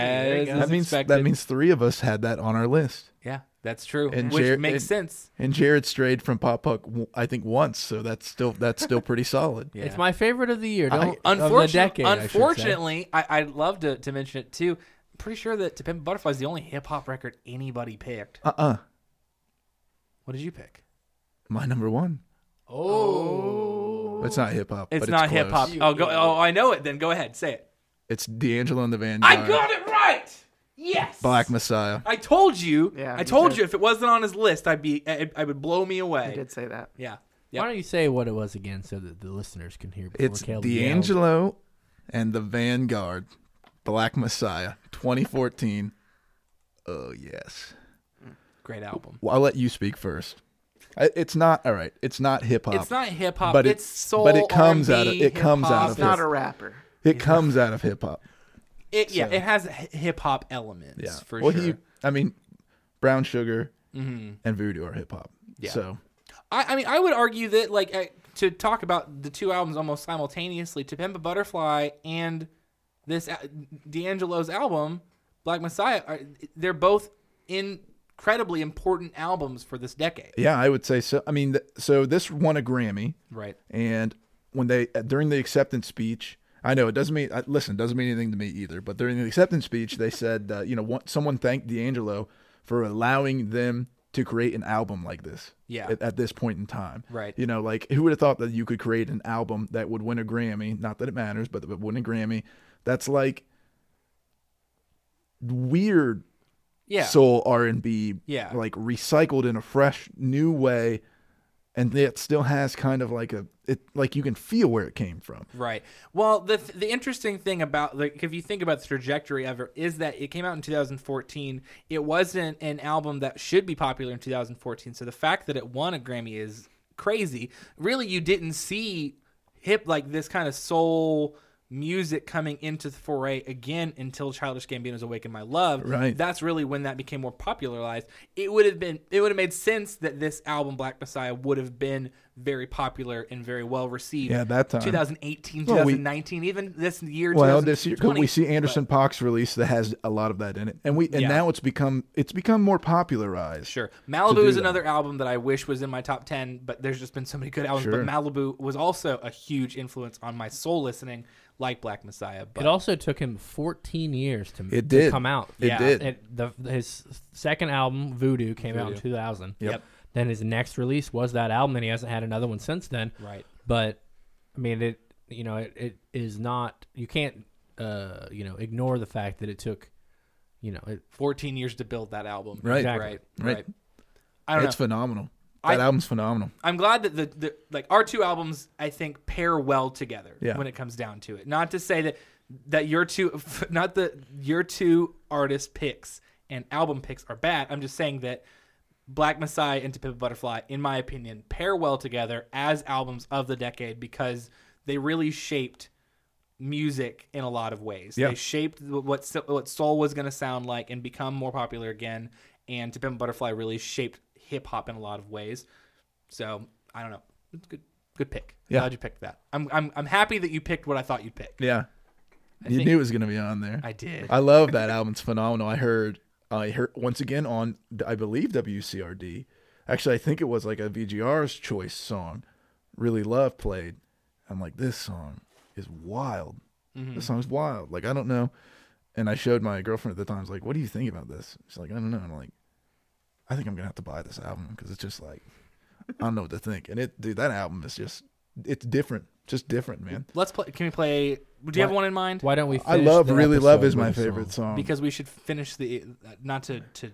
Speaker 1: as
Speaker 3: go.
Speaker 1: is
Speaker 4: That means
Speaker 1: expected.
Speaker 4: that means three of us had that on our list.
Speaker 1: yeah, that's true.
Speaker 4: And
Speaker 1: which
Speaker 4: Jer-
Speaker 1: makes
Speaker 4: and-
Speaker 1: sense.
Speaker 4: And Jared strayed from Pop Punk, w- I think once, so that's still that's still pretty solid.
Speaker 1: Yeah.
Speaker 3: It's my favorite of the year.
Speaker 4: I-
Speaker 3: Don't, of the
Speaker 1: Unfortunately,
Speaker 3: decade, I should say.
Speaker 1: unfortunately, I, I'd love to, to mention it too. I'm pretty sure that "To Pimp a Butterfly" is the only hip hop record anybody picked.
Speaker 4: Uh uh
Speaker 1: What did you pick?
Speaker 4: My number one.
Speaker 1: Oh,
Speaker 4: It's not hip hop.
Speaker 1: it's
Speaker 4: but
Speaker 1: not
Speaker 4: it's close.
Speaker 1: hip hop. Oh, go, oh, I know it. Then go ahead, say it.
Speaker 4: It's D'Angelo and the Van.
Speaker 1: I
Speaker 4: Dyne,
Speaker 1: got it right. Yes.
Speaker 4: Black Messiah.
Speaker 1: I told you.
Speaker 2: Yeah,
Speaker 1: I
Speaker 2: you
Speaker 1: told
Speaker 2: did.
Speaker 1: you if it wasn't on his list, I'd be. I, I would blow me away.
Speaker 2: I did say that.
Speaker 1: Yeah.
Speaker 3: Why don't you say what it was again so that the listeners can hear? Before
Speaker 4: It's
Speaker 3: Caleb yelled?
Speaker 4: D'Angelo and the Vanguard, Black Messiah, 2014. oh yes.
Speaker 1: Great album.
Speaker 4: Well, I'll let you speak first. I, it's not all right. It's not hip hop.
Speaker 1: It's not hip hop,
Speaker 4: But it-
Speaker 1: it's soul.
Speaker 4: but it comes out of-
Speaker 1: R&B,
Speaker 4: it comes out
Speaker 1: hip-hop.
Speaker 4: of
Speaker 2: It's not a rapper.
Speaker 4: It comes out of hip hop.
Speaker 1: It, yeah,
Speaker 4: so-
Speaker 1: it has hip hop elements
Speaker 4: Yeah.
Speaker 1: for
Speaker 4: well,
Speaker 1: sure. Mm-hmm.
Speaker 4: he. I mean, Brown Sugar and Voodoo are hip hop. Yeah. So
Speaker 1: I, I mean, I would argue that like uh, to talk about the two albums almost simultaneously, "To Pimp a Butterfly" and this uh, D'Angelo's album, "Black Messiah," are, they're both incredibly important albums for this decade.
Speaker 4: yeah, I would say so. I mean, th- so this won a Grammy.
Speaker 1: Right.
Speaker 4: and when they uh, during the acceptance speech i know it doesn't mean I- listen it doesn't mean anything to me either but during the acceptance speech they said uh, you know one, someone thanked d'angelo for allowing them to create an album like this
Speaker 1: Yeah.
Speaker 4: at, at this point in time
Speaker 1: Right.
Speaker 4: you know like who would have thought that you could create an album that would win a grammy not that it matters but that would win a grammy that's like weird
Speaker 1: Yeah.
Speaker 4: soul r&b
Speaker 1: Yeah.
Speaker 4: like recycled in a fresh new way and it still has kind of like a it like you can feel where it came from
Speaker 1: Right. Well, the th- the interesting thing about like if you think about the trajectory of it is that it came out in 2014. It wasn't an album that should be popular in 2014. So the fact that it won a Grammy is crazy. Really, you didn't see hip like this kind of soul music coming into the foray again until Childish Gambino's "Awaken My Love."
Speaker 4: Right.
Speaker 1: That's really when that became more popularized. It would have been it would have made sense that this album Black Messiah would have been very popular and very well received.
Speaker 4: Yeah, that time.
Speaker 1: 2018,
Speaker 4: Well, we-
Speaker 1: 2019, even this year.
Speaker 4: well this year 'cause
Speaker 1: 2020.
Speaker 4: we see anderson Pox release that has a lot of that in it and we and
Speaker 1: Yeah.
Speaker 4: now it's become it's become more popularized
Speaker 1: Sure.
Speaker 4: do
Speaker 1: Malibu is
Speaker 4: that.
Speaker 1: another album that I wish was in my top 10, but there's just been so many good albums.
Speaker 4: Sure.
Speaker 1: But Malibu was also a huge influence on my soul listening, like Black Messiah. But
Speaker 3: It also took him 14 years to,
Speaker 4: It
Speaker 3: to
Speaker 4: did.
Speaker 3: come out.
Speaker 4: It
Speaker 1: Yeah.
Speaker 4: did
Speaker 3: It- the, his second album, Voodoo, came out in
Speaker 1: Voodoo.
Speaker 3: 2000.
Speaker 1: Yep.
Speaker 3: Then his next release was that album, and he hasn't had another one since then.
Speaker 1: Right.
Speaker 3: But I mean, it you know it, it is not you can't uh you know ignore the fact that it took you know, it,
Speaker 1: 14 years to build that album.
Speaker 4: Right.
Speaker 3: Exactly.
Speaker 1: Right. Right.
Speaker 4: Right.
Speaker 1: I don't
Speaker 4: it's
Speaker 1: know.
Speaker 4: phenomenal.
Speaker 1: I-
Speaker 4: That album's phenomenal.
Speaker 1: I'm glad that the, the like our two albums I think pair well together
Speaker 4: Yeah.
Speaker 1: when it comes down to it. Not to say that that your two not that your two artist picks and album picks are bad. I'm just saying that Black Messiah and To Pimp a Butterfly, in my opinion, pair well together as albums of the decade because they really shaped music in a lot of ways.
Speaker 4: Yeah.
Speaker 1: They shaped what so- what soul was going to sound like and become more popular again. And To Pimp a Butterfly really shaped hip hop in a lot of ways. So I don't know. It's good. Good pick.
Speaker 4: Yeah.
Speaker 1: Glad you picked that. I'm I'm I'm happy that you picked what I thought you'd pick.
Speaker 4: Yeah. you
Speaker 1: think-
Speaker 4: knew it was going to be on there.
Speaker 1: I did.
Speaker 4: I love that album. It's phenomenal. I heard, I heard once again on, I believe WCRD. Actually, I think it was like a VGR's choice song. Really love played. I'm like, this song is wild.
Speaker 3: Mm-hmm.
Speaker 4: This song's wild. Like I don't know. And I showed my girlfriend at the time. I was like, what do you think about this? She's like, I don't know. I'm like, I think I'm gonna have to buy this album because it's just like, I don't know what to think. And it, dude, that album is just, it's different. Just different, man.
Speaker 1: Let's play. Can we play? Do you have one in mind?
Speaker 3: why don't we?
Speaker 4: I
Speaker 3: finish
Speaker 4: love
Speaker 3: the
Speaker 4: really love
Speaker 3: episode
Speaker 4: is my
Speaker 3: with a song?
Speaker 4: favorite song.
Speaker 1: Because we should finish the uh, not to to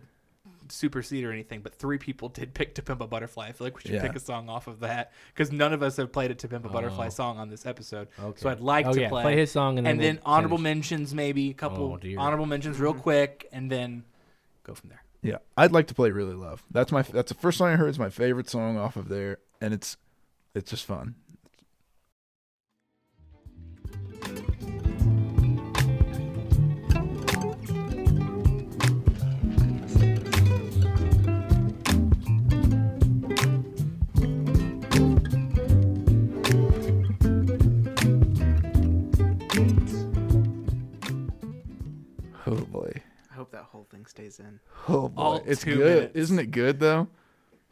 Speaker 1: supersede or anything, but three people did pick "To Pimp a Butterfly." I feel like we should
Speaker 4: Yeah.
Speaker 1: pick a song off of that because none of us have played a "To Pimp a Butterfly"
Speaker 3: Oh.
Speaker 1: song on this episode.
Speaker 3: Okay.
Speaker 1: So I'd like
Speaker 3: Oh,
Speaker 1: to
Speaker 3: yeah,
Speaker 1: play,
Speaker 3: play his song and then we'll
Speaker 1: honorable
Speaker 3: finish.
Speaker 1: mentions, maybe a
Speaker 3: Oh,
Speaker 1: couple
Speaker 3: dear.
Speaker 1: honorable mentions, real quick, and then go from there.
Speaker 4: Yeah, I'd like to play "Really Love." That's my that's the first song I heard. It's my favorite song off of there, and it's it's just fun. Oh boy.
Speaker 2: I hope that whole thing stays in.
Speaker 4: Oh boy,
Speaker 1: All
Speaker 4: it's
Speaker 1: two
Speaker 4: good,
Speaker 1: minutes.
Speaker 4: isn't it? Good though.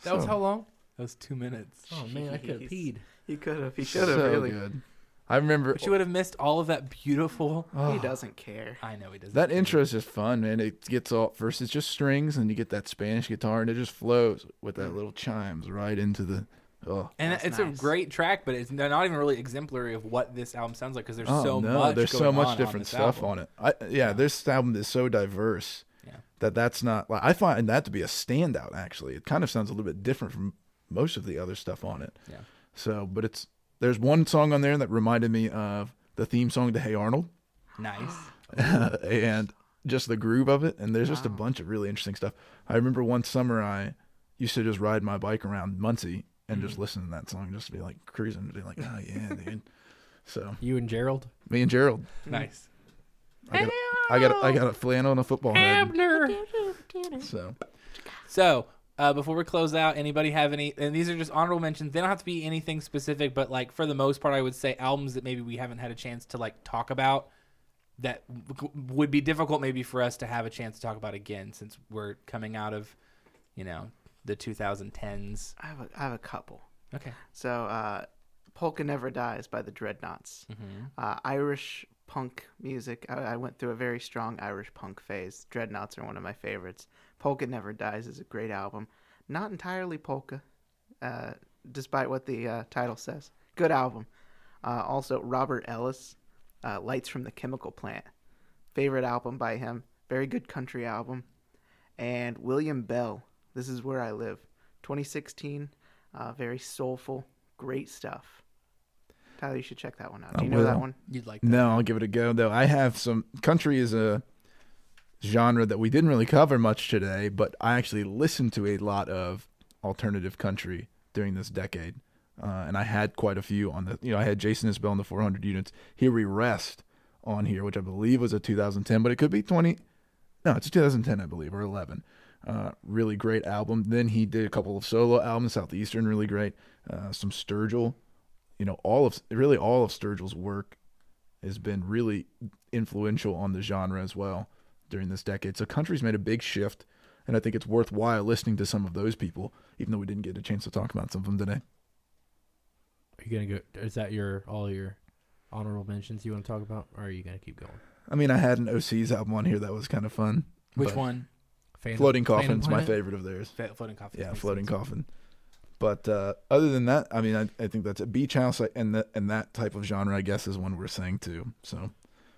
Speaker 3: That was
Speaker 4: So-
Speaker 3: how long?
Speaker 1: That was two minutes.
Speaker 3: Oh man, I could have
Speaker 2: Jeez.
Speaker 3: peed.
Speaker 2: He could have. He should have.
Speaker 4: so
Speaker 2: really.
Speaker 4: good. I remember
Speaker 1: But you would have missed all of that beautiful.
Speaker 3: Oh.
Speaker 2: He doesn't care.
Speaker 1: I know he doesn't.
Speaker 4: that
Speaker 1: care.
Speaker 4: intro is just fun, man. It gets all first it's just strings, and you get that Spanish guitar, and it just flows with that little chimes right into the. Oh,
Speaker 1: And
Speaker 2: That's
Speaker 1: it's
Speaker 2: nice.
Speaker 1: a great track, but it's not even really exemplary of what this album sounds like because there's
Speaker 4: oh,
Speaker 1: so
Speaker 4: no,
Speaker 1: much.
Speaker 4: there's
Speaker 1: going
Speaker 4: so much
Speaker 1: on on
Speaker 4: different
Speaker 1: this
Speaker 4: stuff
Speaker 1: album.
Speaker 4: on it. I, yeah, this album is so diverse
Speaker 1: Yeah.
Speaker 4: that that's not like I find that to be a standout. Actually, it kind of sounds a little bit different from most of the other stuff on it.
Speaker 1: Yeah.
Speaker 4: So, but it's there's one song on there that reminded me of the theme song to Hey Arnold.
Speaker 1: Nice.
Speaker 4: and just the groove of it. And there's just a bunch of really interesting stuff. I remember one summer I used to just ride my bike around Muncie and just listen to that song, just be like cruising, and be like, oh yeah, dude. So
Speaker 3: You and Gerald.
Speaker 4: me and Gerald,
Speaker 1: nice.
Speaker 4: I got, I got, I got a flannel and a football head. So
Speaker 1: So uh, before we close out, anybody have any? And these are just honorable mentions. They don't have to be anything specific, but like for the most part, I would say albums that maybe we haven't had a chance to like talk about that w- would be difficult maybe for us to have a chance to talk about again since we're coming out of, you know, the 2010s.
Speaker 2: I have a, I have a couple.
Speaker 1: Okay.
Speaker 2: So, uh, Polka Never Dies by the Dreadnoughts.
Speaker 4: Mm-hmm.
Speaker 2: Uh, Irish punk music. I, I went through a very strong Irish punk phase. Dreadnoughts are one of my favorites. Polka Never Dies is a great album. Not entirely polka, uh, despite what the uh, title says. Good album. Uh, also, Robert Ellis, uh, Lights from the Chemical Plant. Favorite album by him. Very good country album and William Bell. This is where I live. 2016, uh, very soulful, great stuff. Tyler, you should check that one out. Do
Speaker 4: I
Speaker 2: you know that
Speaker 4: will.
Speaker 2: one?
Speaker 1: You'd like that.
Speaker 4: no, I'll give it a go though. I have some country is a genre that we didn't really cover much today, but I actually listened to a lot of alternative country during this decade. Uh, and I had quite a few on the, you know, I had Jason Isbell on the 400 units. Here we rest on here, which I believe was a 2010, but it could be 20. No, it's 2010, I believe, or 11. Uh, really great album. Then he did a couple of solo albums, Southeastern, really great. Uh, some Sturgill, you know, all of really all of Sturgill's work has been really influential on the genre as well during this decade. So country's made a big shift, and I think it's worthwhile listening to some of those people, even though we didn't get a chance to talk about some of them today.
Speaker 3: Are you gonna go? Is that your all your honorable mentions you want to talk about, or are you gonna keep going?
Speaker 4: I mean, I had an OC's album on here that was kind of fun.
Speaker 1: Which
Speaker 4: but
Speaker 1: one?
Speaker 3: Phantom-
Speaker 4: Floating
Speaker 3: Phantom
Speaker 4: Coffin's my
Speaker 3: Planet?
Speaker 4: favorite of theirs.
Speaker 1: Fa- floating coffee.
Speaker 4: Yeah, Floating Coffin. But uh, other than that, I mean, I, I think that's a beach house I- and the, and that type of genre, I guess, is one we're saying too. So,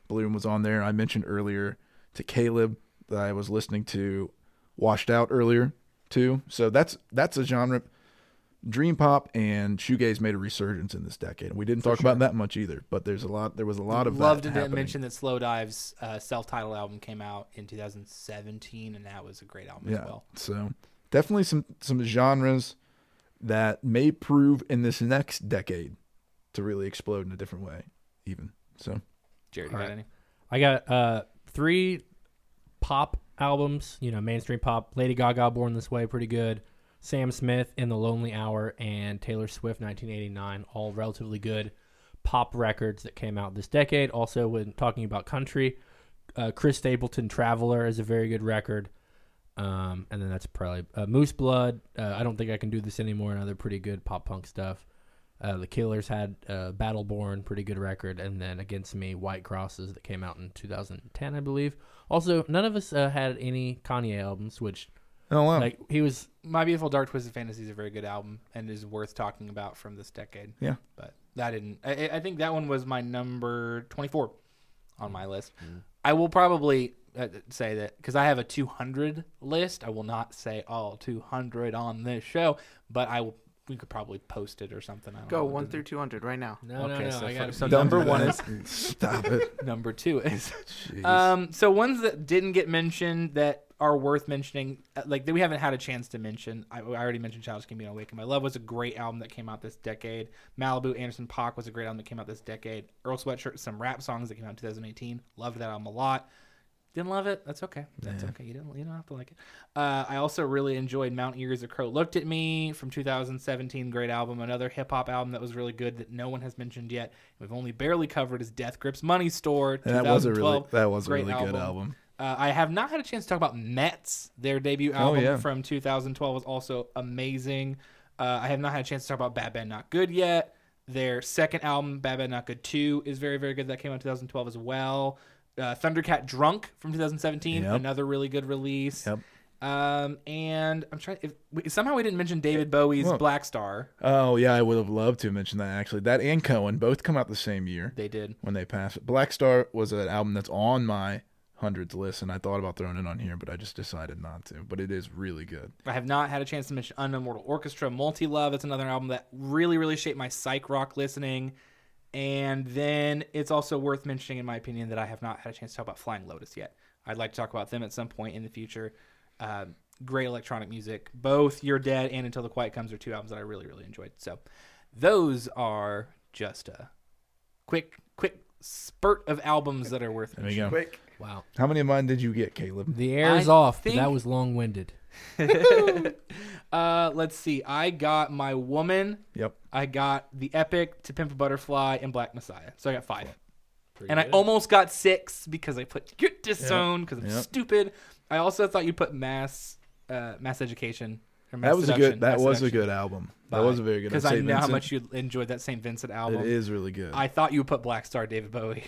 Speaker 4: Balloon was on there. I mentioned earlier to Caleb that I was listening to Washed Out earlier too. So that's that's a genre. Dream pop and shoegaze made a resurgence in this decade. We didn't talk about that much either, but there's a lot. There was a lot of
Speaker 1: Loved
Speaker 4: that
Speaker 1: it to
Speaker 4: happening.
Speaker 1: mention that Slow Dive's uh, self-titled album came out in 2017, and that was a great album as well.
Speaker 4: So definitely some some genres that may prove in this next decade to really explode in a different way, even. So
Speaker 1: Jared, you
Speaker 3: All
Speaker 1: got
Speaker 3: right.
Speaker 1: any?
Speaker 3: I got uh three pop albums, you know, mainstream pop. Lady Gaga, Born This Way, pretty good. Sam Smith in the Lonely Hour and Taylor Swift, 1989, all relatively good pop records that came out this decade. Also, when talking about country, uh, Chris Stapleton, Traveler is a very good record. Um, and then that's probably uh, Moose Blood. Uh, I don't think I can do this anymore. Another pretty good pop punk stuff. Uh, the Killers had uh, Battleborn, pretty good record, and then Against Me, White Crosses that came out in 2010, I believe. Also, none of us uh, had any Kanye albums, which
Speaker 4: oh wow,
Speaker 3: like he was
Speaker 1: My Beautiful Dark Twisted Fantasy is a very good album and is worth talking about from this decade.
Speaker 4: Yeah.
Speaker 1: But that didn't. I, I- I think that one was my number 24 on my list. I will probably uh, say that because I have a 200 list. I will not say all 200 on this show, but I will. We could probably post it or something. I don't
Speaker 2: Go
Speaker 1: know.
Speaker 2: one through two hundred right now.
Speaker 3: no,
Speaker 1: Okay,
Speaker 3: no, no.
Speaker 1: so
Speaker 3: I
Speaker 1: for-
Speaker 3: got
Speaker 1: so
Speaker 4: Don't
Speaker 1: number
Speaker 4: do
Speaker 1: one is
Speaker 4: that. stop it.
Speaker 1: number two is
Speaker 4: Jeez.
Speaker 1: Um, so ones that didn't get mentioned that are worth mentioning, uh, like that we haven't had a chance to mention. I, I already mentioned Childish Gambino, "Awaken My Love" was a great album that came out this decade. Malibu Anderson Paak was a great album that came out this decade. Earl Sweatshirt, some rap songs that came out in 2018. Loved that album a lot. Didn't love it. That's okay. That's okay. You don't. You don't have to like it. Uh, I also really enjoyed Mount Ears of Crow Looked at Me from 2017. Great album. Another hip hop album that was really good that no one has mentioned yet. We've only barely covered is Death Grips Money Store.
Speaker 4: And that was a really
Speaker 1: 2012.
Speaker 4: that was a
Speaker 1: Great
Speaker 4: really good album. Oh,
Speaker 1: Uh, I have not had a chance to talk about Mets. Their debut album
Speaker 4: yeah.
Speaker 1: from 2012 was also amazing. Uh, I have not had a chance to talk about Bad Bad Not Good yet. Their second album, Bad Bad Not Good 2, is very, very good. That came out in 2012 as well. Uh, Thundercat Drunk from 2017,
Speaker 4: Yep.
Speaker 1: another really good release.
Speaker 4: Yep.
Speaker 1: Um, and I'm trying. If, we- somehow we didn't mention David Bowie's
Speaker 4: Well-
Speaker 1: Black Star.
Speaker 4: Oh yeah, I would have loved to mention that actually. That and Cohen both come out the same year
Speaker 1: They did.
Speaker 4: when they passed. Black Star was an album that's on my hundreds list, and I thought about throwing it on here, but I just decided not to. But it is really good.
Speaker 1: I have not had a chance to mention Unimmortal Orchestra, Multi Love. That's another album that really, really shaped my psych rock listening. And then it's also worth mentioning, in my opinion, that I have not had a chance to talk about Flying Lotus yet. I'd like to talk about them at some point in the future. Um, great electronic music. Both You're Dead and Until the Quiet Comes are two albums that I really, really enjoyed. So those are just a quick, quick spurt of albums that are worth
Speaker 4: There you
Speaker 1: mentioning.
Speaker 4: go.
Speaker 2: Quick.
Speaker 3: wow.
Speaker 4: How many of mine did you get, Caleb?
Speaker 3: The air is
Speaker 1: I
Speaker 3: off. but
Speaker 1: think-
Speaker 3: that was long winded.
Speaker 1: Uh, let's see. I got My Woman.
Speaker 4: Yep.
Speaker 1: I got the epic to Pimp a Butterfly and Black Messiah. So I got five. and I almost got six because I put Get Disowned because I'm
Speaker 4: Yep.
Speaker 1: stupid. I also thought you put Mass uh, Mass Education. Or mass
Speaker 4: That was a
Speaker 1: Seduction,
Speaker 4: good. That
Speaker 1: Mass
Speaker 4: was a
Speaker 1: Seduction
Speaker 4: good album.
Speaker 1: by-
Speaker 4: That was a very good.
Speaker 1: Because
Speaker 4: I'd
Speaker 1: I
Speaker 4: say
Speaker 1: know how
Speaker 4: Vincent.
Speaker 1: much you enjoyed that St. Vincent album.
Speaker 4: It is really good.
Speaker 1: I thought you would put Black Star David Bowie.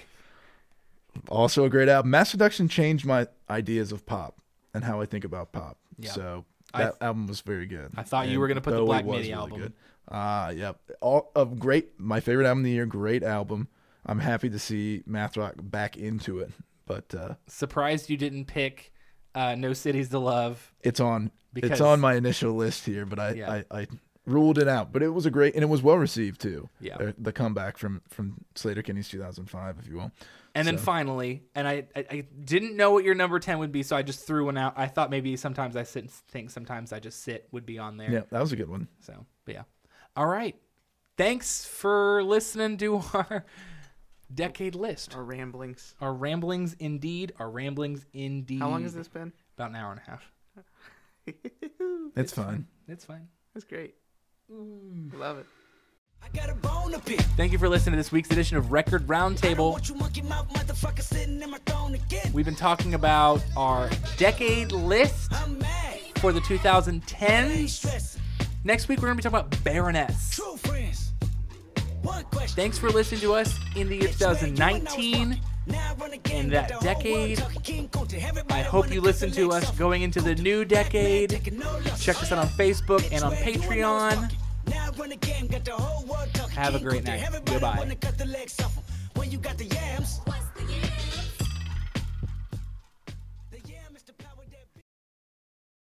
Speaker 4: also a great album. Mass Seduction changed my ideas of pop and how I think about pop.
Speaker 1: Yeah.
Speaker 4: So
Speaker 1: I-
Speaker 4: that album was very good.
Speaker 1: I thought you were gonna put the
Speaker 4: Bowie
Speaker 1: Black
Speaker 4: was
Speaker 1: Midi album.
Speaker 4: Ah, yep. All of great. My favorite album of the year. Great album. I'm happy to see Math Rock back into it, but uh,
Speaker 1: Surprised you didn't pick uh, No Cities to Love.
Speaker 4: it's on.
Speaker 1: Because-
Speaker 4: it's on my initial list here, but I,
Speaker 1: Yeah.
Speaker 4: I I ruled it out. But it was a great and it was well received too.
Speaker 1: Yeah.
Speaker 4: The, the comeback from from Slater Kinney's 2005, if you will.
Speaker 1: And then finally, and I, I, I didn't know what your number 10 would be, so I just threw one out. I thought maybe sometimes I sit and think, sometimes I just sit would be on there.
Speaker 4: Yeah, that was a good one.
Speaker 1: So, but yeah. All right. Thanks for listening to our decade list.
Speaker 2: Our ramblings.
Speaker 1: Our ramblings indeed. Our ramblings indeed.
Speaker 2: How long has this been?
Speaker 1: About an hour and a half.
Speaker 4: It's fine.
Speaker 1: It's fine.
Speaker 2: That's great. Love it.
Speaker 6: I got a bone to pick.
Speaker 1: Thank you for listening to this week's edition of Record
Speaker 6: I don't
Speaker 1: Roundtable.
Speaker 6: want you monkey mouth motherfucker sitting in my throne again.
Speaker 1: We've been talking about our decade list
Speaker 6: I'm mad.
Speaker 1: for the
Speaker 6: Ain't
Speaker 1: 2010s.
Speaker 6: stressing.
Speaker 1: Next week, we're going to be talking about Baroness.
Speaker 6: True friends. One question.
Speaker 1: Thanks for listening to us in the year 2019.
Speaker 6: in
Speaker 1: that decade. I hope you listen to us going into the new decade. Check us out on Facebook and on Patreon.
Speaker 6: Have a great night. Goodbye. When you got the yams.
Speaker 5: What's the yeah?
Speaker 6: the yams-